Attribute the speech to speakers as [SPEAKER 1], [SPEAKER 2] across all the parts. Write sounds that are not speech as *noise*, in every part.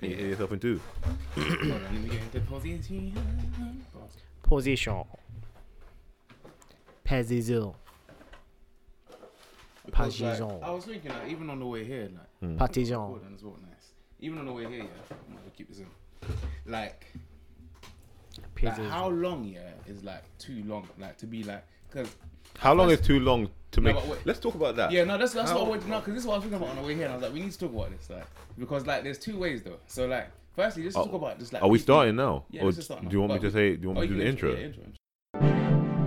[SPEAKER 1] Yeah. yourself into.
[SPEAKER 2] Hold on, let me get into position.
[SPEAKER 3] Position. Position.
[SPEAKER 2] Because, like,
[SPEAKER 3] Position.
[SPEAKER 2] I was thinking, like, even on the way here, like,
[SPEAKER 1] Hmm.
[SPEAKER 3] Partisan.
[SPEAKER 2] Hold on as well, nice. Even on the way here, yeah, I'm gonna keep this in. Like, like,
[SPEAKER 3] Position.
[SPEAKER 2] how long, yeah, is like too long, like to be like, because
[SPEAKER 1] How long is too long to
[SPEAKER 2] No,
[SPEAKER 1] make?
[SPEAKER 2] but wait.
[SPEAKER 1] Let's talk about that.
[SPEAKER 2] yeah, no, that's that's what I
[SPEAKER 1] How-
[SPEAKER 2] wanted. No, because this is what I was thinking about on the way here, and I was like, we need to talk about this, like, because like, there's two ways though. So like, firstly, let's
[SPEAKER 1] Oh,
[SPEAKER 2] talk about just like.
[SPEAKER 1] Are we
[SPEAKER 2] people-
[SPEAKER 1] starting now?
[SPEAKER 2] Yeah,
[SPEAKER 1] or
[SPEAKER 2] let's just
[SPEAKER 1] do
[SPEAKER 2] start now.
[SPEAKER 1] you want me
[SPEAKER 2] But
[SPEAKER 1] to
[SPEAKER 2] we-
[SPEAKER 1] say? Do you want
[SPEAKER 2] Oh,
[SPEAKER 1] me to
[SPEAKER 2] you
[SPEAKER 1] do the
[SPEAKER 2] can
[SPEAKER 1] intro?
[SPEAKER 2] yeah, intro.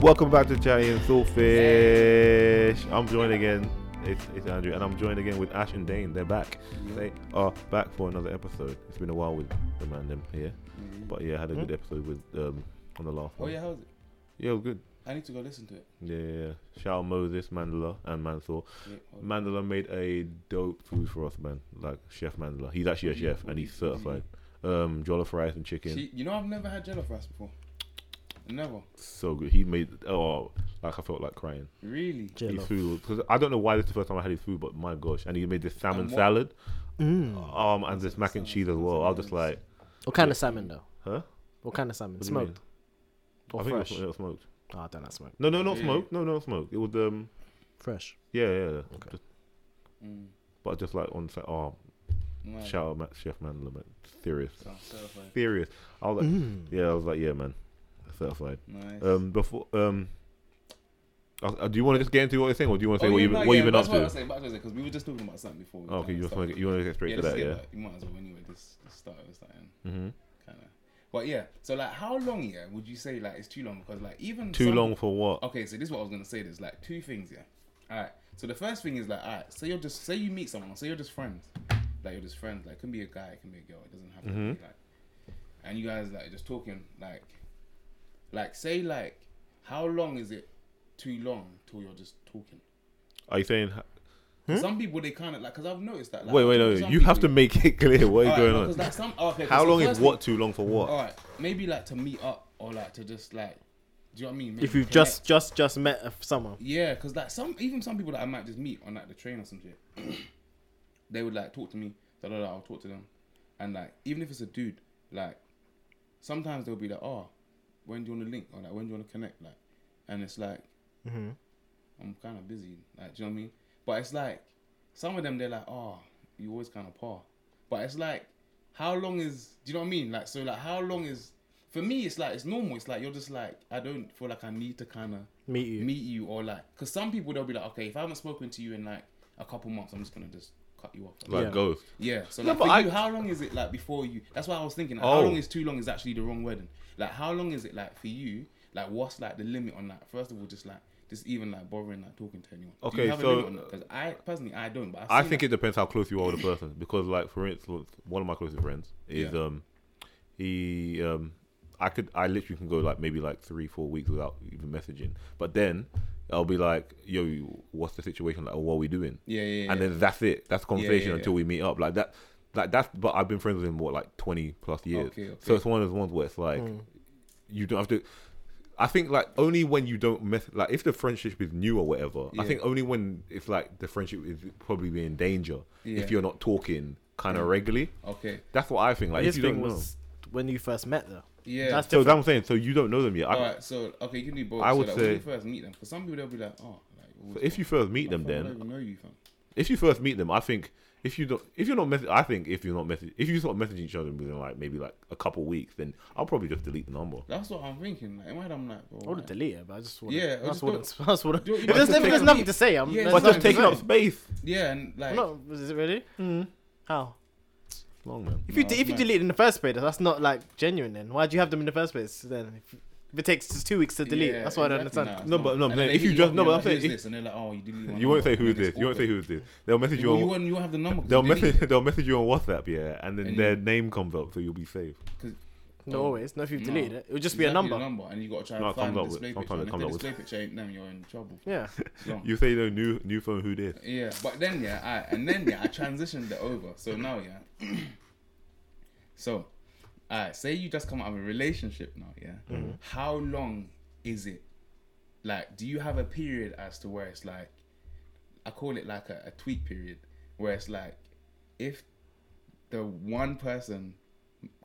[SPEAKER 1] Welcome back to Chatty and Soulfish. I'm joined again. It's, it's Andrew, and I'm joined again with Ash and Dane. They're back. They are back for another episode. It's been a while with the man them here, but yeah, I had a good episode with um on the last
[SPEAKER 2] Hmm? Oh
[SPEAKER 1] one.
[SPEAKER 2] yeah, how's it?
[SPEAKER 1] yeah, it was good.
[SPEAKER 2] I need to go listen to it.
[SPEAKER 1] Yeah, yeah, yeah. Shout out Moses, Mandela, and Mansour.
[SPEAKER 2] Yeah, hold on.
[SPEAKER 1] Mandela made a dope food for us, man. Like Chef Mandela. He's actually a
[SPEAKER 2] What do you-
[SPEAKER 1] chef
[SPEAKER 2] what
[SPEAKER 1] and
[SPEAKER 2] do you-
[SPEAKER 1] he's
[SPEAKER 2] what do you
[SPEAKER 1] certified. Um, jollof rice and chicken,
[SPEAKER 2] She, you know, I've never had jello fries before. Never.
[SPEAKER 1] so good. He made oh, like I felt like crying.
[SPEAKER 2] Really?
[SPEAKER 1] His
[SPEAKER 3] Jello.
[SPEAKER 1] food because I don't know why this is the first time I had his food, but my gosh! And he made this salmon
[SPEAKER 2] And what-
[SPEAKER 1] salad,
[SPEAKER 3] Mm.
[SPEAKER 1] um, and this mac and cheese as well. I was just like,
[SPEAKER 3] What kind of salmon though?
[SPEAKER 1] huh?
[SPEAKER 3] What kind of salmon?
[SPEAKER 1] What do you
[SPEAKER 3] Smoked
[SPEAKER 1] I
[SPEAKER 3] or
[SPEAKER 1] think it was,
[SPEAKER 3] fresh?
[SPEAKER 1] it was smoked.
[SPEAKER 3] Oh, I don't like smoked.
[SPEAKER 1] No, no, not
[SPEAKER 2] Yeah.
[SPEAKER 1] smoked. No, no, smoked. It was um,
[SPEAKER 3] Fresh.
[SPEAKER 1] yeah, yeah. yeah.
[SPEAKER 3] Okay.
[SPEAKER 1] Just-
[SPEAKER 2] Mm,
[SPEAKER 1] but just like on, sa- oh,
[SPEAKER 2] no,
[SPEAKER 1] shout out Ma- Chef Mandela, man. Serious,
[SPEAKER 2] sounds terrifying.
[SPEAKER 1] serious. I was like,
[SPEAKER 3] Mm.
[SPEAKER 1] yeah, I was like, yeah, man, certified.
[SPEAKER 2] Nice.
[SPEAKER 1] Um, before um, uh, uh, do you want to just get into what you're saying, or do you want to say
[SPEAKER 2] Oh,
[SPEAKER 1] what
[SPEAKER 2] yeah,
[SPEAKER 1] you've
[SPEAKER 2] no,
[SPEAKER 1] been, what
[SPEAKER 2] yeah,
[SPEAKER 1] you've been up
[SPEAKER 2] that's what I
[SPEAKER 1] to?
[SPEAKER 2] was saying, that's what I was saying, 'cause we were just talking about something before. we
[SPEAKER 1] Oh, okay,
[SPEAKER 2] kinda
[SPEAKER 1] you
[SPEAKER 2] started.
[SPEAKER 1] want to you want to get straight
[SPEAKER 2] yeah,
[SPEAKER 1] to
[SPEAKER 2] let's
[SPEAKER 1] that,
[SPEAKER 2] get
[SPEAKER 1] yeah.
[SPEAKER 2] back. You might as well anyway. Just, just start with something,
[SPEAKER 1] hmm
[SPEAKER 2] kind of. But yeah, so like, how long? Yeah, would you say like it's too long? Because like even
[SPEAKER 1] Too
[SPEAKER 2] some-
[SPEAKER 1] long for what?
[SPEAKER 2] Okay, so this is what I was gonna say. There's like two things, yeah. All right. So the first thing is like, all right. Say you're just say you meet someone. Say you're just friends. Like you're just friends. Like it can be a guy, it can be a girl. It doesn't have to
[SPEAKER 1] Mm-hmm.
[SPEAKER 2] be like. And you guys like just talking like, like say like, how long is it too long till you're just talking?
[SPEAKER 1] Are you saying?
[SPEAKER 2] Some people they kind of like because I've noticed that. Like,
[SPEAKER 1] Hmm? Wait, wait,
[SPEAKER 2] I've
[SPEAKER 1] no.
[SPEAKER 2] talked to some
[SPEAKER 1] You have to
[SPEAKER 2] people-
[SPEAKER 1] make it *laughs* clear what is
[SPEAKER 2] Alright,
[SPEAKER 1] going
[SPEAKER 2] no,
[SPEAKER 1] on.
[SPEAKER 2] 'cause, Like, some, oh, okay, 'cause
[SPEAKER 1] How
[SPEAKER 2] the
[SPEAKER 1] long is
[SPEAKER 2] first
[SPEAKER 1] what too long for what?
[SPEAKER 2] All right, maybe like to meet up or like to just like, do you know what I mean? Maybe
[SPEAKER 3] If you've
[SPEAKER 2] connect.
[SPEAKER 3] just just just met uh, someone,
[SPEAKER 2] Yeah, because like some even some people that I might just meet on like the train or some shit, *clears throat* they would like talk to me. Da da da. I'll talk to them, and like even if it's a dude, like sometimes they'll be like, oh, when do you want to link or like when do you want to connect, like, and it's like, I'm kind of busy, like, do you know what I mean? But it's like some of them they're like, oh, you always kind of par, but it's like, how long is do you know what I mean? Like so like how long is for me it's like it's normal. It's like you're just like I don't feel like I need to kind of
[SPEAKER 3] meet you.
[SPEAKER 2] meet you or like because some people they'll be like okay if i haven't spoken to you in like a couple months i'm just gonna just cut you off
[SPEAKER 1] Like
[SPEAKER 3] Yeah.
[SPEAKER 1] ghost.
[SPEAKER 2] yeah so
[SPEAKER 1] No,
[SPEAKER 2] like,
[SPEAKER 1] but
[SPEAKER 2] for
[SPEAKER 1] I-
[SPEAKER 2] you how long is it like before you that's why i was thinking like,
[SPEAKER 1] Oh.
[SPEAKER 2] how long is too long is actually the wrong word then. like how long is it like for you like what's like the limit on that first of all just like just even like bothering like talking to anyone Do
[SPEAKER 1] Okay,
[SPEAKER 2] you have
[SPEAKER 1] so-
[SPEAKER 2] a limit on that? 'Cause i personally i don't but I've
[SPEAKER 1] I
[SPEAKER 2] seen
[SPEAKER 1] think
[SPEAKER 2] that-
[SPEAKER 1] it depends how close you are with a person. Because, like, for instance, one of my closest friends is
[SPEAKER 2] Yeah.
[SPEAKER 1] um, he um, I could I literally can go like maybe like three four weeks without even messaging. But then I'll be like, yo, what's the situation? Like, what are we doing?
[SPEAKER 2] yeah yeah, yeah
[SPEAKER 1] and then that's it. That's conversation
[SPEAKER 2] yeah,
[SPEAKER 1] until we meet up. Like that. Like that's. But I've been friends with him what like twenty plus years.
[SPEAKER 2] Okay, Hmm. okay.
[SPEAKER 1] So it's one of those ones where it's like you don't have to. I think like only when you don't mess like if the friendship is new or whatever.
[SPEAKER 2] Yeah.
[SPEAKER 1] I think only when it's like the friendship is probably be in danger
[SPEAKER 2] Yeah. Hmm.
[SPEAKER 1] if you're not talking kind of regularly.
[SPEAKER 2] okay
[SPEAKER 1] That's what I think. Like
[SPEAKER 3] His
[SPEAKER 1] if you
[SPEAKER 3] thing
[SPEAKER 1] don't know.
[SPEAKER 3] was when you first met though.
[SPEAKER 2] yeah
[SPEAKER 3] That's
[SPEAKER 1] So
[SPEAKER 3] different.
[SPEAKER 1] that's what I'm saying. So you don't know them yet. I,
[SPEAKER 2] all right so okay you can do both
[SPEAKER 1] I
[SPEAKER 2] So,
[SPEAKER 1] would
[SPEAKER 2] like, when
[SPEAKER 1] say-
[SPEAKER 2] you first meet them because some people they'll be like oh like
[SPEAKER 1] so if you first meet them,
[SPEAKER 2] I don't
[SPEAKER 1] then
[SPEAKER 2] even know you fam.
[SPEAKER 1] if you first meet them, I think if you don't, if you're not, mess- I think if you're not messaging, if you start messaging each other within like maybe like a couple weeks, then I'll probably just delete the number.
[SPEAKER 2] That's what I'm thinking. Like, in my head, I'm like, bro,
[SPEAKER 3] I would
[SPEAKER 2] why?
[SPEAKER 3] have deleted it, but I just wouldn't.
[SPEAKER 2] Yeah, I
[SPEAKER 3] I just
[SPEAKER 2] just
[SPEAKER 3] wouldn't. *laughs* I just wouldn't.
[SPEAKER 2] Do you-
[SPEAKER 3] If
[SPEAKER 2] you
[SPEAKER 3] there's,
[SPEAKER 2] just
[SPEAKER 3] if
[SPEAKER 2] take
[SPEAKER 3] there's
[SPEAKER 2] a
[SPEAKER 3] nothing
[SPEAKER 2] peek.
[SPEAKER 3] to say, I'm.
[SPEAKER 2] Yeah,
[SPEAKER 3] there's
[SPEAKER 1] But
[SPEAKER 2] it's
[SPEAKER 1] just
[SPEAKER 3] nothing to
[SPEAKER 1] taking up
[SPEAKER 3] say.
[SPEAKER 1] space.
[SPEAKER 2] yeah, and like,
[SPEAKER 3] I'm not. Is it really? How?
[SPEAKER 1] It's long man.
[SPEAKER 3] If you
[SPEAKER 2] No,
[SPEAKER 3] d if you
[SPEAKER 2] no.
[SPEAKER 3] delete it in the first place, that's not like genuine. Then why do you have them in the first place? Then if, if it takes just two weeks to delete,
[SPEAKER 2] yeah,
[SPEAKER 3] that's what
[SPEAKER 2] exactly,
[SPEAKER 3] I don't understand.
[SPEAKER 1] No,
[SPEAKER 2] it's
[SPEAKER 1] but-
[SPEAKER 2] not.
[SPEAKER 1] no,
[SPEAKER 2] And
[SPEAKER 1] but
[SPEAKER 2] then
[SPEAKER 1] if
[SPEAKER 2] they
[SPEAKER 1] you
[SPEAKER 2] hit
[SPEAKER 1] just-
[SPEAKER 2] up,
[SPEAKER 1] no, but
[SPEAKER 2] you're
[SPEAKER 1] I'm
[SPEAKER 2] like,
[SPEAKER 1] saying
[SPEAKER 2] who's
[SPEAKER 1] if-
[SPEAKER 2] this? and they're like, oh, you deleted my
[SPEAKER 1] You won't
[SPEAKER 2] number.
[SPEAKER 1] say who
[SPEAKER 2] And then
[SPEAKER 1] this.
[SPEAKER 2] it's
[SPEAKER 1] You won't say
[SPEAKER 2] awkward.
[SPEAKER 1] who this. They'll message you
[SPEAKER 2] Well, you
[SPEAKER 1] on.
[SPEAKER 2] won't. You won't have the number.
[SPEAKER 1] They'll message. They'll message you on WhatsApp. Yeah, and then
[SPEAKER 2] And
[SPEAKER 1] their name comes up, so you'll be safe.
[SPEAKER 3] Not always. Not if you've
[SPEAKER 2] No.
[SPEAKER 3] deleted it. It would just be a
[SPEAKER 2] Exactly the
[SPEAKER 3] number.
[SPEAKER 2] number, and you got to try
[SPEAKER 1] No,
[SPEAKER 2] and
[SPEAKER 1] it comes
[SPEAKER 2] find the
[SPEAKER 1] up with-
[SPEAKER 2] display picture.
[SPEAKER 1] sometimes
[SPEAKER 2] And
[SPEAKER 1] it
[SPEAKER 2] if the
[SPEAKER 1] comes up
[SPEAKER 2] display picture ain't them, you're in trouble. *laughs*
[SPEAKER 3] Yeah.
[SPEAKER 2] It's long.
[SPEAKER 1] You say no new new phone. Who did?
[SPEAKER 2] Yeah, but then yeah, I and then yeah, I transitioned it over. So now yeah. *clears throat* so, uh, say you just come out of a relationship now, yeah.
[SPEAKER 1] Mm-hmm.
[SPEAKER 2] How long is it? Like, do you have a period as to where it's like, I call it like a, a tweak period, where it's like, if the one person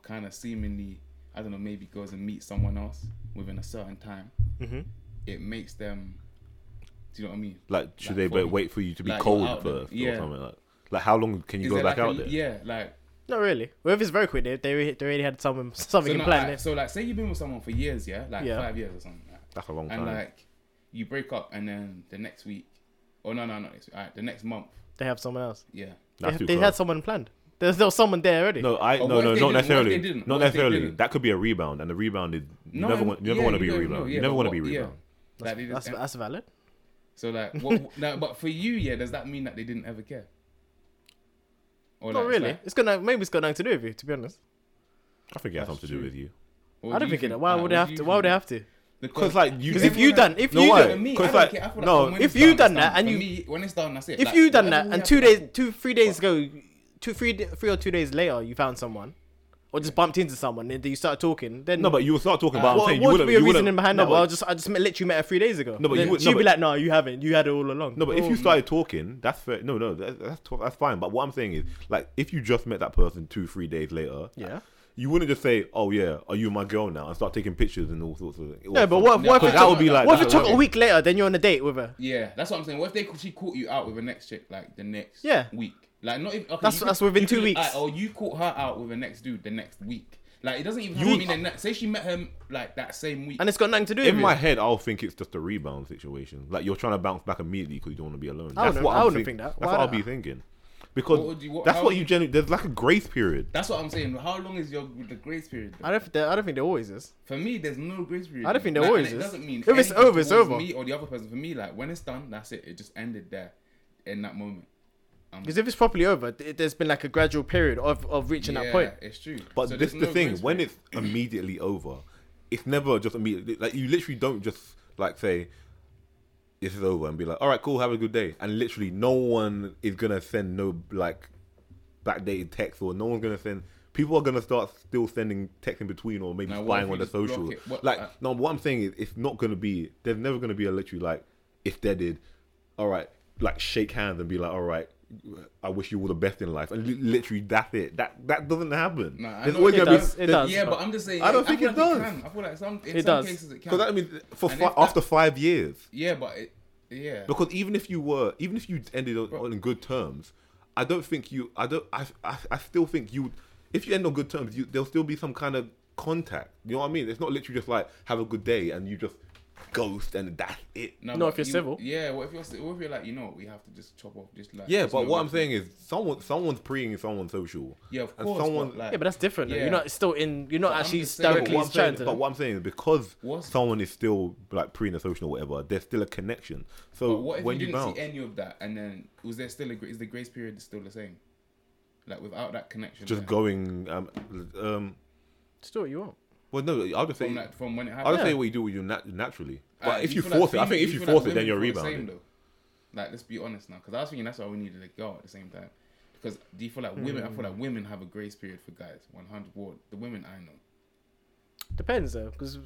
[SPEAKER 2] kind of seemingly, I don't know, maybe goes and meets someone else within a certain time,
[SPEAKER 3] Mhm.
[SPEAKER 2] it makes them. Do you know what I mean?
[SPEAKER 1] Like should
[SPEAKER 2] Like
[SPEAKER 1] they
[SPEAKER 2] for-
[SPEAKER 1] wait, wait for you to be
[SPEAKER 2] like you're out
[SPEAKER 1] cold
[SPEAKER 2] there.
[SPEAKER 1] first
[SPEAKER 2] Yeah.
[SPEAKER 1] or something like? Like how long can you
[SPEAKER 2] Is
[SPEAKER 1] go
[SPEAKER 2] there
[SPEAKER 1] back
[SPEAKER 2] like
[SPEAKER 1] out
[SPEAKER 2] a,
[SPEAKER 1] there?
[SPEAKER 2] Yeah, like
[SPEAKER 3] Not really. Well, if it's very quick, they they, re- they already had some, *laughs* something
[SPEAKER 2] so,
[SPEAKER 3] in
[SPEAKER 2] no,
[SPEAKER 3] plan.
[SPEAKER 2] like, so like say you've been with someone for years, yeah, like
[SPEAKER 3] Yeah.
[SPEAKER 2] five years or something, like,
[SPEAKER 1] That's a long
[SPEAKER 2] and
[SPEAKER 1] time.
[SPEAKER 2] like you break up, and then the next week, or no, no, not next week, all right, the next month,
[SPEAKER 3] they have someone else.
[SPEAKER 2] yeah.
[SPEAKER 3] They,
[SPEAKER 1] That's too
[SPEAKER 3] they
[SPEAKER 1] close.
[SPEAKER 3] had someone planned. There's there was someone there already.
[SPEAKER 1] No, I
[SPEAKER 2] But
[SPEAKER 1] no
[SPEAKER 2] what
[SPEAKER 1] no
[SPEAKER 2] if they didn't?
[SPEAKER 1] not
[SPEAKER 2] What if they
[SPEAKER 1] necessarily.
[SPEAKER 2] didn't? What
[SPEAKER 1] Not
[SPEAKER 2] if they
[SPEAKER 1] necessarily.
[SPEAKER 2] didn't?
[SPEAKER 1] That could be a rebound, and the rebound is you
[SPEAKER 2] No,
[SPEAKER 1] never
[SPEAKER 2] I'm-
[SPEAKER 1] want you never
[SPEAKER 2] yeah,
[SPEAKER 1] want
[SPEAKER 2] you
[SPEAKER 1] to be a
[SPEAKER 2] don't
[SPEAKER 1] rebound.
[SPEAKER 2] know,
[SPEAKER 1] You
[SPEAKER 2] yeah,
[SPEAKER 1] never
[SPEAKER 2] but
[SPEAKER 1] want to
[SPEAKER 2] what-
[SPEAKER 1] be
[SPEAKER 2] yeah.
[SPEAKER 1] rebound.
[SPEAKER 2] Like they
[SPEAKER 3] That's
[SPEAKER 2] just,
[SPEAKER 3] that's valid.
[SPEAKER 2] so *laughs* like, what, no, but for you, yeah, does that mean that they didn't ever care? Or like,
[SPEAKER 3] Not
[SPEAKER 2] it's
[SPEAKER 3] really.
[SPEAKER 2] like,
[SPEAKER 3] It's gonna maybe it's got nothing to do with you. To be honest,
[SPEAKER 1] I think it has
[SPEAKER 2] That's
[SPEAKER 1] something to do
[SPEAKER 2] true.
[SPEAKER 1] with you.
[SPEAKER 2] what do
[SPEAKER 3] I don't
[SPEAKER 2] you
[SPEAKER 3] think it.
[SPEAKER 2] think?
[SPEAKER 3] Why
[SPEAKER 2] Like, what
[SPEAKER 3] would
[SPEAKER 2] do
[SPEAKER 3] they have
[SPEAKER 2] you
[SPEAKER 3] to? Why would they
[SPEAKER 2] think?
[SPEAKER 3] have to?
[SPEAKER 1] Because like you,
[SPEAKER 3] Because if you done, if you
[SPEAKER 1] why?
[SPEAKER 2] For
[SPEAKER 3] done,
[SPEAKER 2] me, I
[SPEAKER 1] 'Cause,
[SPEAKER 2] don't
[SPEAKER 1] like,
[SPEAKER 2] care. I feel like
[SPEAKER 1] no,
[SPEAKER 2] when
[SPEAKER 3] if
[SPEAKER 2] it's
[SPEAKER 3] you
[SPEAKER 2] done,
[SPEAKER 3] done
[SPEAKER 2] it's
[SPEAKER 3] that and
[SPEAKER 2] For
[SPEAKER 3] you-
[SPEAKER 2] me, when it's done, that's it.
[SPEAKER 3] if
[SPEAKER 2] Like,
[SPEAKER 3] you done
[SPEAKER 2] whatever
[SPEAKER 3] that
[SPEAKER 2] we
[SPEAKER 3] and
[SPEAKER 2] have
[SPEAKER 3] two
[SPEAKER 2] to do.
[SPEAKER 3] days, two three days ago, two three da- three or two days later, you found someone, or just bumped into someone and then you start talking. Then
[SPEAKER 1] no, but you will start talking about.
[SPEAKER 3] what,
[SPEAKER 1] I'm saying you
[SPEAKER 3] what would
[SPEAKER 1] wouldn't.
[SPEAKER 3] be a
[SPEAKER 1] you wouldn't-
[SPEAKER 3] reasoning behind
[SPEAKER 1] no,
[SPEAKER 3] that?
[SPEAKER 1] but-
[SPEAKER 3] Well, I just I just met, literally met her three days ago.
[SPEAKER 1] No, but you
[SPEAKER 3] Then
[SPEAKER 1] would- no,
[SPEAKER 3] she'd
[SPEAKER 1] but-
[SPEAKER 3] be like, no, you haven't. You had it all along.
[SPEAKER 1] No, but if
[SPEAKER 3] Oh,
[SPEAKER 1] you started talking, that's fair. No, no, that, that's to- that's fine. But what I'm saying is, like, if you just met that person two, three days later,
[SPEAKER 3] Yeah.
[SPEAKER 1] you wouldn't just say, "Oh yeah, are you my girl now?" and start taking pictures and all sorts of. things.
[SPEAKER 3] no, but what,
[SPEAKER 2] No,
[SPEAKER 3] what if
[SPEAKER 2] but
[SPEAKER 3] it
[SPEAKER 2] that
[SPEAKER 3] took-
[SPEAKER 2] would be like-
[SPEAKER 3] what if
[SPEAKER 2] that
[SPEAKER 3] it took
[SPEAKER 2] would-
[SPEAKER 3] a week later? Then you're on a date with her.
[SPEAKER 2] Yeah, that's what I'm saying. What if they she caught you out with the next chick like the next
[SPEAKER 3] Yeah.
[SPEAKER 2] week? Like not even okay,
[SPEAKER 3] That's-
[SPEAKER 2] you could-
[SPEAKER 3] that's within
[SPEAKER 2] you
[SPEAKER 3] two
[SPEAKER 2] could-
[SPEAKER 3] weeks.
[SPEAKER 2] alright, or you caught her out with the next dude the next week. Like it doesn't even have
[SPEAKER 1] You-
[SPEAKER 2] to mean the next. Say she met him like that same week.
[SPEAKER 3] And it's got nothing to do with
[SPEAKER 1] In
[SPEAKER 3] you.
[SPEAKER 1] my head, I'll think it's just a rebound situation. Like you're trying to bounce back immediately because you don't want to be alone.
[SPEAKER 3] I
[SPEAKER 1] That's
[SPEAKER 3] wouldn't-
[SPEAKER 1] what
[SPEAKER 3] I
[SPEAKER 1] I'm
[SPEAKER 3] wouldn't think that.
[SPEAKER 1] That's
[SPEAKER 3] Why
[SPEAKER 1] what I'll
[SPEAKER 3] not?
[SPEAKER 1] be thinking. Because
[SPEAKER 2] What would you- what-
[SPEAKER 1] that's
[SPEAKER 2] how
[SPEAKER 1] what
[SPEAKER 2] would
[SPEAKER 1] you
[SPEAKER 2] you-
[SPEAKER 1] generally. There's like a grace period.
[SPEAKER 2] that's what I'm saying. How long is your the grace period? though?
[SPEAKER 3] I don't. think there- I don't think there always is.
[SPEAKER 2] For me, there's no grace period.
[SPEAKER 3] I don't think there
[SPEAKER 2] Like,
[SPEAKER 3] always
[SPEAKER 2] and
[SPEAKER 3] is.
[SPEAKER 2] It doesn't mean
[SPEAKER 3] If it's
[SPEAKER 2] anything
[SPEAKER 3] over, it's
[SPEAKER 2] towards
[SPEAKER 3] over.
[SPEAKER 2] Me or the other person. For me, like when it's done, that's it. It just ended there, in that moment.
[SPEAKER 3] Because if it's properly over, th- there's been like a gradual period of, of reaching
[SPEAKER 2] Yeah,
[SPEAKER 3] that point.
[SPEAKER 2] it's true. So
[SPEAKER 1] But this
[SPEAKER 2] there's
[SPEAKER 1] is the
[SPEAKER 2] no
[SPEAKER 1] thing.
[SPEAKER 2] grace
[SPEAKER 1] When
[SPEAKER 2] period.
[SPEAKER 1] it's immediately over, it's never just immediately. Like you literally don't just like say, "This is over," and be like, "All right, cool, have a good day." And literally, no one is gonna send no like backdated text, or no one's gonna send. People are gonna start still sending text in between, or maybe
[SPEAKER 2] Now, what if
[SPEAKER 1] spying
[SPEAKER 2] you
[SPEAKER 1] on the
[SPEAKER 2] just block
[SPEAKER 1] social.
[SPEAKER 2] it? What-
[SPEAKER 1] like,
[SPEAKER 2] uh,
[SPEAKER 1] no, what I'm saying is, it's not gonna be. There's never gonna be a literally like, if they did, all right, like shake hands and be like, all right. I wish you all the best in life, and li- literally that's it. That that doesn't happen.
[SPEAKER 2] No, I
[SPEAKER 1] There's
[SPEAKER 2] know
[SPEAKER 1] always
[SPEAKER 2] it
[SPEAKER 1] gonna be-
[SPEAKER 3] does, it
[SPEAKER 1] there's-
[SPEAKER 3] does.
[SPEAKER 2] Yeah, but I'm just saying.
[SPEAKER 1] I don't
[SPEAKER 2] yeah,
[SPEAKER 1] think
[SPEAKER 2] feel
[SPEAKER 1] it
[SPEAKER 2] like
[SPEAKER 1] does.
[SPEAKER 2] can. I feel like some. In some
[SPEAKER 3] It does.
[SPEAKER 2] cases, it can.
[SPEAKER 1] Because I mean, for
[SPEAKER 2] And
[SPEAKER 1] fi-
[SPEAKER 2] if that-
[SPEAKER 1] after five years,
[SPEAKER 2] Yeah, but it, yeah.
[SPEAKER 1] because even if you were, even if you ended on, on good terms, I don't think you. I don't. I, I. I still think you. If you end on good terms, you, there'll still be some kind of contact. You know what I mean? It's not literally just like have a good day and you just ghost and that's it.
[SPEAKER 2] No,
[SPEAKER 3] Not
[SPEAKER 2] but
[SPEAKER 3] if you're
[SPEAKER 2] you-
[SPEAKER 3] civil.
[SPEAKER 2] Yeah, what if you're ci- what if you're like you know we have to just chop off just like.
[SPEAKER 1] Yeah,
[SPEAKER 2] there's
[SPEAKER 1] but
[SPEAKER 2] no
[SPEAKER 1] what I'm
[SPEAKER 2] way-
[SPEAKER 1] saying is someone someone's preying someone social.
[SPEAKER 2] Yeah, of
[SPEAKER 1] and
[SPEAKER 2] course.
[SPEAKER 1] someone-
[SPEAKER 2] but, like,
[SPEAKER 3] Yeah, but that's different. though.
[SPEAKER 2] Yeah.
[SPEAKER 3] You're not still in. You're not
[SPEAKER 2] But I'm
[SPEAKER 3] actually
[SPEAKER 2] just saying-
[SPEAKER 1] Yeah, but
[SPEAKER 3] directly
[SPEAKER 1] what I'm
[SPEAKER 3] trying
[SPEAKER 1] saying,
[SPEAKER 3] to.
[SPEAKER 1] but
[SPEAKER 3] them.
[SPEAKER 1] what I'm saying is because
[SPEAKER 2] What's-
[SPEAKER 1] someone is still like pre social or whatever, there's still a connection. So
[SPEAKER 2] but what if you
[SPEAKER 1] when you,
[SPEAKER 2] didn't
[SPEAKER 1] bounce,
[SPEAKER 2] see any of that, and then was there still a gra- is the grace period still the same? Like without that connection,
[SPEAKER 1] just
[SPEAKER 2] there,
[SPEAKER 1] going, um, um,
[SPEAKER 3] Just do what you want.
[SPEAKER 1] well, no, I'll just say,
[SPEAKER 2] from that from when it
[SPEAKER 1] I'll
[SPEAKER 2] happened.
[SPEAKER 1] just say
[SPEAKER 3] Yeah.
[SPEAKER 1] what you do with you nat- naturally. But
[SPEAKER 2] Like,
[SPEAKER 1] if
[SPEAKER 2] do
[SPEAKER 1] you,
[SPEAKER 2] feel like
[SPEAKER 1] force it, I
[SPEAKER 2] women-
[SPEAKER 1] think if
[SPEAKER 2] do
[SPEAKER 1] you
[SPEAKER 2] feel like
[SPEAKER 1] force it,
[SPEAKER 2] women
[SPEAKER 1] then you're
[SPEAKER 2] feel the same,
[SPEAKER 1] rebounding.
[SPEAKER 2] though? Like let's be honest now, because I was thinking that's why we needed a girl at the same time. Because do you feel like women? I feel
[SPEAKER 3] Hmm.
[SPEAKER 2] like women have a grace period for guys. One hundred. Well, the women I know.
[SPEAKER 3] Depends though, because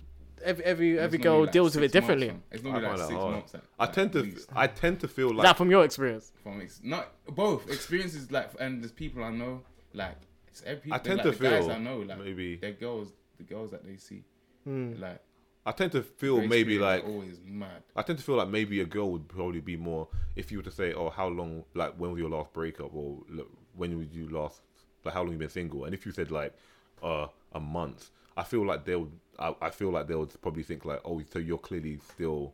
[SPEAKER 3] every every,
[SPEAKER 2] It's normally
[SPEAKER 3] every girl
[SPEAKER 2] like
[SPEAKER 3] deals with it
[SPEAKER 2] six months
[SPEAKER 3] differently.
[SPEAKER 2] from- It's
[SPEAKER 1] I,
[SPEAKER 2] normally like
[SPEAKER 1] find that
[SPEAKER 2] six
[SPEAKER 1] hard.
[SPEAKER 2] months. At,
[SPEAKER 1] I
[SPEAKER 2] at
[SPEAKER 1] tend to,
[SPEAKER 2] least.
[SPEAKER 1] I tend to feel
[SPEAKER 3] Is
[SPEAKER 1] like
[SPEAKER 3] that from your experience?
[SPEAKER 2] from ex- not both experiences like and there's people I know like it's every people,
[SPEAKER 1] I tend
[SPEAKER 2] like,
[SPEAKER 1] to
[SPEAKER 2] the guys
[SPEAKER 1] feel
[SPEAKER 2] I know like
[SPEAKER 1] maybe-
[SPEAKER 2] their girls the girls that they see
[SPEAKER 3] Hmm.
[SPEAKER 2] like
[SPEAKER 1] I tend to feel
[SPEAKER 2] race
[SPEAKER 1] maybe
[SPEAKER 2] periods are
[SPEAKER 1] like
[SPEAKER 2] always mad
[SPEAKER 1] I tend to feel like maybe a girl would probably be more if you were to say, "Oh, how long? Like, when was your last breakup? Or look, when would you last? Like, how long you been single?" And if you said like, "Uh, a month," I feel like they would. I, I feel like they would probably think like, "Oh, so you're clearly still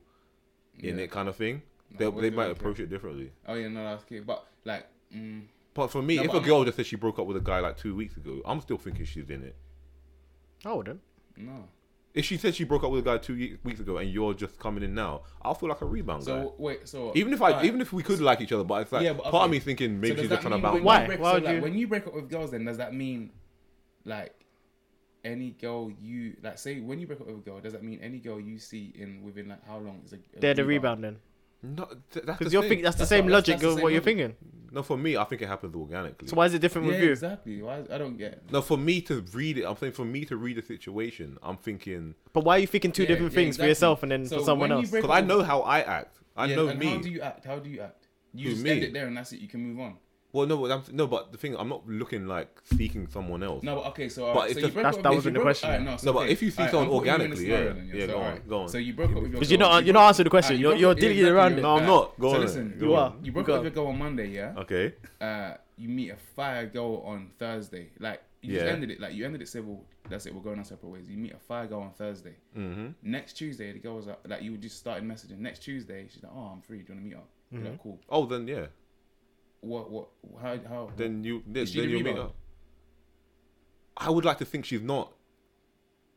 [SPEAKER 1] in
[SPEAKER 2] Yeah.
[SPEAKER 1] it," kind of thing.
[SPEAKER 2] Nah,
[SPEAKER 1] They
[SPEAKER 2] what
[SPEAKER 1] they
[SPEAKER 2] do
[SPEAKER 1] might
[SPEAKER 2] they
[SPEAKER 1] approach it differently.
[SPEAKER 2] oh yeah no that's okay but like mm,
[SPEAKER 1] But for me,
[SPEAKER 2] No,
[SPEAKER 1] if
[SPEAKER 2] but
[SPEAKER 1] a
[SPEAKER 2] I'm-
[SPEAKER 1] girl just said she broke up with a guy like two weeks ago, I'm still thinking she's in it.
[SPEAKER 3] I wouldn't.
[SPEAKER 2] no
[SPEAKER 1] If she said she broke up with a guy two ye- weeks ago and you're just coming in now, I'll feel like a rebound guy.
[SPEAKER 2] so wait so
[SPEAKER 1] Even if I,
[SPEAKER 2] alright,
[SPEAKER 1] even if we could like each other, but it's like
[SPEAKER 2] Yeah, but
[SPEAKER 1] part
[SPEAKER 2] okay.
[SPEAKER 1] of me thinking
[SPEAKER 2] so
[SPEAKER 1] maybe
[SPEAKER 2] does
[SPEAKER 1] she's
[SPEAKER 2] that
[SPEAKER 1] just trying to
[SPEAKER 2] mean
[SPEAKER 1] bounce.
[SPEAKER 2] when you
[SPEAKER 3] Why?
[SPEAKER 2] break-
[SPEAKER 3] Why
[SPEAKER 2] so,
[SPEAKER 3] would
[SPEAKER 2] like,
[SPEAKER 3] you-
[SPEAKER 2] when you break up with girls then does that mean like any girl you like say when you break up with a girl, does that mean any girl you see in within like how long is a, a
[SPEAKER 3] They're the rebound then,
[SPEAKER 1] No, th- that's
[SPEAKER 3] because
[SPEAKER 1] the
[SPEAKER 3] you're
[SPEAKER 1] thing.
[SPEAKER 3] thinking that's the
[SPEAKER 2] That's
[SPEAKER 3] same
[SPEAKER 2] what- that's-
[SPEAKER 3] logic
[SPEAKER 2] that's the
[SPEAKER 3] of
[SPEAKER 2] same
[SPEAKER 3] what you're
[SPEAKER 2] logic.
[SPEAKER 3] thinking.
[SPEAKER 1] No, for me, I think it happens organically.
[SPEAKER 3] So why is it different
[SPEAKER 2] Yeah,
[SPEAKER 3] with you?
[SPEAKER 2] exactly. Why I don't get.
[SPEAKER 1] no, for me to read it, I'm saying for me to read a situation, I'm thinking
[SPEAKER 3] But why are you thinking two
[SPEAKER 2] Yeah,
[SPEAKER 3] different
[SPEAKER 2] yeah,
[SPEAKER 3] things for
[SPEAKER 2] exactly.
[SPEAKER 3] yourself and then
[SPEAKER 2] So
[SPEAKER 3] for someone
[SPEAKER 2] when you
[SPEAKER 3] else?
[SPEAKER 2] break-
[SPEAKER 1] because I know how I act. I
[SPEAKER 2] yeah,
[SPEAKER 1] know
[SPEAKER 2] and
[SPEAKER 1] me.
[SPEAKER 2] How do you act? How do you act? You
[SPEAKER 1] Who,
[SPEAKER 2] just
[SPEAKER 1] me?
[SPEAKER 2] end it there and that's it. You can move on.
[SPEAKER 1] Well, no, but I'm, no, but the thing I'm not looking like seeking someone else.
[SPEAKER 2] No, but okay, so uh,
[SPEAKER 1] But it's
[SPEAKER 2] so you
[SPEAKER 1] just-
[SPEAKER 2] broke
[SPEAKER 3] that's-
[SPEAKER 2] up
[SPEAKER 3] that
[SPEAKER 2] with-
[SPEAKER 3] wasn't
[SPEAKER 2] you broke-
[SPEAKER 3] the question.
[SPEAKER 2] alright, no, so
[SPEAKER 1] No, but
[SPEAKER 2] okay.
[SPEAKER 1] if you see
[SPEAKER 2] Alright,
[SPEAKER 1] someone
[SPEAKER 2] I'll put you in a
[SPEAKER 1] organically,
[SPEAKER 2] scenario
[SPEAKER 1] yeah.
[SPEAKER 2] then,
[SPEAKER 1] Yeah,
[SPEAKER 2] so,
[SPEAKER 1] go on,
[SPEAKER 2] alright.
[SPEAKER 1] go on.
[SPEAKER 2] So you broke up with your
[SPEAKER 3] Because you're
[SPEAKER 2] girl,
[SPEAKER 3] not
[SPEAKER 2] you
[SPEAKER 3] you're
[SPEAKER 2] broke-
[SPEAKER 3] not answering the question.
[SPEAKER 2] alright, you
[SPEAKER 3] You're
[SPEAKER 2] broke
[SPEAKER 3] you're
[SPEAKER 2] up- yeah,
[SPEAKER 3] digging around.
[SPEAKER 2] exactly,
[SPEAKER 1] No, I'm
[SPEAKER 2] alright.
[SPEAKER 1] not. Go
[SPEAKER 2] so
[SPEAKER 1] on,
[SPEAKER 2] Listen,
[SPEAKER 1] go
[SPEAKER 3] You on. are.
[SPEAKER 2] You broke
[SPEAKER 3] Go
[SPEAKER 2] up
[SPEAKER 3] on.
[SPEAKER 2] with your girl on Monday, yeah.
[SPEAKER 1] Okay.
[SPEAKER 2] uh, you meet a fire girl on Thursday. Like you
[SPEAKER 1] Yeah.
[SPEAKER 2] just ended it. Like you ended it civil. That's it. We're going our separate ways. You meet a fire girl on Thursday.
[SPEAKER 1] Mm.
[SPEAKER 2] Mm-hmm. Next Tuesday, the girl was like, like you just started messaging. Next Tuesday, she's like, oh, I'm free. Do you want to meet up? You're like, cool.
[SPEAKER 1] Oh, then yeah.
[SPEAKER 2] What? What? How? How?
[SPEAKER 1] Then you then,
[SPEAKER 2] she
[SPEAKER 1] then
[SPEAKER 2] the
[SPEAKER 1] you meet
[SPEAKER 2] rebound?
[SPEAKER 1] up. I would like to think she's not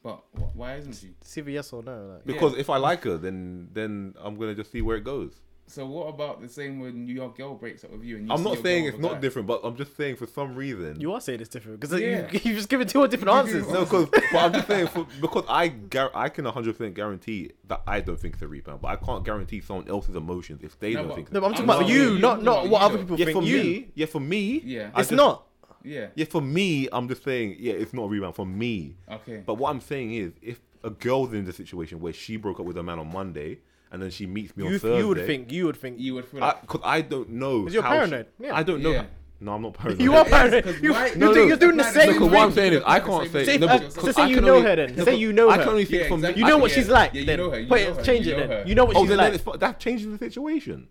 [SPEAKER 2] but wh- why isn't she?
[SPEAKER 3] See if yes or no. Like.
[SPEAKER 1] because if I like her, then then I'm gonna just see where it goes.
[SPEAKER 2] So what about the same when your girl breaks up with you? And you
[SPEAKER 1] I'm
[SPEAKER 2] see
[SPEAKER 1] not
[SPEAKER 2] your
[SPEAKER 1] saying
[SPEAKER 2] girl
[SPEAKER 1] it's
[SPEAKER 2] with a
[SPEAKER 1] not
[SPEAKER 2] guy?
[SPEAKER 1] different, but I'm just saying for some reason.
[SPEAKER 3] You are saying it's different because
[SPEAKER 2] Yeah.
[SPEAKER 3] you, you've just given two different answers.
[SPEAKER 1] no, because but I'm just saying for, because I gar- I can 100 percent guarantee that I don't think it's a rebound, but I can't guarantee someone else's emotions if they
[SPEAKER 2] No,
[SPEAKER 1] don't
[SPEAKER 2] but-
[SPEAKER 1] think. it's
[SPEAKER 3] No,
[SPEAKER 1] a
[SPEAKER 3] but I'm talking
[SPEAKER 2] I'm
[SPEAKER 3] about
[SPEAKER 2] not-
[SPEAKER 3] you,
[SPEAKER 2] you're
[SPEAKER 3] not
[SPEAKER 2] talking
[SPEAKER 3] not
[SPEAKER 2] about
[SPEAKER 3] what
[SPEAKER 2] you,
[SPEAKER 3] other
[SPEAKER 2] though.
[SPEAKER 3] people
[SPEAKER 1] yeah,
[SPEAKER 3] think.
[SPEAKER 1] for
[SPEAKER 3] you.
[SPEAKER 1] me, yeah, for me,
[SPEAKER 2] Yeah.
[SPEAKER 1] I
[SPEAKER 3] it's
[SPEAKER 1] just-
[SPEAKER 3] not.
[SPEAKER 2] Yeah.
[SPEAKER 1] Yeah, for me, I'm just saying, yeah, it's not a rebound for me.
[SPEAKER 2] Okay.
[SPEAKER 1] But what I'm saying is, if a girl's in the situation where she broke up with a man on Monday and then she meets me
[SPEAKER 3] You,
[SPEAKER 1] on Thursday,
[SPEAKER 3] you would think. You would think.
[SPEAKER 2] you would feel like
[SPEAKER 1] because I, don't know.
[SPEAKER 3] Because you're
[SPEAKER 1] how she-
[SPEAKER 3] paranoid, yeah.
[SPEAKER 1] I don't know.
[SPEAKER 2] Yeah.
[SPEAKER 1] No, I'm not paranoid.
[SPEAKER 3] You are
[SPEAKER 2] Yeah, it's
[SPEAKER 3] paranoid.
[SPEAKER 2] 'cause
[SPEAKER 3] You,
[SPEAKER 2] why-
[SPEAKER 3] you
[SPEAKER 1] No,
[SPEAKER 3] think
[SPEAKER 1] no.
[SPEAKER 3] you're doing the
[SPEAKER 2] No, no,
[SPEAKER 1] No,
[SPEAKER 3] same.
[SPEAKER 1] 'cause what I'm
[SPEAKER 2] thing.
[SPEAKER 1] saying is, I can't
[SPEAKER 2] Same
[SPEAKER 1] say.
[SPEAKER 2] thing.
[SPEAKER 1] no,
[SPEAKER 2] Uh,
[SPEAKER 1] but-
[SPEAKER 2] so
[SPEAKER 1] 'cause
[SPEAKER 3] say
[SPEAKER 1] I
[SPEAKER 3] you
[SPEAKER 1] can
[SPEAKER 3] know
[SPEAKER 1] only-
[SPEAKER 3] her then.
[SPEAKER 1] no,
[SPEAKER 3] Say
[SPEAKER 1] but
[SPEAKER 3] you know
[SPEAKER 1] I
[SPEAKER 3] her.
[SPEAKER 1] can only think
[SPEAKER 2] Yeah,
[SPEAKER 1] from.
[SPEAKER 2] exactly.
[SPEAKER 3] You know
[SPEAKER 1] I-
[SPEAKER 3] what
[SPEAKER 1] yeah.
[SPEAKER 3] she's like.
[SPEAKER 2] Yeah, you
[SPEAKER 3] then.
[SPEAKER 2] know her, you
[SPEAKER 3] Put
[SPEAKER 2] know
[SPEAKER 3] it-
[SPEAKER 2] her,
[SPEAKER 3] change
[SPEAKER 2] you
[SPEAKER 3] it
[SPEAKER 2] know
[SPEAKER 3] then.
[SPEAKER 2] her.
[SPEAKER 3] You know what
[SPEAKER 1] Oh,
[SPEAKER 3] she's
[SPEAKER 1] then,
[SPEAKER 3] like.
[SPEAKER 1] then it's, fu- that changes the situation.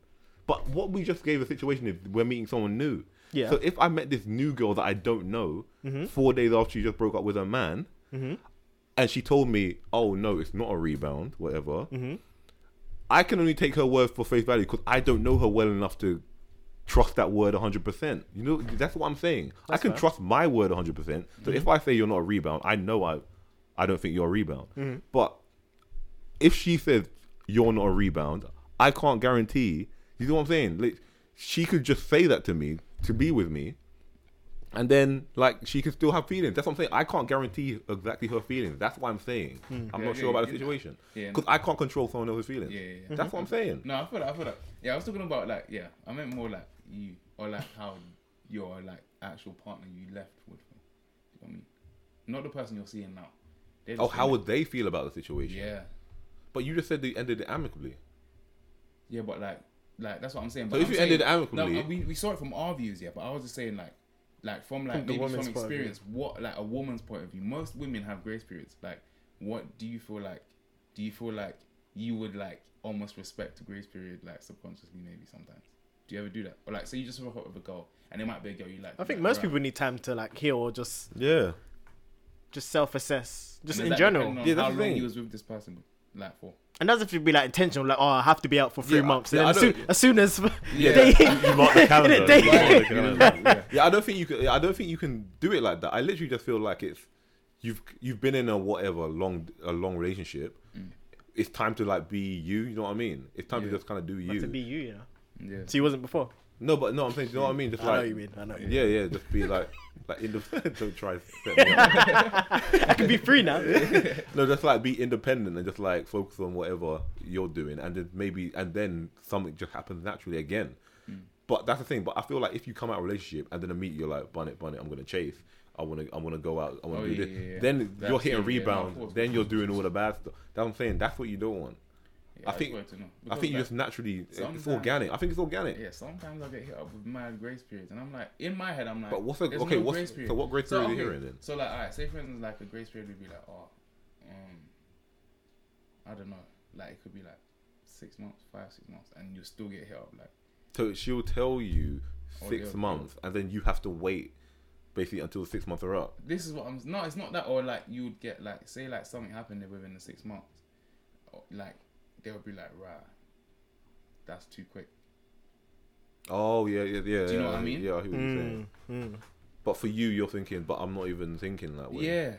[SPEAKER 1] But what we just gave a situation is we're meeting someone new.
[SPEAKER 3] Yeah. Mm-hmm.
[SPEAKER 1] So if I met this new girl that I don't know four days after she just broke up with her man, and she told me, "Oh no, it's not a rebound, whatever,"
[SPEAKER 3] Mm-hmm.
[SPEAKER 1] I can only take her word for face value because I don't know her well enough to trust that word 100%. You know, that's what I'm saying. I can trust my word 100%. So
[SPEAKER 2] Mm-hmm.
[SPEAKER 1] if I say you're not a rebound, I know I I don't think you're a rebound.
[SPEAKER 2] Mm-hmm.
[SPEAKER 1] But if she says you're not a rebound, I can't guarantee. You know what I'm saying? Like, she could just say that to me to be with me, and then like she could still have feelings. That's what I'm saying. I can't guarantee exactly her feelings. That's what I'm saying. I'm
[SPEAKER 2] Mm. Yeah,
[SPEAKER 1] not
[SPEAKER 2] yeah,
[SPEAKER 1] sure about
[SPEAKER 2] yeah.
[SPEAKER 1] the situation
[SPEAKER 2] Yeah.
[SPEAKER 1] because I can't control someone else's feelings.
[SPEAKER 2] Yeah, yeah, Mm-hmm. yeah.
[SPEAKER 1] That's what I'm saying.
[SPEAKER 2] No, I feel that. I feel that. Yeah, I was talking about like, yeah, I meant more like you or like how your like actual partner you left with. You know what I mean, not the person you're seeing now. They're
[SPEAKER 1] Oh,
[SPEAKER 2] just
[SPEAKER 1] how
[SPEAKER 2] in-
[SPEAKER 1] would they feel about the situation?
[SPEAKER 2] Yeah,
[SPEAKER 1] But you just said they ended it amicably.
[SPEAKER 2] yeah, but like, like that's what I'm saying.
[SPEAKER 1] So
[SPEAKER 2] but
[SPEAKER 1] if
[SPEAKER 2] I'm
[SPEAKER 1] you
[SPEAKER 2] saying-
[SPEAKER 1] ended amicably-
[SPEAKER 2] no, we, we saw it from our views, yeah. But I was just saying like, like from like
[SPEAKER 3] From the
[SPEAKER 2] maybe from
[SPEAKER 3] woman's point of view.
[SPEAKER 2] experience, what like a woman's point of view. Most women have grace periods. Like, what do you feel like? Do you feel like you would like almost respect a grace period like subconsciously maybe sometimes? Do you ever do that? Or like, say you just hook up with a girl, and it might be a girl you like.
[SPEAKER 3] I think
[SPEAKER 2] like,
[SPEAKER 3] most
[SPEAKER 2] right.
[SPEAKER 3] people need time to like heal or just
[SPEAKER 1] Yeah.
[SPEAKER 3] just self assess,
[SPEAKER 2] And
[SPEAKER 3] just
[SPEAKER 2] is
[SPEAKER 3] in
[SPEAKER 2] that
[SPEAKER 3] general.
[SPEAKER 2] depending on
[SPEAKER 1] Yeah,
[SPEAKER 2] how
[SPEAKER 1] that's the
[SPEAKER 2] long
[SPEAKER 1] thing.
[SPEAKER 2] you was with this person, like for.
[SPEAKER 3] And that's if you'd be like intentional, like oh, I have to be out for three
[SPEAKER 1] Yeah, I-
[SPEAKER 3] months.
[SPEAKER 1] yeah,
[SPEAKER 3] and then
[SPEAKER 1] I
[SPEAKER 3] as, soon,
[SPEAKER 1] don't-
[SPEAKER 3] as soon as
[SPEAKER 2] Yeah.
[SPEAKER 3] they,
[SPEAKER 1] You mark the calendar.
[SPEAKER 3] *laughs* They-
[SPEAKER 1] You mark
[SPEAKER 2] *laughs*
[SPEAKER 1] the calendar.
[SPEAKER 2] yeah.
[SPEAKER 1] yeah, I don't think you can. I don't think you can do it like that. I literally just feel like it's you've you've been in a whatever long a long relationship.
[SPEAKER 3] Mm.
[SPEAKER 1] It's time to like be you. You know what I mean? It's time to
[SPEAKER 2] Yeah.
[SPEAKER 1] just kind of do
[SPEAKER 3] Not
[SPEAKER 1] you.
[SPEAKER 3] to be you, you know.
[SPEAKER 2] Yeah.
[SPEAKER 3] So you wasn't before.
[SPEAKER 1] no, but no, I'm saying. You know what I mean? Just
[SPEAKER 3] I know
[SPEAKER 1] like
[SPEAKER 3] what you mean. I know what you mean.
[SPEAKER 1] yeah, yeah. Just be like like independent. *laughs* don't try. to set me
[SPEAKER 3] *laughs*
[SPEAKER 1] up.
[SPEAKER 3] I can be free now.
[SPEAKER 1] no, just like be independent and just like focus on whatever you're doing, and then maybe and then something just happens naturally again.
[SPEAKER 2] Mm.
[SPEAKER 1] But that's the thing. But I feel like if you come out of a relationship and then immediately you're like, "Bun it, bun it, I'm gonna chase. I wanna, I wanna go out. I wanna
[SPEAKER 2] Oh,
[SPEAKER 1] do
[SPEAKER 2] yeah,
[SPEAKER 1] this."
[SPEAKER 2] yeah, yeah.
[SPEAKER 1] Then
[SPEAKER 2] That's
[SPEAKER 1] you're hitting
[SPEAKER 2] it, yeah, no, of
[SPEAKER 1] rebounds.
[SPEAKER 2] course,
[SPEAKER 1] then you're doing all the bad stuff. That's what I'm saying. That's what you don't want.
[SPEAKER 2] Yeah,
[SPEAKER 1] I think-
[SPEAKER 2] just wanted to know.
[SPEAKER 1] I think you
[SPEAKER 2] Because,
[SPEAKER 1] just naturally. eh,
[SPEAKER 2] sometimes-
[SPEAKER 1] It's organic. I think it's organic.
[SPEAKER 2] like, yeah. Sometimes I get hit up with mad grace periods, and I'm like, in my head, I'm like,
[SPEAKER 1] But what's a-
[SPEAKER 2] there's
[SPEAKER 1] okay,
[SPEAKER 2] no
[SPEAKER 1] what's-
[SPEAKER 2] grace period.
[SPEAKER 1] so what grace period are you
[SPEAKER 2] okay,
[SPEAKER 1] hearing then?
[SPEAKER 2] So like, alright, say for instance, like a grace period would be like, oh, um, I don't know, like it could be like six months, five, six months, and you still get hit up like,
[SPEAKER 1] So she'll tell you
[SPEAKER 2] Oh,
[SPEAKER 1] six
[SPEAKER 2] yeah.
[SPEAKER 1] months, and then you have to wait basically until the six months are up.
[SPEAKER 2] this is what I'm. No, it's not that. Or like you would get like, say like something happened within the six months, or, like they would be like, right, that's too quick.
[SPEAKER 1] Oh yeah, yeah, yeah.
[SPEAKER 2] Do you know
[SPEAKER 1] yeah,
[SPEAKER 2] what I mean?
[SPEAKER 1] Yeah, I hear what you're saying.
[SPEAKER 3] Mm, mm.
[SPEAKER 1] But for you, you're thinking, but I'm not even thinking that way.
[SPEAKER 2] Yeah.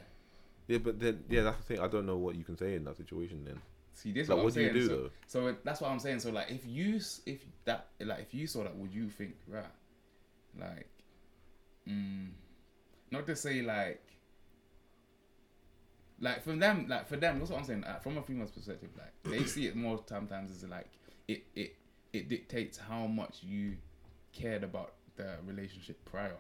[SPEAKER 1] Yeah, but then, yeah, that's the thing. I don't know what you can say in that situation then.
[SPEAKER 2] See, this is
[SPEAKER 1] Like,
[SPEAKER 2] what,
[SPEAKER 1] what
[SPEAKER 2] I'm
[SPEAKER 1] do you
[SPEAKER 2] saying.
[SPEAKER 1] do,
[SPEAKER 2] so,
[SPEAKER 1] though?
[SPEAKER 2] so it- that's what I'm saying. So like, if you s- if that like if you saw that, would you think right? Like, mm, not to say like like for them, like for them, that's what I'm saying. Like, from a female's perspective, like they see it more sometimes as like it it it dictates how much you cared about the relationship prior.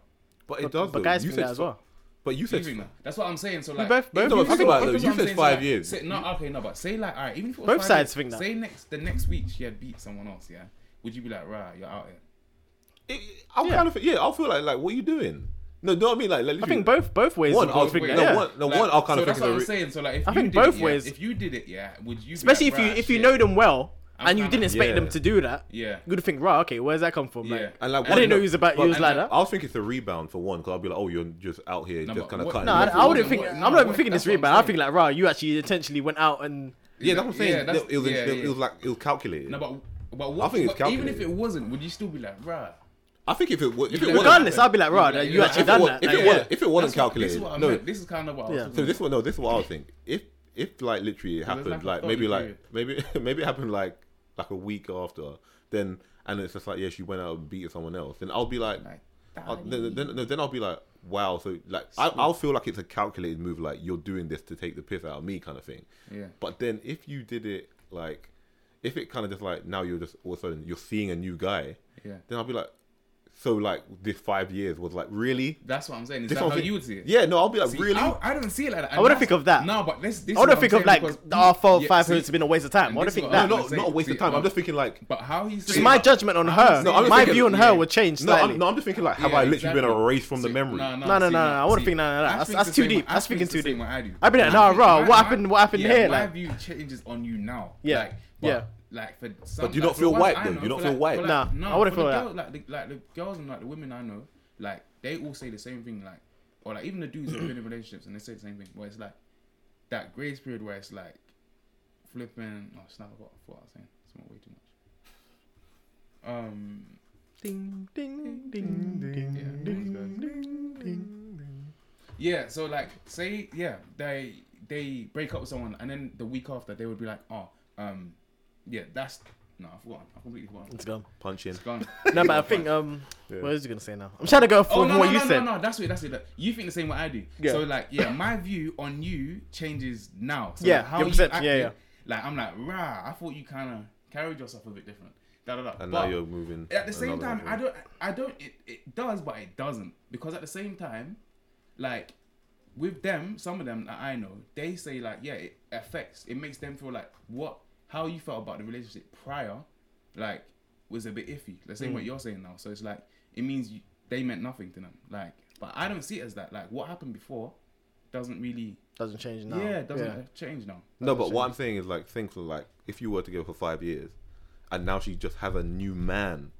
[SPEAKER 1] But
[SPEAKER 3] But,
[SPEAKER 1] it does.
[SPEAKER 3] but
[SPEAKER 1] though.
[SPEAKER 3] guys
[SPEAKER 1] you
[SPEAKER 3] think
[SPEAKER 1] said
[SPEAKER 3] that as
[SPEAKER 1] fi-
[SPEAKER 3] well.
[SPEAKER 1] But you said
[SPEAKER 2] Do you think that? That's what I'm saying. So like,
[SPEAKER 3] both-
[SPEAKER 2] if
[SPEAKER 3] both
[SPEAKER 2] you
[SPEAKER 3] of us
[SPEAKER 2] said-
[SPEAKER 3] think about it,
[SPEAKER 2] that's
[SPEAKER 1] though.
[SPEAKER 2] what
[SPEAKER 1] You
[SPEAKER 2] I'm
[SPEAKER 1] said
[SPEAKER 2] saying, so, like,
[SPEAKER 1] five years.
[SPEAKER 2] Say, no, okay, no, but say like, alright, even if it was
[SPEAKER 3] Both
[SPEAKER 2] five years,
[SPEAKER 3] sides think that.
[SPEAKER 2] Say next the next week she had beat someone else, yeah. Would you be like, right, you're out here?
[SPEAKER 1] It, I'll
[SPEAKER 3] Yeah.
[SPEAKER 1] kind of yeah. I'll feel like like what are you doing? No, do you know what I mean? Like, like
[SPEAKER 3] I think
[SPEAKER 1] literally-
[SPEAKER 3] both both ways.
[SPEAKER 1] One,
[SPEAKER 3] would
[SPEAKER 1] I'll
[SPEAKER 3] both
[SPEAKER 1] think-
[SPEAKER 3] think
[SPEAKER 1] no,
[SPEAKER 3] that, yeah.
[SPEAKER 1] one- no, one, I'll kind
[SPEAKER 2] so
[SPEAKER 1] of
[SPEAKER 2] that's
[SPEAKER 1] think
[SPEAKER 2] what
[SPEAKER 1] of
[SPEAKER 2] I'm
[SPEAKER 1] the re-
[SPEAKER 2] saying. So like, if
[SPEAKER 3] I
[SPEAKER 2] you
[SPEAKER 3] think
[SPEAKER 2] did it,
[SPEAKER 3] both
[SPEAKER 2] yeah,
[SPEAKER 3] ways.
[SPEAKER 2] if you did it, yeah, would you? be
[SPEAKER 3] Especially
[SPEAKER 2] like,
[SPEAKER 3] if you
[SPEAKER 2] "Right,
[SPEAKER 3] if you
[SPEAKER 2] shit."
[SPEAKER 3] know them well
[SPEAKER 2] I'm
[SPEAKER 3] and you
[SPEAKER 2] kinda-
[SPEAKER 3] didn't expect them
[SPEAKER 1] Yeah.
[SPEAKER 3] to do that.
[SPEAKER 2] yeah,
[SPEAKER 3] You're gonna think, right, okay, where's that come from?
[SPEAKER 2] Yeah.
[SPEAKER 3] Like,
[SPEAKER 1] And like,
[SPEAKER 3] I didn't know
[SPEAKER 1] no,
[SPEAKER 3] he was about. He was
[SPEAKER 2] and
[SPEAKER 3] like
[SPEAKER 2] like-
[SPEAKER 3] that.
[SPEAKER 1] I was thinking it's a rebound for one because I'll be like, oh, you're just out here,
[SPEAKER 2] No,
[SPEAKER 1] just
[SPEAKER 2] but
[SPEAKER 1] kind of
[SPEAKER 2] what-
[SPEAKER 1] cutting.
[SPEAKER 3] No,
[SPEAKER 2] Yeah,
[SPEAKER 3] I,
[SPEAKER 1] it
[SPEAKER 3] I
[SPEAKER 1] off.
[SPEAKER 3] wouldn't
[SPEAKER 2] what-
[SPEAKER 3] think.
[SPEAKER 2] what-
[SPEAKER 3] I'm
[SPEAKER 2] no,
[SPEAKER 3] not even
[SPEAKER 2] what-
[SPEAKER 3] thinking this
[SPEAKER 2] that's what I'm
[SPEAKER 3] rebound. I
[SPEAKER 2] saying.
[SPEAKER 3] think like, right, you actually intentionally went out and
[SPEAKER 1] Yeah, that's what I'm saying.
[SPEAKER 2] that's-
[SPEAKER 1] it, was,
[SPEAKER 2] yeah,
[SPEAKER 1] it
[SPEAKER 2] yeah.
[SPEAKER 1] was like it was calculated.
[SPEAKER 2] No, but but what,
[SPEAKER 1] I think it's
[SPEAKER 2] but even if
[SPEAKER 1] calculated.
[SPEAKER 2] it wasn't, would you still be like, right?
[SPEAKER 1] I think if it wa- if it
[SPEAKER 2] Yeah,
[SPEAKER 1] wasn't-
[SPEAKER 3] regardless, I'll be like, right,
[SPEAKER 2] Yeah,
[SPEAKER 3] you
[SPEAKER 2] yeah,
[SPEAKER 3] actually
[SPEAKER 2] if it
[SPEAKER 3] done
[SPEAKER 1] wa-
[SPEAKER 3] that.
[SPEAKER 1] if
[SPEAKER 3] Like,
[SPEAKER 1] it
[SPEAKER 3] yeah.
[SPEAKER 1] wasn't, if it wasn't
[SPEAKER 2] This
[SPEAKER 1] calculated,
[SPEAKER 2] is what I
[SPEAKER 1] no.
[SPEAKER 2] meant. This is kind of what
[SPEAKER 3] Yeah.
[SPEAKER 2] I was
[SPEAKER 1] So
[SPEAKER 2] talking
[SPEAKER 1] this one, no, this is what I was thinking. If if like literally it
[SPEAKER 2] there's
[SPEAKER 1] happened,
[SPEAKER 2] like
[SPEAKER 1] like,
[SPEAKER 2] a
[SPEAKER 1] maybe
[SPEAKER 2] thought
[SPEAKER 1] like maybe *laughs* maybe it happened like like a week after, then and it's just like yeah, she went out and beat someone else, then I'll be like,
[SPEAKER 2] about. Like,
[SPEAKER 1] I'll, then, then, no, then I'll be like, wow. So like, I, I'll feel like it's a calculated move, like you're doing this to take the piss out of me, kind of thing.
[SPEAKER 2] Yeah.
[SPEAKER 1] But then if you did it like, if it kind of just like now you're just all of a sudden you're seeing a new guy,
[SPEAKER 2] Yeah.
[SPEAKER 1] then I'll be like, so like this five years was like really.
[SPEAKER 2] That's what I'm saying. Is
[SPEAKER 1] This
[SPEAKER 2] that
[SPEAKER 1] one's
[SPEAKER 2] how
[SPEAKER 1] it-
[SPEAKER 2] you would see it?
[SPEAKER 1] Yeah, no, I'll be like
[SPEAKER 2] See,
[SPEAKER 1] really.
[SPEAKER 2] I, I don't see it like that. And
[SPEAKER 3] I wouldn't
[SPEAKER 2] that's-
[SPEAKER 3] think of that.
[SPEAKER 2] No, but this, this
[SPEAKER 3] I wouldn't
[SPEAKER 2] is
[SPEAKER 3] think
[SPEAKER 2] what
[SPEAKER 3] of
[SPEAKER 2] I'm
[SPEAKER 3] like
[SPEAKER 2] saying
[SPEAKER 3] the our four
[SPEAKER 2] yeah,
[SPEAKER 3] five
[SPEAKER 2] see,
[SPEAKER 3] minutes has been a waste of time.
[SPEAKER 2] and
[SPEAKER 3] I wouldn't
[SPEAKER 2] this is what
[SPEAKER 3] think that.
[SPEAKER 2] I'm
[SPEAKER 1] no, not,
[SPEAKER 2] saying.
[SPEAKER 1] not a waste of
[SPEAKER 2] See,
[SPEAKER 1] time.
[SPEAKER 2] no.
[SPEAKER 1] I'm just thinking like.
[SPEAKER 2] But how you
[SPEAKER 3] Just
[SPEAKER 2] see
[SPEAKER 3] my
[SPEAKER 2] it-
[SPEAKER 3] judgment on
[SPEAKER 2] I'm
[SPEAKER 3] her,
[SPEAKER 2] just
[SPEAKER 1] No, I'm just
[SPEAKER 3] my
[SPEAKER 1] thinking-
[SPEAKER 3] view on
[SPEAKER 2] yeah.
[SPEAKER 3] her would change
[SPEAKER 1] No,
[SPEAKER 3] slightly.
[SPEAKER 1] I'm, no, I'm just thinking like, have
[SPEAKER 2] Yeah,
[SPEAKER 1] I literally
[SPEAKER 2] exactly.
[SPEAKER 1] been erased from the
[SPEAKER 2] See,
[SPEAKER 1] memory?
[SPEAKER 3] No, no,
[SPEAKER 2] see,
[SPEAKER 3] no, no, I wouldn't
[SPEAKER 2] see,
[SPEAKER 3] think none of that.
[SPEAKER 2] I
[SPEAKER 3] That's-
[SPEAKER 2] think
[SPEAKER 3] that's
[SPEAKER 2] the
[SPEAKER 3] too
[SPEAKER 2] same-
[SPEAKER 3] deep.
[SPEAKER 2] I
[SPEAKER 3] That's
[SPEAKER 2] think
[SPEAKER 3] thinking
[SPEAKER 2] it's the
[SPEAKER 3] too
[SPEAKER 2] same
[SPEAKER 3] deep.
[SPEAKER 2] way I do.
[SPEAKER 3] I'd be like,
[SPEAKER 2] I
[SPEAKER 3] nah,
[SPEAKER 2] think
[SPEAKER 3] rah,
[SPEAKER 2] my-
[SPEAKER 3] what
[SPEAKER 2] my-
[SPEAKER 3] happened- what happened
[SPEAKER 2] yeah,
[SPEAKER 3] here?
[SPEAKER 2] My
[SPEAKER 3] Like-
[SPEAKER 2] view changes on you now.
[SPEAKER 3] Yeah.
[SPEAKER 2] Like, but,
[SPEAKER 3] Yeah.
[SPEAKER 2] Like for some,
[SPEAKER 1] But do you
[SPEAKER 2] like,
[SPEAKER 1] not
[SPEAKER 2] for
[SPEAKER 1] feel
[SPEAKER 2] ones
[SPEAKER 1] white
[SPEAKER 2] I
[SPEAKER 1] though?
[SPEAKER 2] know,
[SPEAKER 1] You don't
[SPEAKER 2] for
[SPEAKER 1] feel
[SPEAKER 2] like-
[SPEAKER 1] white?
[SPEAKER 2] for
[SPEAKER 3] Nah,
[SPEAKER 2] Like, no,
[SPEAKER 3] I wouldn't
[SPEAKER 2] for the
[SPEAKER 3] feel
[SPEAKER 2] girl- Like the, like the girls and like the women I know, like they all say the same thing. Like, or like even the dudes who've been in relationships and they say the same thing. Where it's like that grace period where it's like flipping. Oh snap! I got what I was saying. It's not way too much. Um.
[SPEAKER 3] Ding, ding, ding, ding,
[SPEAKER 2] Yeah,
[SPEAKER 3] ding,
[SPEAKER 2] those guys.
[SPEAKER 3] ding, ding.
[SPEAKER 2] Yeah, so like say yeah, they they break up with someone and then the week after they would be like, Oh, um yeah, that's no, I've forgotten. I completely forgotten.
[SPEAKER 3] It's gone.
[SPEAKER 1] Punching.
[SPEAKER 2] It's
[SPEAKER 3] *laughs*
[SPEAKER 2] gone.
[SPEAKER 3] No, but I think um,
[SPEAKER 1] Yeah.
[SPEAKER 3] what was you gonna say now? I'm trying to go
[SPEAKER 2] Oh
[SPEAKER 3] from
[SPEAKER 2] no,
[SPEAKER 3] what
[SPEAKER 2] no,
[SPEAKER 3] you
[SPEAKER 2] no,
[SPEAKER 3] said.
[SPEAKER 2] no, no, that's it, that's it. Like, you think the same way I do.
[SPEAKER 3] Yeah.
[SPEAKER 2] So like yeah, my view on you changes now. So
[SPEAKER 3] Yeah,
[SPEAKER 2] like, how
[SPEAKER 3] your
[SPEAKER 2] you
[SPEAKER 3] perception, yeah,
[SPEAKER 2] acted, like I'm like, rah, I thought you kinda carried yourself a bit different. Da da da.
[SPEAKER 1] And
[SPEAKER 2] But-
[SPEAKER 1] now you're moving.
[SPEAKER 2] at the same
[SPEAKER 1] another
[SPEAKER 2] time, I
[SPEAKER 1] level.
[SPEAKER 2] don't, I don't. It, it does, but it doesn't because at the same time, like with them, some of them that I know, they say like, yeah, it affects. It makes them feel like what, how you felt about the relationship prior, like was a bit iffy. The same what
[SPEAKER 1] Mm.
[SPEAKER 2] you're saying now. So it's like it means you, they meant nothing to them. Like, but I don't see it as that. Like what happened before doesn't really,
[SPEAKER 3] Doesn't change now.
[SPEAKER 2] yeah, doesn't change now.
[SPEAKER 1] No, but what I'm saying is like, think for like, if you were together for five years, and now she just has a new man.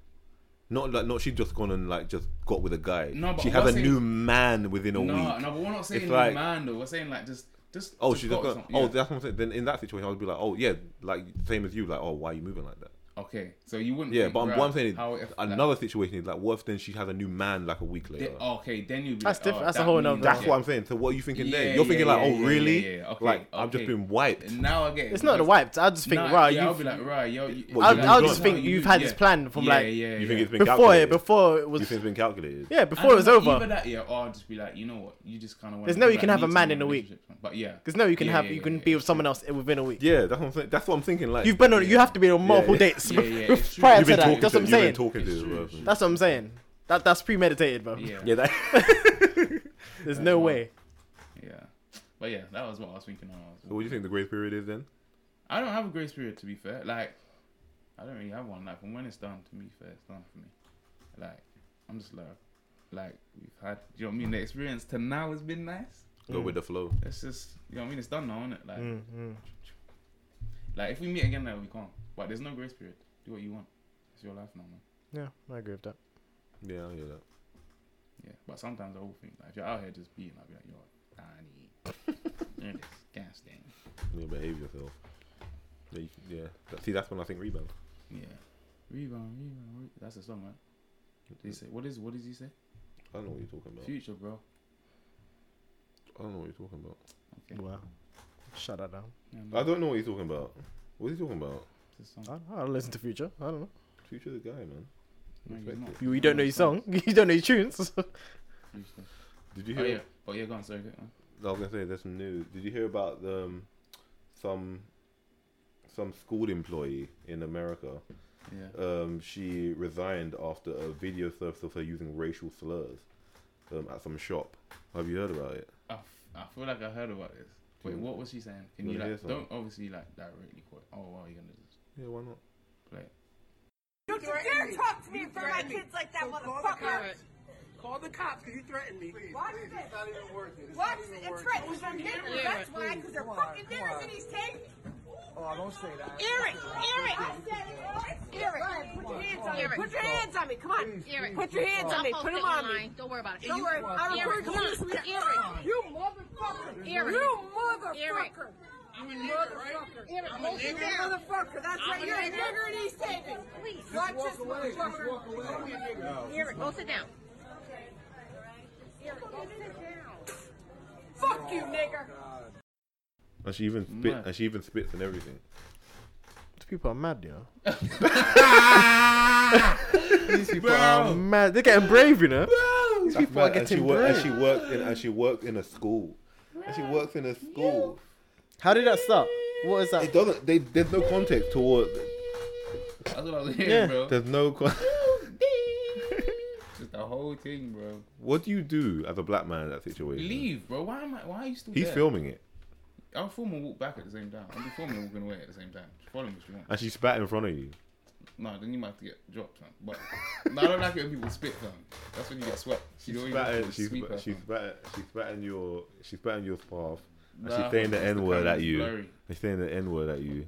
[SPEAKER 1] Not like not she just gone and like just got with a guy.
[SPEAKER 2] No, but
[SPEAKER 1] she has
[SPEAKER 2] we're
[SPEAKER 1] a
[SPEAKER 2] saying-
[SPEAKER 1] new man within a
[SPEAKER 2] No,
[SPEAKER 1] week.
[SPEAKER 2] no, but we're not saying
[SPEAKER 1] It's
[SPEAKER 2] new
[SPEAKER 1] like-
[SPEAKER 2] man though. We're saying like just, just.
[SPEAKER 1] Oh, she just
[SPEAKER 2] got
[SPEAKER 1] gone.
[SPEAKER 2] some-
[SPEAKER 1] Oh,
[SPEAKER 2] yeah.
[SPEAKER 1] that's what I'm saying. Then in that situation, I would be like, oh yeah, like same as you. Like, oh, why are you moving like that?
[SPEAKER 2] Okay, so you wouldn't.
[SPEAKER 1] Yeah,
[SPEAKER 2] think
[SPEAKER 1] but I'm,
[SPEAKER 2] about
[SPEAKER 1] what I'm saying is
[SPEAKER 2] how it- like,
[SPEAKER 1] another situation is like, what if then she has a new man like a week later?
[SPEAKER 2] they- okay, then you.
[SPEAKER 3] That's
[SPEAKER 2] like,
[SPEAKER 3] diff-
[SPEAKER 2] oh,
[SPEAKER 3] that's a
[SPEAKER 2] that
[SPEAKER 3] whole
[SPEAKER 2] means-
[SPEAKER 3] nother-
[SPEAKER 1] That's
[SPEAKER 2] yeah.
[SPEAKER 1] what I'm saying. So what are you thinking
[SPEAKER 2] Yeah,
[SPEAKER 1] then? You're
[SPEAKER 2] yeah,
[SPEAKER 1] thinking
[SPEAKER 2] yeah,
[SPEAKER 1] like, oh
[SPEAKER 2] yeah,
[SPEAKER 1] really?
[SPEAKER 2] yeah, yeah. Okay,
[SPEAKER 1] like I've just
[SPEAKER 2] okay.
[SPEAKER 1] been wiped.
[SPEAKER 2] Now I get it.
[SPEAKER 3] It's not the
[SPEAKER 2] because-
[SPEAKER 3] wiped. I just think,
[SPEAKER 2] Nah,
[SPEAKER 3] right,
[SPEAKER 2] yeah, I'll be
[SPEAKER 3] you've.
[SPEAKER 2] like, right, yo. you-
[SPEAKER 1] What,
[SPEAKER 3] I'll,
[SPEAKER 1] you've
[SPEAKER 3] I'll
[SPEAKER 1] done
[SPEAKER 3] just
[SPEAKER 1] it.
[SPEAKER 3] think
[SPEAKER 2] You-
[SPEAKER 3] you've had
[SPEAKER 2] yeah.
[SPEAKER 3] this plan from
[SPEAKER 2] Yeah,
[SPEAKER 3] like
[SPEAKER 2] yeah, yeah.
[SPEAKER 1] You think it's been
[SPEAKER 3] before
[SPEAKER 1] calculated?
[SPEAKER 3] it, before it
[SPEAKER 1] you
[SPEAKER 3] was,
[SPEAKER 1] think it's been calculated?
[SPEAKER 3] yeah,
[SPEAKER 2] And
[SPEAKER 3] before it was
[SPEAKER 2] then
[SPEAKER 3] over.
[SPEAKER 2] Either that, yeah, or I'll just be like, you know what, you just kind of.
[SPEAKER 3] There's no you can have a man in a week.
[SPEAKER 2] But yeah,
[SPEAKER 3] Because no, you can
[SPEAKER 2] Yeah,
[SPEAKER 3] have
[SPEAKER 2] yeah,
[SPEAKER 3] you
[SPEAKER 2] yeah,
[SPEAKER 3] can
[SPEAKER 2] yeah,
[SPEAKER 3] be
[SPEAKER 2] yeah.
[SPEAKER 3] with someone else within a week.
[SPEAKER 1] Yeah, that's what I'm saying. That's what I'm thinking. Like
[SPEAKER 3] You've been on.
[SPEAKER 2] Yeah.
[SPEAKER 3] You have to be on multiple
[SPEAKER 1] yeah.
[SPEAKER 3] dates
[SPEAKER 2] Yeah, yeah, it's true.
[SPEAKER 3] prior
[SPEAKER 1] You've
[SPEAKER 3] to
[SPEAKER 1] been
[SPEAKER 3] that.
[SPEAKER 1] talking
[SPEAKER 3] That's
[SPEAKER 1] to
[SPEAKER 3] what I'm
[SPEAKER 1] you've been
[SPEAKER 3] saying.
[SPEAKER 1] talking to
[SPEAKER 2] It's
[SPEAKER 1] this
[SPEAKER 2] true, it's
[SPEAKER 1] person.
[SPEAKER 2] true.
[SPEAKER 3] That's what I'm saying. That that's premeditated, bro.
[SPEAKER 2] Yeah,
[SPEAKER 1] Yeah,
[SPEAKER 2] yeah,
[SPEAKER 1] that. *laughs*
[SPEAKER 3] *laughs* There's no
[SPEAKER 2] wild.
[SPEAKER 3] way.
[SPEAKER 2] But yeah, that was what I was thinking. When I, was
[SPEAKER 1] what do you think the grace period is then?
[SPEAKER 2] I don't have a grace period to be fair. Like, I don't really have one. Like, from when it's done to me, fair, it's done for me. Like, I'm just like, like we've had. Do you know what I mean? The experience to now has been nice.
[SPEAKER 1] Go
[SPEAKER 2] Mm.
[SPEAKER 1] with the flow.
[SPEAKER 2] It's just, you know what I mean? It's done now, isn't it? Like,
[SPEAKER 3] Mm, mm.
[SPEAKER 2] like if we meet again, like we can't. But there's no grace period. Do what you want. It's your life now, man.
[SPEAKER 3] Yeah, I agree with that.
[SPEAKER 1] Yeah, I hear that.
[SPEAKER 2] Yeah. But sometimes I will think, like, if you're out here just beating, I'll be like, you're Danny. You're this gas thing.
[SPEAKER 1] You behave yourself. Yeah, you- yeah. That- See, that's when I think rebound.
[SPEAKER 2] Yeah. Rebound, rebound, re- That's the song, right? Did he say, what is, what does he say?
[SPEAKER 1] I don't know what you're talking about.
[SPEAKER 2] Future, bro.
[SPEAKER 1] I don't know what you're talking about.
[SPEAKER 2] Yeah.
[SPEAKER 3] Wow. Shut that down.
[SPEAKER 2] Yeah,
[SPEAKER 1] I
[SPEAKER 2] man,
[SPEAKER 1] don't know what you're talking about. What are you talking about?
[SPEAKER 2] it's a song.
[SPEAKER 3] I, I don't listen to Future. I don't know.
[SPEAKER 1] Future the guy, man.
[SPEAKER 2] No, he's
[SPEAKER 1] Respect
[SPEAKER 2] not.
[SPEAKER 1] it.
[SPEAKER 3] *laughs* You, you don't know your song. You don't know your tunes.
[SPEAKER 2] Future.
[SPEAKER 1] Did you
[SPEAKER 2] Oh
[SPEAKER 1] hear?
[SPEAKER 2] yeah, but yeah, go on, sorry. Go on.
[SPEAKER 1] I was gonna say there's some news. Did you hear about the, um, some some school employee in America?
[SPEAKER 2] Yeah.
[SPEAKER 1] Um, she resigned after a video surfaced of her using racial slurs um, at some shop. Have you heard about it?
[SPEAKER 2] I, f- I feel like I heard about this. Wait,
[SPEAKER 1] you-
[SPEAKER 2] what was she saying? Can
[SPEAKER 1] Mm. you
[SPEAKER 2] you
[SPEAKER 1] wanna
[SPEAKER 2] like
[SPEAKER 1] hear
[SPEAKER 2] don't obviously like directly quote? Oh, well, you're gonna just
[SPEAKER 1] Yeah, why not?
[SPEAKER 2] play. it.
[SPEAKER 4] You can dare talk to me in front of my kids like that, motherfucker.
[SPEAKER 5] Call the cops because you threatened me. Please,
[SPEAKER 4] Watch
[SPEAKER 5] please,
[SPEAKER 4] this.
[SPEAKER 5] it's not even worth it. It's
[SPEAKER 4] What?
[SPEAKER 5] not even
[SPEAKER 4] It's
[SPEAKER 5] worth
[SPEAKER 4] right.
[SPEAKER 5] it.
[SPEAKER 4] It was from dinner.
[SPEAKER 5] Yeah,
[SPEAKER 4] That's why,
[SPEAKER 5] please.
[SPEAKER 4] because they're
[SPEAKER 5] Come on,
[SPEAKER 4] fucking
[SPEAKER 5] come
[SPEAKER 4] dinners
[SPEAKER 5] on.
[SPEAKER 4] and he's taking.
[SPEAKER 5] Oh, don't say that.
[SPEAKER 4] Eric, Eric, Eric, put your hands on me. Put your hands on me. Come on. Put your hands on me. Put them on me.
[SPEAKER 6] Don't worry about it.
[SPEAKER 4] Don't worry. I don't care.
[SPEAKER 6] Eric,
[SPEAKER 4] Come
[SPEAKER 6] come
[SPEAKER 4] on.
[SPEAKER 6] on.
[SPEAKER 4] this way.
[SPEAKER 6] Eric.
[SPEAKER 4] You motherfucker.
[SPEAKER 6] Eric.
[SPEAKER 4] You motherfucker.
[SPEAKER 6] Eric.
[SPEAKER 5] I'm a nigga, right?
[SPEAKER 6] Eric,
[SPEAKER 5] I'm a
[SPEAKER 6] hold
[SPEAKER 4] You
[SPEAKER 5] nigga.
[SPEAKER 4] motherfucker. That's right. You're a
[SPEAKER 6] Eric.
[SPEAKER 4] nigger and he's taking. Please. Watch
[SPEAKER 5] Just
[SPEAKER 4] this
[SPEAKER 5] walk away. Just
[SPEAKER 4] motherfucker.
[SPEAKER 5] walk away. Don't be a nigga.
[SPEAKER 6] Eric, go sit down.
[SPEAKER 4] Fuck you, nigger.
[SPEAKER 5] Uh,
[SPEAKER 1] And she even spit.
[SPEAKER 2] Mad.
[SPEAKER 1] And she even spits and everything.
[SPEAKER 3] These people are mad, you know.
[SPEAKER 2] These people
[SPEAKER 3] Are mad. They're getting brave, you know. These *laughs* people are
[SPEAKER 1] Right, and she
[SPEAKER 3] getting
[SPEAKER 1] worked.
[SPEAKER 3] brave.
[SPEAKER 1] And she worked in. And she worked in a school. And she works in a school.
[SPEAKER 3] How did that start? What is
[SPEAKER 1] It
[SPEAKER 3] that?
[SPEAKER 1] doesn't. They, there's no context toward.
[SPEAKER 2] That's what I was hearing,
[SPEAKER 3] Yeah.
[SPEAKER 2] bro.
[SPEAKER 1] There's no. Con- *laughs*
[SPEAKER 2] Just the whole thing, bro.
[SPEAKER 1] what do you do as a black man in that situation?
[SPEAKER 2] Leave, bro. Why am I? Why are you still
[SPEAKER 1] He's
[SPEAKER 2] there?
[SPEAKER 1] filming it,
[SPEAKER 2] I'll film and walk back at the same time. I'll be filming and walking away at the same time. Just follow me if you want.
[SPEAKER 1] and she spat in front of you.
[SPEAKER 2] No, then you might have to get dropped, son. But no, I don't like it when people spit, son. That's when you get swept.
[SPEAKER 1] She
[SPEAKER 2] You know, you
[SPEAKER 1] spat.
[SPEAKER 2] have
[SPEAKER 1] in-
[SPEAKER 2] to
[SPEAKER 1] She
[SPEAKER 2] sweep her,
[SPEAKER 1] spat. She
[SPEAKER 2] son.
[SPEAKER 1] spat. She spat in your. She spat in your path. And
[SPEAKER 2] Nah,
[SPEAKER 1] she's saying the
[SPEAKER 2] that's
[SPEAKER 1] N word
[SPEAKER 2] kind
[SPEAKER 1] at
[SPEAKER 2] of
[SPEAKER 1] you.
[SPEAKER 2] blurry.
[SPEAKER 1] She's saying the N word at you.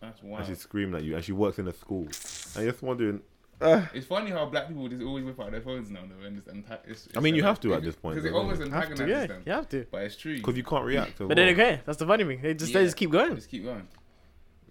[SPEAKER 2] That's wild.
[SPEAKER 1] And she's screaming at you. And she works in a school. And you're just wondering.
[SPEAKER 2] It's funny how black people just always whip out their phones now, though. And it's anta- it's, it's
[SPEAKER 1] I mean, you have to at this point,
[SPEAKER 2] Because it
[SPEAKER 1] though,
[SPEAKER 2] almost
[SPEAKER 1] don't
[SPEAKER 3] You have
[SPEAKER 2] antagonizes
[SPEAKER 3] to, yeah.
[SPEAKER 2] them.
[SPEAKER 3] You have to.
[SPEAKER 2] But it's true.
[SPEAKER 1] Because you can't react.
[SPEAKER 3] But then okay, that's the funny thing. They just they
[SPEAKER 2] Yeah.
[SPEAKER 3] just keep going.
[SPEAKER 2] Just keep going.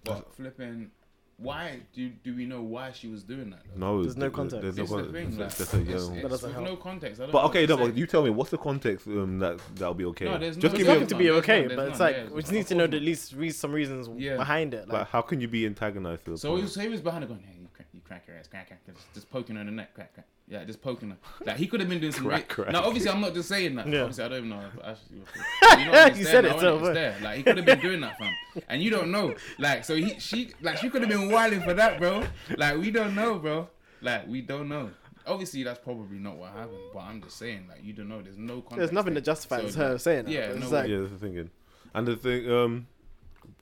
[SPEAKER 2] But flipping, why do do we know why she was doing that? Though?
[SPEAKER 1] No,
[SPEAKER 3] There's no
[SPEAKER 1] th-
[SPEAKER 3] context.
[SPEAKER 1] There's no
[SPEAKER 2] It's the
[SPEAKER 1] context.
[SPEAKER 2] thing.
[SPEAKER 1] It's
[SPEAKER 2] Like,
[SPEAKER 1] just-
[SPEAKER 2] it's,
[SPEAKER 1] just a
[SPEAKER 2] it's
[SPEAKER 1] yellow.
[SPEAKER 3] That doesn't
[SPEAKER 2] with
[SPEAKER 3] help.
[SPEAKER 2] no context. I don't
[SPEAKER 1] But
[SPEAKER 2] know
[SPEAKER 1] okay,
[SPEAKER 2] what
[SPEAKER 1] no,
[SPEAKER 2] to
[SPEAKER 1] but
[SPEAKER 2] say.
[SPEAKER 1] you tell me what's the context um, that that'll be okay.
[SPEAKER 2] No, there's
[SPEAKER 1] just
[SPEAKER 2] no
[SPEAKER 1] give
[SPEAKER 3] It's
[SPEAKER 1] me a,
[SPEAKER 3] nothing to be
[SPEAKER 2] There's
[SPEAKER 3] okay,
[SPEAKER 2] none,
[SPEAKER 3] but
[SPEAKER 2] there's
[SPEAKER 3] it's
[SPEAKER 2] none,
[SPEAKER 3] like
[SPEAKER 2] yeah,
[SPEAKER 3] we
[SPEAKER 2] there's
[SPEAKER 3] just need to
[SPEAKER 2] none.
[SPEAKER 3] know at least read some reasons
[SPEAKER 2] Yeah.
[SPEAKER 3] behind it.
[SPEAKER 1] like
[SPEAKER 3] Like,
[SPEAKER 1] how can you be antagonized? To the
[SPEAKER 2] So he
[SPEAKER 1] point?
[SPEAKER 2] was, so he was behind her going, hey, you crack, you crack your ass, crack, crack, just, just poking her in the neck, crack, crack. Yeah, just poking her. Like, he could have been doing some.
[SPEAKER 1] Crack,
[SPEAKER 2] ra-
[SPEAKER 1] crack.
[SPEAKER 2] Now, obviously, I'm not just saying that.
[SPEAKER 3] Yeah.
[SPEAKER 2] Obviously, I don't know. if I should-
[SPEAKER 3] *laughs*
[SPEAKER 2] you know what, it's
[SPEAKER 3] You
[SPEAKER 2] there
[SPEAKER 3] said
[SPEAKER 2] now,
[SPEAKER 3] it,
[SPEAKER 2] innit?
[SPEAKER 3] so
[SPEAKER 2] It's
[SPEAKER 3] what?
[SPEAKER 2] there. Like, he could have been doing that, fam. And you don't know. Like, so he, she, like, she could have been wilding for that, bro. Like, we don't know, bro. Like, we don't know. Obviously, that's probably not what happened, but I'm just saying, like, you don't know. There's no context.
[SPEAKER 3] there's nothing
[SPEAKER 2] there.
[SPEAKER 3] that justifies
[SPEAKER 2] So,
[SPEAKER 3] her saying that.
[SPEAKER 2] yeah,
[SPEAKER 3] It's
[SPEAKER 2] no,
[SPEAKER 3] like,
[SPEAKER 1] yeah, that's the thing. And the thing, um,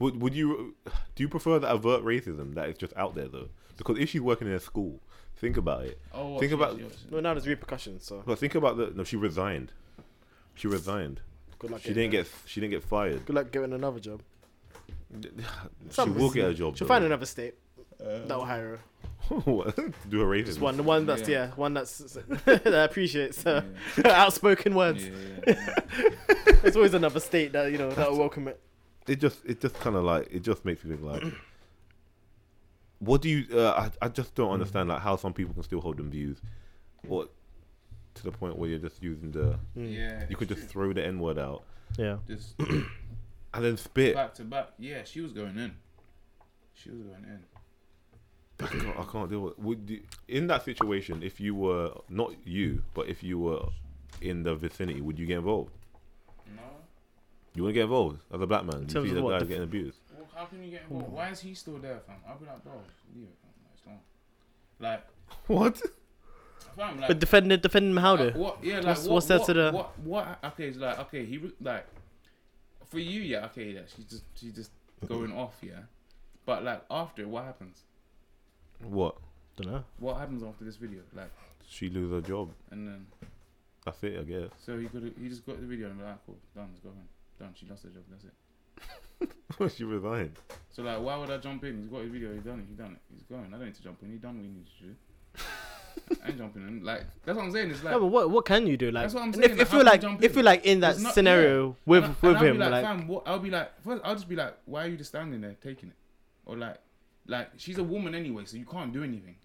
[SPEAKER 1] would would you do you prefer the overt racism that is just out there though? Because if she's working in a school, think about it.
[SPEAKER 2] Oh, what,
[SPEAKER 1] think
[SPEAKER 2] she-
[SPEAKER 1] about
[SPEAKER 2] she- she-
[SPEAKER 1] *laughs*
[SPEAKER 3] Well, now there's repercussions, so
[SPEAKER 1] no, think about the no. She resigned. She resigned.
[SPEAKER 3] good luck.
[SPEAKER 1] She didn't
[SPEAKER 3] getting-
[SPEAKER 1] get she didn't get fired.
[SPEAKER 3] good luck getting another job.
[SPEAKER 1] She will get a job.
[SPEAKER 3] She'll
[SPEAKER 1] though.
[SPEAKER 3] find another state
[SPEAKER 2] Uh,
[SPEAKER 3] that will hire her.
[SPEAKER 1] *laughs* What? do a racism.
[SPEAKER 3] Just one, the one that's yeah,
[SPEAKER 2] Yeah.
[SPEAKER 3] one that's *laughs* that appreciates her *laughs* outspoken words.
[SPEAKER 2] Yeah, yeah, yeah.
[SPEAKER 3] It's always another state that you know that will welcome it.
[SPEAKER 1] it just it just kind of like it just makes me think like *clears throat* what do you uh, I, I just don't understand like how some people can still hold them views or to the point where you're just using the
[SPEAKER 2] yeah.
[SPEAKER 1] you could just throw the n-word out
[SPEAKER 3] Yeah,
[SPEAKER 2] just
[SPEAKER 1] and then spit I
[SPEAKER 2] back to back. Yeah, she was going in. She was going in.
[SPEAKER 1] can't, I can't deal with would you, in that situation if you were not you but if you were in the vicinity would you get involved
[SPEAKER 2] No.
[SPEAKER 1] you wouldn't get involved as a black man you
[SPEAKER 3] terms
[SPEAKER 1] see
[SPEAKER 3] of
[SPEAKER 1] the
[SPEAKER 3] what?
[SPEAKER 1] guy
[SPEAKER 3] The-
[SPEAKER 1] getting
[SPEAKER 3] *laughs*
[SPEAKER 1] abused
[SPEAKER 2] Well, how can you get involved? Why is he still there, fam? I'll be like, bro, leave it, fam. Like, It's gone. Like,
[SPEAKER 1] what
[SPEAKER 2] fam, like. uh,
[SPEAKER 3] but defending defending how though?
[SPEAKER 2] what? Yeah, like,
[SPEAKER 3] what's-
[SPEAKER 2] what,
[SPEAKER 3] what's there
[SPEAKER 2] what,
[SPEAKER 3] to the-
[SPEAKER 2] What, what? Okay, it's like, okay, he re- like, for you, yeah, okay, yeah, she's just, she's just going off, yeah. But like after, what happens?
[SPEAKER 1] what
[SPEAKER 3] Don't know.
[SPEAKER 2] What happens after this video? Like,
[SPEAKER 1] she lose her job
[SPEAKER 2] and then
[SPEAKER 1] that's it I guess *laughs*
[SPEAKER 2] so he could he just got the video and be like, cool, done, it's gone, done. She lost her job. That's it.
[SPEAKER 1] she resigned
[SPEAKER 2] So like, why would I jump in? He's got his video. He's done it. He's done it. He's going. I don't need to jump in. He done what he needs to do. I ain't jumping in. Like that's what I'm saying. It's like
[SPEAKER 3] No, but what what can you do? Like,
[SPEAKER 2] That's what I'm
[SPEAKER 3] and
[SPEAKER 2] saying,
[SPEAKER 3] if,
[SPEAKER 2] like,
[SPEAKER 3] if
[SPEAKER 2] how
[SPEAKER 3] you're
[SPEAKER 2] can you
[SPEAKER 3] like
[SPEAKER 2] jump
[SPEAKER 3] if
[SPEAKER 2] in?
[SPEAKER 3] you're like in that
[SPEAKER 2] It's not-
[SPEAKER 3] scenario
[SPEAKER 2] yeah.
[SPEAKER 3] with
[SPEAKER 2] And I-
[SPEAKER 3] with
[SPEAKER 2] and I'll
[SPEAKER 3] him,
[SPEAKER 2] be like,
[SPEAKER 3] like,
[SPEAKER 2] fam, what? I'll be like, first, I'll just be like, why are you just standing there taking it? Or like, like she's a woman anyway, so you can't do anything.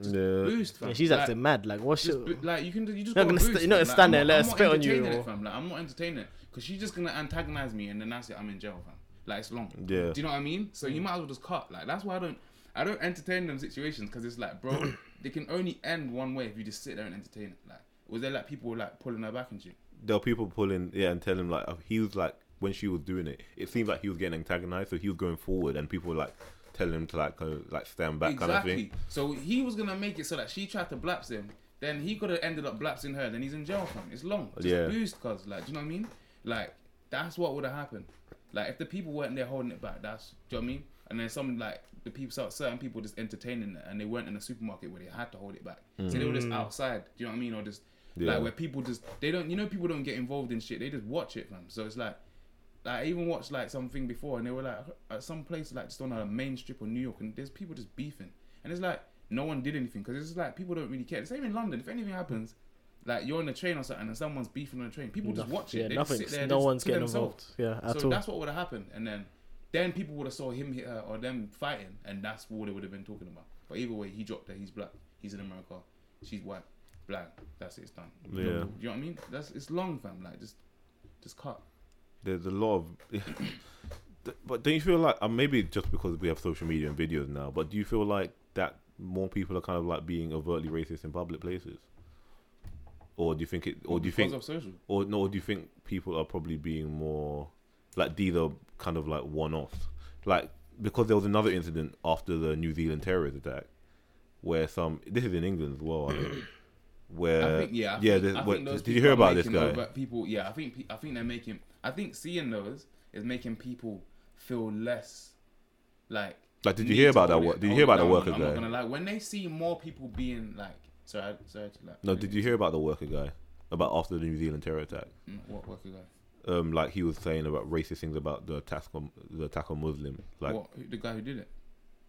[SPEAKER 1] yeah
[SPEAKER 2] Boost, fam.
[SPEAKER 3] Uh, yeah, she's
[SPEAKER 2] like,
[SPEAKER 3] actually mad. Like, what
[SPEAKER 2] just
[SPEAKER 3] should?
[SPEAKER 2] bo- like you can, you just
[SPEAKER 3] You're not
[SPEAKER 2] gotta
[SPEAKER 3] gonna sta-
[SPEAKER 2] boost,
[SPEAKER 3] you're
[SPEAKER 2] fam.
[SPEAKER 3] not gonna
[SPEAKER 2] Like,
[SPEAKER 3] stand
[SPEAKER 2] I'm
[SPEAKER 3] there and let
[SPEAKER 2] I'm
[SPEAKER 3] her
[SPEAKER 2] not
[SPEAKER 3] spit on you
[SPEAKER 2] entertaining
[SPEAKER 3] or-
[SPEAKER 2] It, fam. Like, I'm not entertaining it because she's just gonna antagonize me, and then that's it. I'm in jail, fam. Like it's long. Do
[SPEAKER 1] Yeah.
[SPEAKER 2] you know what I mean? So
[SPEAKER 3] Mm.
[SPEAKER 2] you might as well just cut. Like that's why I don't, I don't entertain them situations because it's like, bro,
[SPEAKER 3] *coughs*
[SPEAKER 2] they can only end one way if you just sit there and entertain it. Like, was there like people like pulling her back and shit?
[SPEAKER 1] there were people pulling, yeah, and telling him like uh, he was like when she was doing it, it seemed like he was getting antagonized, so he was going forward, and people were like telling him to like kind of, like stand back
[SPEAKER 2] exactly.
[SPEAKER 1] kind of thing.
[SPEAKER 2] So he was gonna make it so that she tried to blaps him. Then he could have ended up blapsing her. Then he's in jail from it. it's long. Just
[SPEAKER 1] Yeah.
[SPEAKER 2] boost, cause like, do you know what I mean? Like that's what would have happened. Like if the people weren't there holding it back, that's do you know what I mean? And then some like the people, certain people just entertaining it, and they weren't in a supermarket where they had to hold it back. So they were just outside. Do you know what I mean? Or just
[SPEAKER 1] Yeah.
[SPEAKER 2] like where people just they don't. You know, people don't get involved in shit. They just watch it, fam. So it's like like I even watched like something before, and they were like at some place like just on a main strip of New York, and there's people just beefing, and it's like no one did anything because it's just, like people don't really care. The same in London. If anything happens, like you're on a train or something, and someone's beefing on a train, people just
[SPEAKER 3] Nothing-
[SPEAKER 2] watch it.
[SPEAKER 3] yeah,
[SPEAKER 2] they just sit
[SPEAKER 3] nothing's-
[SPEAKER 2] there and
[SPEAKER 3] no
[SPEAKER 2] just
[SPEAKER 3] one's
[SPEAKER 2] to
[SPEAKER 3] getting
[SPEAKER 2] themselves.
[SPEAKER 3] involved. Yeah, at
[SPEAKER 2] so
[SPEAKER 3] all.
[SPEAKER 2] that's what would have happened, and then then people would have saw him hit her or them fighting, and that's what they would have been talking about. But either way, he dropped her. He's black. He's in America. She's white. Black. That's it. It's done.
[SPEAKER 1] Yeah.
[SPEAKER 2] You know what I mean? That's it's long, fam. Like just just cut.
[SPEAKER 1] There's a lot of, *laughs* Th- but don't you feel like uh, maybe just because we have social media and videos now, but do you feel like that more people are kind of like being overtly racist in public places? Or do you think it? Or do you
[SPEAKER 2] Because
[SPEAKER 1] think?
[SPEAKER 2] of social?
[SPEAKER 1] Or no? Or do you think people are probably being more like these are kind of like one-offs? Like because there was another incident after the New Zealand terrorist attack, where some this is in England as well. I think, where
[SPEAKER 2] I think, yeah, I
[SPEAKER 1] yeah.
[SPEAKER 2] think-
[SPEAKER 1] there's-
[SPEAKER 2] I
[SPEAKER 1] what-
[SPEAKER 2] think those
[SPEAKER 1] did you
[SPEAKER 2] people
[SPEAKER 1] hear
[SPEAKER 2] are
[SPEAKER 1] about this
[SPEAKER 2] making
[SPEAKER 1] guy?
[SPEAKER 2] over- people, yeah, I think pe- I think they're making. I think seeing those is making people feel less like.
[SPEAKER 1] Like, did you
[SPEAKER 2] need
[SPEAKER 1] hear
[SPEAKER 2] to
[SPEAKER 1] about that
[SPEAKER 2] hold
[SPEAKER 1] wo-
[SPEAKER 2] it-
[SPEAKER 1] did you
[SPEAKER 2] hold
[SPEAKER 1] hear
[SPEAKER 2] it
[SPEAKER 1] about the
[SPEAKER 2] down.
[SPEAKER 1] worker
[SPEAKER 2] I'm not
[SPEAKER 1] guy?
[SPEAKER 2] gonna lie. When they see more people being like, sorry, I- sorry, to like.
[SPEAKER 1] No, did you hear about the worker guy? About after the New Zealand terror attack,
[SPEAKER 2] Mm, What worker guy?
[SPEAKER 1] um, like he was saying about racist things about the attack on the attack on Muslims. Like,
[SPEAKER 2] What who- the guy who did it?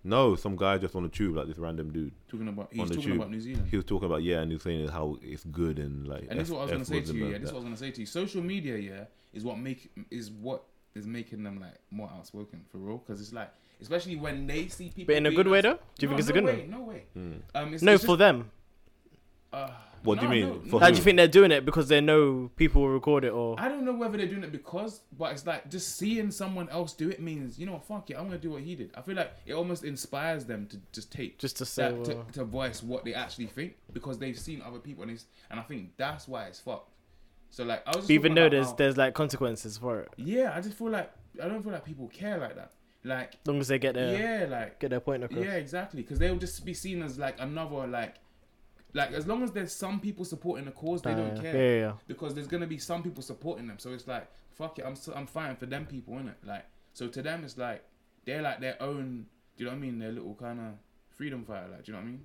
[SPEAKER 1] no, some guy just on the tube, like this random dude
[SPEAKER 2] Talking about
[SPEAKER 1] on
[SPEAKER 2] he's
[SPEAKER 1] the
[SPEAKER 2] talking
[SPEAKER 1] tube.
[SPEAKER 2] about New Zealand.
[SPEAKER 1] He was talking about yeah, and he was saying how it's good and like.
[SPEAKER 2] and this is what I was gonna say to you.
[SPEAKER 1] Muslim
[SPEAKER 2] Yeah,
[SPEAKER 1] and
[SPEAKER 2] this is
[SPEAKER 1] that.
[SPEAKER 2] what I was gonna say to you. Social media, yeah, is what make is what is making them like more outspoken for real. Because it's like, especially when they see people.
[SPEAKER 3] But in a
[SPEAKER 2] being
[SPEAKER 3] good way,
[SPEAKER 2] outs-
[SPEAKER 3] though? Do
[SPEAKER 2] No,
[SPEAKER 3] you think it's a
[SPEAKER 2] no
[SPEAKER 3] good
[SPEAKER 2] way,
[SPEAKER 3] one?
[SPEAKER 2] No way. Um, it's,
[SPEAKER 3] No,
[SPEAKER 2] it's
[SPEAKER 3] for
[SPEAKER 2] just-
[SPEAKER 3] them.
[SPEAKER 2] uh,
[SPEAKER 1] What do you
[SPEAKER 2] no,
[SPEAKER 1] mean?
[SPEAKER 2] no, no.
[SPEAKER 1] For
[SPEAKER 3] How do you think they're doing it because they know people will record it or?
[SPEAKER 2] I don't know whether they're doing it because, but it's like just seeing someone else do it means you know what, fuck it, I'm gonna do what he did. I feel like it almost inspires them to just take
[SPEAKER 3] Just to say,
[SPEAKER 2] that-
[SPEAKER 3] well-
[SPEAKER 2] to, to voice what they actually think because they've seen other people and it's, and I think that's why it's fucked. So like I was just
[SPEAKER 3] But even
[SPEAKER 2] talking
[SPEAKER 3] though
[SPEAKER 2] about
[SPEAKER 3] there's
[SPEAKER 2] how-
[SPEAKER 3] there's like consequences for it,
[SPEAKER 2] yeah, I just feel like I don't feel like people care like that. Like
[SPEAKER 3] as long as they get their
[SPEAKER 2] yeah, like
[SPEAKER 3] get their point across.
[SPEAKER 2] yeah, exactly. Because they will just be seen as like another like, like as long as there's some people supporting the cause, they don't
[SPEAKER 3] Uh,
[SPEAKER 2] care.
[SPEAKER 3] yeah, yeah, yeah.
[SPEAKER 2] Because there's gonna be some people supporting them, so it's like fuck it, I'm so, I'm fighting for them people, innit? Like so to them it's like they're like their own. Do you know what I mean? Their little kind of freedom fighter, like do you know what I mean?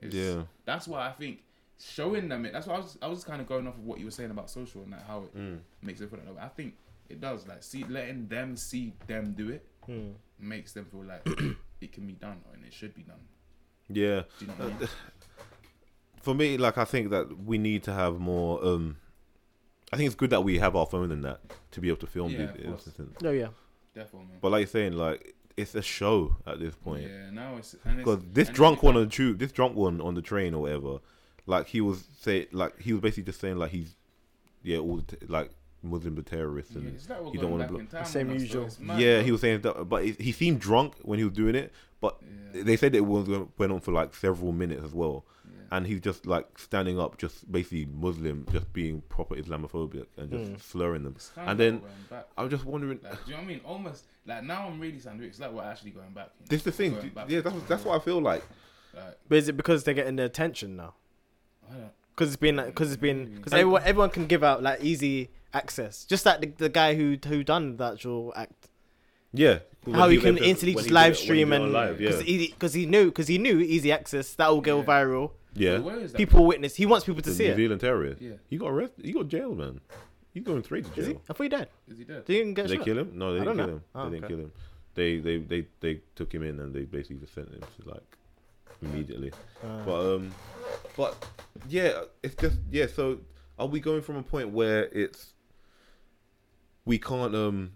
[SPEAKER 2] It's,
[SPEAKER 1] Yeah.
[SPEAKER 2] That's why I think showing them it. That's why I was I was kind of going off of what you were saying about social and like how it
[SPEAKER 1] Mm.
[SPEAKER 2] makes it feel like. I think it does. Like see, letting them see them do it makes them feel
[SPEAKER 1] *coughs*
[SPEAKER 2] like it can be done and it should be done.
[SPEAKER 1] Yeah,
[SPEAKER 2] Do you know what I mean?
[SPEAKER 1] for me, like I think that we need to have more. um I think it's good that we have our phone and that to be able to film
[SPEAKER 2] Yeah,
[SPEAKER 1] these
[SPEAKER 2] of course.
[SPEAKER 1] instances.
[SPEAKER 3] No, yeah.
[SPEAKER 2] Definitely. man.
[SPEAKER 1] But like you're saying, like it's a show at this point.
[SPEAKER 2] Yeah. Now it's and it's-
[SPEAKER 1] because this
[SPEAKER 2] and
[SPEAKER 1] drunk
[SPEAKER 2] it's-
[SPEAKER 1] one on the tube, this drunk one on the train or whatever, like he was say, like he was basically just saying like he's, yeah, all the t- like Muslims are terrorists
[SPEAKER 2] Yeah,
[SPEAKER 1] and
[SPEAKER 2] it's like we're
[SPEAKER 1] you
[SPEAKER 2] going
[SPEAKER 1] don't want
[SPEAKER 2] back
[SPEAKER 1] to.
[SPEAKER 2] in
[SPEAKER 1] Blo-
[SPEAKER 2] time
[SPEAKER 3] Same
[SPEAKER 2] with us,
[SPEAKER 3] usual.
[SPEAKER 2] though. It's mad,
[SPEAKER 1] yeah,
[SPEAKER 2] though.
[SPEAKER 1] he was saying, that, but he, he seemed drunk when he was doing it. But
[SPEAKER 2] Yeah.
[SPEAKER 1] they said it was went on for like several minutes as well,
[SPEAKER 2] Yeah.
[SPEAKER 1] and he's just like standing up, just basically Muslim, just being proper Islamophobic and
[SPEAKER 3] Hmm.
[SPEAKER 1] just slurring them.
[SPEAKER 2] It's kind
[SPEAKER 1] And
[SPEAKER 2] of
[SPEAKER 1] then
[SPEAKER 2] going back.
[SPEAKER 1] I'm just wondering,
[SPEAKER 2] Like, do you know what I mean? Almost like now I'm really sounding. It's like we're actually going back. you know?
[SPEAKER 1] *laughs* this is the thing,
[SPEAKER 2] Going
[SPEAKER 1] d-
[SPEAKER 2] back.
[SPEAKER 1] yeah, that's that's what I feel like.
[SPEAKER 2] Like,
[SPEAKER 3] But is it because they're getting the attention now?
[SPEAKER 2] I don't-
[SPEAKER 3] Because it's been because it's been because
[SPEAKER 1] Mm.
[SPEAKER 3] everyone everyone can give out like easy access. Just like the, the guy who who done the actual act.
[SPEAKER 1] Yeah, when
[SPEAKER 3] How he
[SPEAKER 1] went
[SPEAKER 3] can
[SPEAKER 1] to-
[SPEAKER 3] instantly
[SPEAKER 1] when
[SPEAKER 3] just
[SPEAKER 1] he did it- when
[SPEAKER 3] live
[SPEAKER 1] he
[SPEAKER 3] stream
[SPEAKER 1] did it
[SPEAKER 3] and
[SPEAKER 1] on live, yeah,
[SPEAKER 3] because he knew because he knew easy access that will go
[SPEAKER 2] Yeah.
[SPEAKER 3] viral.
[SPEAKER 1] yeah.
[SPEAKER 2] Wait, where is that?
[SPEAKER 3] People witness. He wants people to
[SPEAKER 1] the
[SPEAKER 3] see
[SPEAKER 1] New
[SPEAKER 3] it.
[SPEAKER 1] Zealand terrorist.
[SPEAKER 2] Yeah.
[SPEAKER 1] He got arrested. He got jailed, man. He's going straight to
[SPEAKER 3] Is he?
[SPEAKER 1] jail.
[SPEAKER 3] I thought he died.
[SPEAKER 2] Is he dead?
[SPEAKER 3] Did he even get
[SPEAKER 1] Did they
[SPEAKER 3] shot?
[SPEAKER 1] kill him? No, they
[SPEAKER 3] I
[SPEAKER 1] didn't
[SPEAKER 3] don't
[SPEAKER 1] kill
[SPEAKER 3] know.
[SPEAKER 1] him.
[SPEAKER 3] Oh,
[SPEAKER 1] they didn't
[SPEAKER 3] okay.
[SPEAKER 1] kill him. They, they they they took him in and they basically just sent him to like immediately.
[SPEAKER 3] Uh.
[SPEAKER 1] But um, but yeah, it's just yeah. So are we going from a point where it's we can't um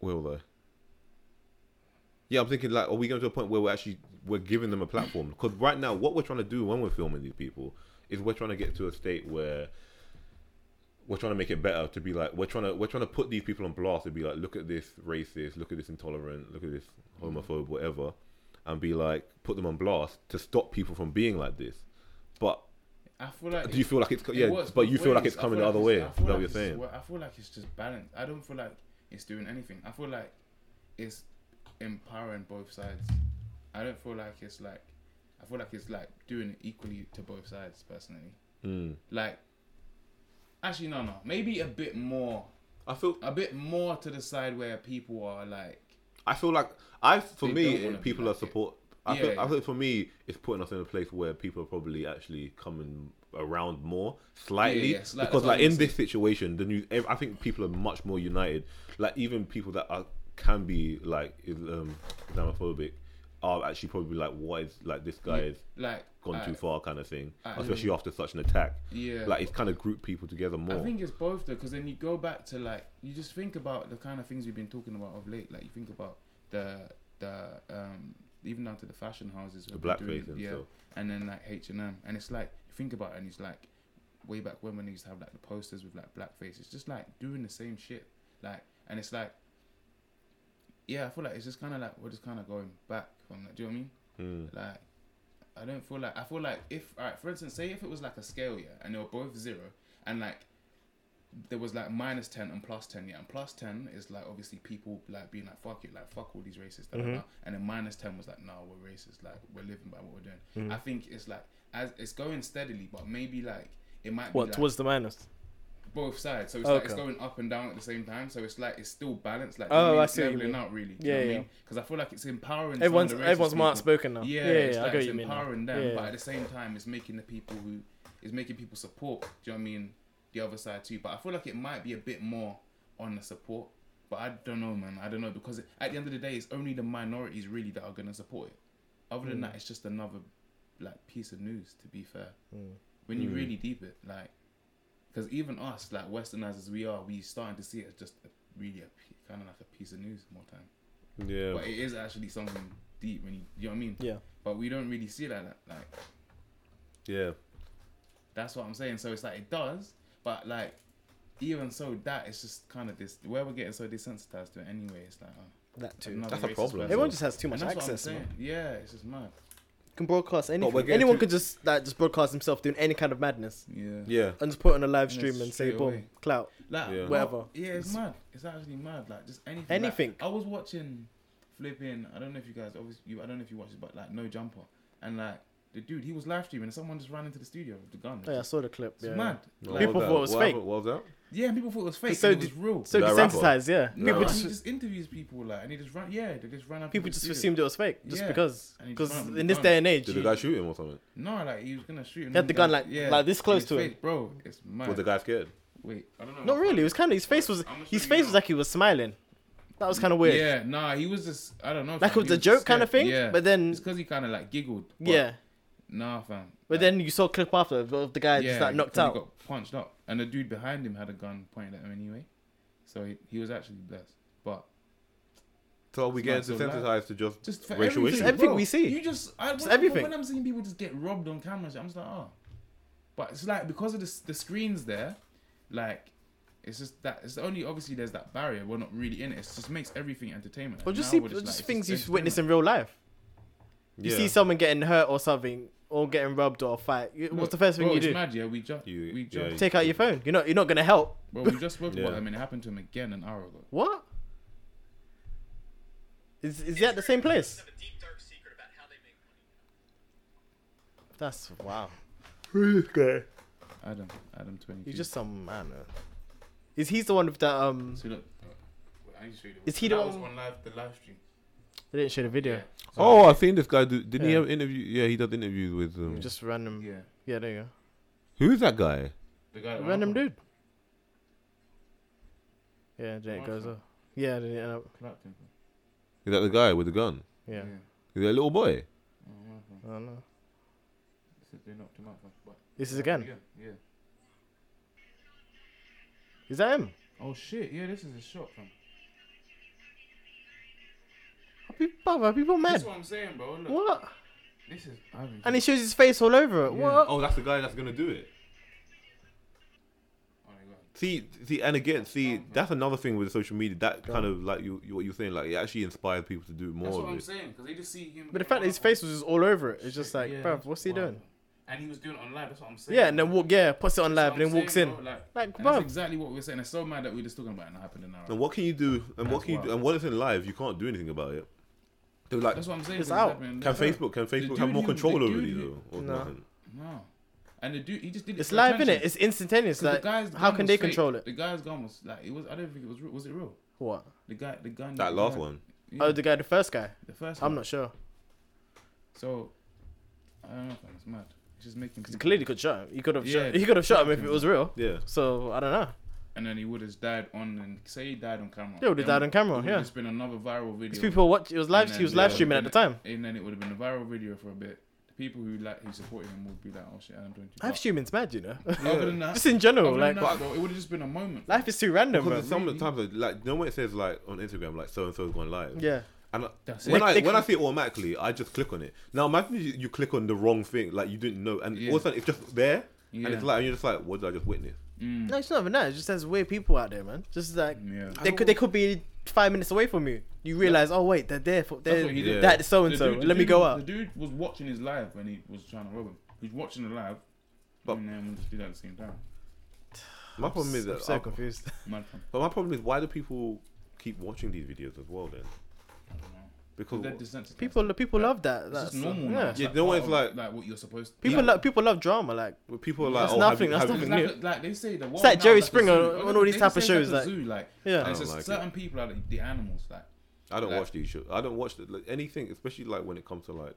[SPEAKER 1] where were they? Yeah, I'm thinking like, are we going to a point where we're actually we're giving them a platform? Because right now, what we're trying to do when we're filming these people is we're trying to get to a state where we're trying to make it better. To be like, we're trying to we're trying to put these people on blast. To be like, look at this racist, look at this intolerant, look at this homophobe, whatever, and be like, put them on blast to stop people from being like this. But
[SPEAKER 2] I feel like
[SPEAKER 1] Do you feel like it's co- yeah?
[SPEAKER 2] works
[SPEAKER 1] but you
[SPEAKER 2] both
[SPEAKER 1] feel like
[SPEAKER 2] ways.
[SPEAKER 1] it's
[SPEAKER 2] I
[SPEAKER 1] coming
[SPEAKER 2] feel
[SPEAKER 1] the other
[SPEAKER 2] like
[SPEAKER 1] way.
[SPEAKER 2] it's-
[SPEAKER 1] Is
[SPEAKER 2] I
[SPEAKER 1] that
[SPEAKER 2] feel
[SPEAKER 1] what
[SPEAKER 2] like
[SPEAKER 1] you're
[SPEAKER 2] it's-
[SPEAKER 1] saying?
[SPEAKER 2] well, I feel like it's just balanced. I don't feel like it's doing anything. I feel like it's empowering both sides. I don't feel like it's like. I feel like it's like doing it equally to both sides personally.
[SPEAKER 1] Hmm.
[SPEAKER 2] Like, actually, no, no. Maybe a bit more,
[SPEAKER 6] I feel
[SPEAKER 2] a bit more to the side where people are like,
[SPEAKER 6] I feel like I for
[SPEAKER 2] They
[SPEAKER 6] me
[SPEAKER 2] don't wanna be
[SPEAKER 6] people
[SPEAKER 2] like
[SPEAKER 6] are
[SPEAKER 2] it.
[SPEAKER 6] support. I,
[SPEAKER 2] Yeah,
[SPEAKER 6] feel, I
[SPEAKER 2] yeah.
[SPEAKER 6] think for me it's putting us in a place where people are probably actually coming around more slightly
[SPEAKER 2] Yeah, yeah, slight-
[SPEAKER 6] because
[SPEAKER 2] that's what
[SPEAKER 6] like
[SPEAKER 2] I
[SPEAKER 6] in
[SPEAKER 2] was
[SPEAKER 6] this situation the new ev- I think people are much more united. Like even people that are can be like is- um, Islamophobic are actually probably like what is like this guy is
[SPEAKER 2] like
[SPEAKER 6] gone
[SPEAKER 2] I-
[SPEAKER 6] too far kind of thing,
[SPEAKER 2] I-
[SPEAKER 6] especially after such an attack.
[SPEAKER 2] Yeah.
[SPEAKER 6] like it's kind of grouped people together more.
[SPEAKER 2] I think it's both though, because then you go back to like you just think about the kind of things we've been talking about of late. Like you think about the the um even down to the fashion houses, the
[SPEAKER 6] blackface and
[SPEAKER 2] yeah,
[SPEAKER 6] stuff.
[SPEAKER 2] and then like H and M, and it's like you think about it, and it's like way back when when they used to have like the posters with like blackface. It's just like doing the same shit, like and it's like yeah, I feel like it's just kind of like we're just kind of going back from that. Do you know what I mean?
[SPEAKER 6] Hmm.
[SPEAKER 2] Like, I don't feel like I feel like if, all right, for instance, say if it was like a scale, yeah, and they were both zero, and like there was like minus ten and plus ten, yeah, and plus ten is like obviously people like being like fuck it, like fuck all these racists, da, da,
[SPEAKER 3] Mm-hmm.
[SPEAKER 2] da. and then minus ten was like no, we're racist, like we're living by what we're doing.
[SPEAKER 3] Mm-hmm.
[SPEAKER 2] I think it's like as it's going steadily, but maybe like it might be
[SPEAKER 3] What
[SPEAKER 2] like,
[SPEAKER 3] towards the minus?
[SPEAKER 2] both sides. So it's like it's
[SPEAKER 3] Okay.
[SPEAKER 2] going up and down at the same time. So it's like it's still balanced. Like
[SPEAKER 3] Oh,
[SPEAKER 2] I mean,
[SPEAKER 3] I
[SPEAKER 2] it's
[SPEAKER 3] see what you
[SPEAKER 2] leveling
[SPEAKER 3] mean.
[SPEAKER 2] out really.
[SPEAKER 3] Yeah,
[SPEAKER 2] yeah.
[SPEAKER 3] yeah.
[SPEAKER 2] Because I feel like it's empowering. some of
[SPEAKER 3] Everyone's-
[SPEAKER 2] the racist
[SPEAKER 3] everyone's more
[SPEAKER 2] people.
[SPEAKER 3] outspoken now.
[SPEAKER 2] Yeah,
[SPEAKER 3] Yeah,
[SPEAKER 2] it's
[SPEAKER 3] yeah, I
[SPEAKER 2] like
[SPEAKER 3] get
[SPEAKER 2] it's
[SPEAKER 3] what you mean now.
[SPEAKER 2] empowering
[SPEAKER 3] Yeah,
[SPEAKER 2] them,
[SPEAKER 3] yeah.
[SPEAKER 2] but at the same time, it's making the people who it's making people support. Do you know what I mean? The other side too. But I feel like it might be a bit more on the support. But I don't know, man. I don't know because at the end of the day, it's only the minorities really that are gonna support it. Other
[SPEAKER 3] Hmm.
[SPEAKER 2] than that, it's just another like piece of news. To be fair,
[SPEAKER 3] Hmm.
[SPEAKER 2] when you really deep it, like because even us, like westernized as we are, we starting to see it as just a, really a p- kind of like a piece of news more time.
[SPEAKER 6] yeah,
[SPEAKER 2] But it is actually something deep when you, you know what I mean.
[SPEAKER 3] Yeah.
[SPEAKER 2] But we don't really see it like that. Like
[SPEAKER 6] yeah.
[SPEAKER 2] that's what I'm saying. So it's like it does, but like even so, that it's just kind of this where we're getting so desensitized to it anyway. It's like oh,
[SPEAKER 3] That too.
[SPEAKER 2] another
[SPEAKER 6] That's a
[SPEAKER 2] racist
[SPEAKER 6] problem.
[SPEAKER 2] person.
[SPEAKER 3] Everyone just has too
[SPEAKER 2] And
[SPEAKER 3] much
[SPEAKER 2] that's what I'm
[SPEAKER 3] access.
[SPEAKER 2] saying.
[SPEAKER 3] man.
[SPEAKER 2] Yeah, it's just mad.
[SPEAKER 3] Can broadcast anything.
[SPEAKER 6] we're getting
[SPEAKER 3] Anyone
[SPEAKER 6] too-
[SPEAKER 3] could just like just broadcast himself doing any kind of madness
[SPEAKER 2] Yeah.
[SPEAKER 6] yeah.
[SPEAKER 3] and just put it on a live
[SPEAKER 2] Yeah,
[SPEAKER 3] stream and say
[SPEAKER 2] straight
[SPEAKER 3] boom
[SPEAKER 2] away.
[SPEAKER 3] clout.
[SPEAKER 2] Like,
[SPEAKER 6] Yeah.
[SPEAKER 2] what-
[SPEAKER 3] Whatever.
[SPEAKER 2] Yeah, it's, mad. It's actually mad. Like just anything. Like,
[SPEAKER 3] Anything.
[SPEAKER 2] I was watching flipping. I don't know if you guys. Obviously, you, I don't know if you watched it, but like no jumper and like the dude, he was live streaming and someone just ran into the studio with the gun.
[SPEAKER 3] Oh, Yeah, I saw the clip.
[SPEAKER 2] It's
[SPEAKER 3] Yeah.
[SPEAKER 2] mad.
[SPEAKER 6] What
[SPEAKER 2] Like,
[SPEAKER 3] People
[SPEAKER 6] that?
[SPEAKER 3] thought it was
[SPEAKER 6] What
[SPEAKER 3] fake.
[SPEAKER 6] happened? What was that?
[SPEAKER 2] yeah, and people thought it was fake.
[SPEAKER 3] So
[SPEAKER 2] and it
[SPEAKER 3] did-
[SPEAKER 2] was real.
[SPEAKER 3] So
[SPEAKER 6] That rapper.
[SPEAKER 3] desensitized, yeah.
[SPEAKER 2] no,
[SPEAKER 3] people
[SPEAKER 2] and
[SPEAKER 3] just
[SPEAKER 2] he just interviews people like, and he just ran. Yeah, they just ran up.
[SPEAKER 3] people
[SPEAKER 2] into
[SPEAKER 3] just
[SPEAKER 2] the studio.
[SPEAKER 3] assumed it was fake just
[SPEAKER 2] Yeah.
[SPEAKER 3] because
[SPEAKER 2] And he
[SPEAKER 3] because
[SPEAKER 2] found it with
[SPEAKER 3] in
[SPEAKER 2] the
[SPEAKER 3] this
[SPEAKER 2] gun.
[SPEAKER 3] day and age,
[SPEAKER 6] Did the guy shoot him or something?
[SPEAKER 2] No, like he was gonna shoot. Him
[SPEAKER 3] He had the gun, like- like this close to him.
[SPEAKER 2] it, bro. It's mad.
[SPEAKER 6] Was the guy scared?
[SPEAKER 2] Wait, I don't know.
[SPEAKER 3] not really. It was kind of his face was
[SPEAKER 2] I'm gonna show
[SPEAKER 3] his
[SPEAKER 2] you
[SPEAKER 3] face
[SPEAKER 2] now.
[SPEAKER 3] was like he was smiling. That was kind of weird.
[SPEAKER 2] Yeah, nah, he was just I don't know.
[SPEAKER 3] Like it
[SPEAKER 2] fam,
[SPEAKER 3] was
[SPEAKER 2] he
[SPEAKER 3] a joke
[SPEAKER 2] just scared.
[SPEAKER 3] kinda thing,
[SPEAKER 2] Yeah,
[SPEAKER 3] but then-
[SPEAKER 2] it's because he kind of like giggled. but
[SPEAKER 3] yeah.
[SPEAKER 2] Nah, fam.
[SPEAKER 3] But then you saw a clip after of the guy just like knocked
[SPEAKER 2] because
[SPEAKER 3] out.
[SPEAKER 2] He got punched up, and the dude behind him had a gun pointed at him anyway, so he, he was actually blessed. But
[SPEAKER 6] So are we
[SPEAKER 2] It's
[SPEAKER 6] getting
[SPEAKER 2] not so
[SPEAKER 6] desensitized to just,
[SPEAKER 2] just for
[SPEAKER 6] racial
[SPEAKER 2] everything,
[SPEAKER 6] issues?
[SPEAKER 3] Everything
[SPEAKER 2] bro,
[SPEAKER 3] we see.
[SPEAKER 2] you just, I, when,
[SPEAKER 3] everything.
[SPEAKER 2] When I'm seeing people just get robbed on cameras, I'm just like, oh. But it's like because of the s- the screens there, like. It's just that it's only obviously there's that barrier. We're not really in it. It just makes everything entertainment.
[SPEAKER 3] Or
[SPEAKER 2] And
[SPEAKER 3] just
[SPEAKER 2] now
[SPEAKER 3] see
[SPEAKER 2] we're
[SPEAKER 3] just
[SPEAKER 2] like, it's
[SPEAKER 3] things
[SPEAKER 2] just
[SPEAKER 3] you witness
[SPEAKER 2] entertainment.
[SPEAKER 3] in real life. You
[SPEAKER 6] yeah.
[SPEAKER 3] see someone getting hurt or something, or getting rubbed or fight. You-
[SPEAKER 2] No,
[SPEAKER 3] What's the first thing
[SPEAKER 2] bro,
[SPEAKER 3] you
[SPEAKER 2] it's
[SPEAKER 3] do?
[SPEAKER 2] Mad, yeah, we just
[SPEAKER 6] You-
[SPEAKER 2] we
[SPEAKER 6] yeah,
[SPEAKER 2] just
[SPEAKER 6] you-
[SPEAKER 3] Take out your phone. You're not you're not gonna help.
[SPEAKER 2] Bro, we just *laughs* spoke about
[SPEAKER 6] Yeah.
[SPEAKER 2] him and it happened to him again an hour ago.
[SPEAKER 3] What? Is is that the same place? That's wow.
[SPEAKER 2] Adam, Adam 22.
[SPEAKER 3] He's just some man. man. Is he's the one with the um?
[SPEAKER 2] So look, I need to show you the-
[SPEAKER 3] Is he
[SPEAKER 2] that
[SPEAKER 3] the
[SPEAKER 2] was
[SPEAKER 3] one-
[SPEAKER 2] on live, the live stream.
[SPEAKER 3] They didn't show the video.
[SPEAKER 2] Yeah.
[SPEAKER 6] Oh, I've seen this guy do. Didn't he
[SPEAKER 3] Yeah.
[SPEAKER 6] have interview? Yeah, he does interviews with. Um,
[SPEAKER 3] Just random. Yeah.
[SPEAKER 2] Yeah.
[SPEAKER 3] there you
[SPEAKER 6] who is that guy?
[SPEAKER 2] The guy
[SPEAKER 3] go.
[SPEAKER 2] that
[SPEAKER 3] Random
[SPEAKER 2] went up
[SPEAKER 3] dude. Yeah, then it goes
[SPEAKER 2] Marshall.
[SPEAKER 3] off. Yeah, then it end up.
[SPEAKER 2] and clapped him.
[SPEAKER 6] Is that the guy with the gun?
[SPEAKER 3] Yeah.
[SPEAKER 6] Is that a little boy?
[SPEAKER 2] Oh, wow, fam.
[SPEAKER 3] I don't know.
[SPEAKER 2] They said They knocked him out. fam. But
[SPEAKER 3] This is again.
[SPEAKER 2] yeah, yeah.
[SPEAKER 3] Is that him?
[SPEAKER 2] Oh shit, yeah, this is a shot from.
[SPEAKER 3] Are people, bruv, are people mad?
[SPEAKER 2] That's what I'm saying, bro. Look,
[SPEAKER 3] What?
[SPEAKER 2] this is. I haven't-
[SPEAKER 3] And he shows his face all over it. What?
[SPEAKER 6] Oh, that's the guy that's gonna do it.
[SPEAKER 2] Oh, my God.
[SPEAKER 6] See, see, and again, see, that's another thing with social media. That kind of like you, you what you're saying, like it actually inspires people to do more
[SPEAKER 2] That's
[SPEAKER 6] of
[SPEAKER 2] what I'm
[SPEAKER 6] it.
[SPEAKER 2] saying because they just see him.
[SPEAKER 3] But the fact that his face was just all over it, it's just like,
[SPEAKER 2] Yeah,
[SPEAKER 3] bruv, what's he
[SPEAKER 2] wow.
[SPEAKER 3] doing?
[SPEAKER 2] and he was doing it on live. That's what I'm saying.
[SPEAKER 3] Yeah, and then walk. Yeah, puts it on
[SPEAKER 2] That's
[SPEAKER 3] live,
[SPEAKER 2] what
[SPEAKER 3] then
[SPEAKER 2] I'm
[SPEAKER 3] walks
[SPEAKER 2] saying,
[SPEAKER 3] in.
[SPEAKER 2] bro, Like,
[SPEAKER 3] Like,
[SPEAKER 2] and that's
[SPEAKER 3] bruv.
[SPEAKER 2] exactly what we we're saying. It's so mad that we're just talking about it and it happening now.
[SPEAKER 1] And what can you do? And what
[SPEAKER 2] That's
[SPEAKER 1] can you do?
[SPEAKER 2] wild.
[SPEAKER 1] And what if in live you can't do anything about it? They were like,
[SPEAKER 2] That's what I'm saying.
[SPEAKER 3] It's
[SPEAKER 2] bro,
[SPEAKER 3] out.
[SPEAKER 2] happening.
[SPEAKER 1] can Facebook can Facebook
[SPEAKER 2] dude
[SPEAKER 1] have more
[SPEAKER 2] who-
[SPEAKER 1] control
[SPEAKER 2] the
[SPEAKER 1] over
[SPEAKER 2] dude
[SPEAKER 1] you
[SPEAKER 2] who-
[SPEAKER 1] though? Or
[SPEAKER 3] No.
[SPEAKER 1] nothing?
[SPEAKER 2] No, and the dude, he just did it.
[SPEAKER 3] It's
[SPEAKER 2] for
[SPEAKER 3] live,
[SPEAKER 2] attention.
[SPEAKER 3] innit? It's instantaneous.
[SPEAKER 2] 'Cause the
[SPEAKER 3] Like,
[SPEAKER 2] guy's
[SPEAKER 3] how
[SPEAKER 2] gun
[SPEAKER 3] can
[SPEAKER 2] was
[SPEAKER 3] they
[SPEAKER 2] fake.
[SPEAKER 3] control it?
[SPEAKER 2] The guy's gun was like it was. I don't think it was. real. Was it real?
[SPEAKER 3] What?
[SPEAKER 2] The guy, the gun.
[SPEAKER 1] That
[SPEAKER 2] the
[SPEAKER 1] last
[SPEAKER 2] guy-
[SPEAKER 1] one.
[SPEAKER 2] Yeah,
[SPEAKER 3] Oh, the guy, the first guy.
[SPEAKER 2] the first.
[SPEAKER 3] I'm
[SPEAKER 2] one.
[SPEAKER 3] not sure.
[SPEAKER 2] So, I don't know. It's mad. It's just making.
[SPEAKER 3] He clearly could shot him. He could have
[SPEAKER 2] Yeah,
[SPEAKER 3] shot. He could have shot him if
[SPEAKER 2] shot
[SPEAKER 3] it
[SPEAKER 2] him.
[SPEAKER 3] was real.
[SPEAKER 1] Yeah.
[SPEAKER 3] So I don't know.
[SPEAKER 2] and then he would have died on and say he died on camera.
[SPEAKER 3] Yeah, would've
[SPEAKER 2] Then
[SPEAKER 3] died on camera,
[SPEAKER 2] it would've
[SPEAKER 3] yeah.
[SPEAKER 2] just been another viral video.
[SPEAKER 3] These people watch. It was
[SPEAKER 2] and
[SPEAKER 3] live.
[SPEAKER 2] then-
[SPEAKER 3] He was live
[SPEAKER 1] yeah.
[SPEAKER 3] streaming at the time.
[SPEAKER 2] and then it would have been a viral video for a bit. The people who like who supported him would be like, "Oh shit, I'm doing too."
[SPEAKER 3] Live
[SPEAKER 2] much."
[SPEAKER 3] streaming's mad, you know.
[SPEAKER 2] Other than that,
[SPEAKER 3] *laughs* Just in general,
[SPEAKER 2] other than that,
[SPEAKER 3] like
[SPEAKER 2] bro, it would have just been a moment.
[SPEAKER 3] life is too random, bro.
[SPEAKER 1] Because sometimes like you know when it says like on Instagram like so and so's gone live.
[SPEAKER 3] Yeah.
[SPEAKER 1] And I-
[SPEAKER 2] That's
[SPEAKER 1] when
[SPEAKER 3] it.
[SPEAKER 1] I
[SPEAKER 3] They- they
[SPEAKER 1] when I
[SPEAKER 3] can-
[SPEAKER 1] see it automatically, I just click on it. Now imagine you, you click on the wrong thing, like you didn't know, and all
[SPEAKER 2] Yeah.
[SPEAKER 1] of a sudden it's just there, and
[SPEAKER 2] Yeah.
[SPEAKER 1] it's like and you're just like, what did I just witness?
[SPEAKER 2] Hmm.
[SPEAKER 3] No, it's not even that. It's just there's weird people out there, man. Just like
[SPEAKER 2] Yeah.
[SPEAKER 3] they could they could be five minutes away from you. You realize, oh wait, they're there. For,
[SPEAKER 2] That's
[SPEAKER 3] they're
[SPEAKER 2] what he did.
[SPEAKER 3] that so and
[SPEAKER 2] The
[SPEAKER 3] so.
[SPEAKER 2] dude- the
[SPEAKER 3] Let me
[SPEAKER 2] dude
[SPEAKER 3] go
[SPEAKER 2] was-
[SPEAKER 3] out.
[SPEAKER 2] The dude was watching his live when he was trying to rob him. He's watching the live,
[SPEAKER 1] But-
[SPEAKER 2] and then we'll just do that at the same time.
[SPEAKER 1] My problem is
[SPEAKER 3] I'm
[SPEAKER 1] that
[SPEAKER 3] so
[SPEAKER 2] Oh.
[SPEAKER 1] I-
[SPEAKER 3] confused.
[SPEAKER 2] Mad fun.
[SPEAKER 1] but my problem is why do people keep watching these videos as well then? Because
[SPEAKER 2] They're desensitized.
[SPEAKER 3] People people love that.
[SPEAKER 2] It's
[SPEAKER 3] That's
[SPEAKER 2] just normal. now.
[SPEAKER 3] Yeah.
[SPEAKER 2] It's
[SPEAKER 1] Yeah,
[SPEAKER 2] like
[SPEAKER 1] no
[SPEAKER 2] part
[SPEAKER 1] one's
[SPEAKER 2] of,
[SPEAKER 1] like-
[SPEAKER 2] like what you're supposed. to
[SPEAKER 3] People
[SPEAKER 2] Yeah.
[SPEAKER 3] love people love drama. Like
[SPEAKER 1] Well, people are like,
[SPEAKER 3] That's
[SPEAKER 1] oh,
[SPEAKER 3] nothing,
[SPEAKER 1] Have
[SPEAKER 3] that's
[SPEAKER 1] you,
[SPEAKER 2] It's
[SPEAKER 1] have you-
[SPEAKER 3] nothing.
[SPEAKER 2] like,
[SPEAKER 3] Yeah.
[SPEAKER 2] a- like they say the world
[SPEAKER 3] like
[SPEAKER 2] now
[SPEAKER 3] Jerry
[SPEAKER 2] is a
[SPEAKER 3] Springer
[SPEAKER 2] zoo.
[SPEAKER 3] on
[SPEAKER 2] Oh,
[SPEAKER 3] all
[SPEAKER 2] no,
[SPEAKER 3] these
[SPEAKER 2] they
[SPEAKER 3] type
[SPEAKER 2] say
[SPEAKER 3] of
[SPEAKER 2] it's like
[SPEAKER 3] shows,
[SPEAKER 2] a
[SPEAKER 3] like-
[SPEAKER 2] zoo, like
[SPEAKER 3] Yeah.
[SPEAKER 2] and
[SPEAKER 3] I
[SPEAKER 2] it's
[SPEAKER 1] don't
[SPEAKER 2] just
[SPEAKER 1] like
[SPEAKER 2] certain people are the, the animals. Like
[SPEAKER 1] I don't
[SPEAKER 2] like-
[SPEAKER 1] watch these shows. I don't watch the, like, anything, especially like when it comes to like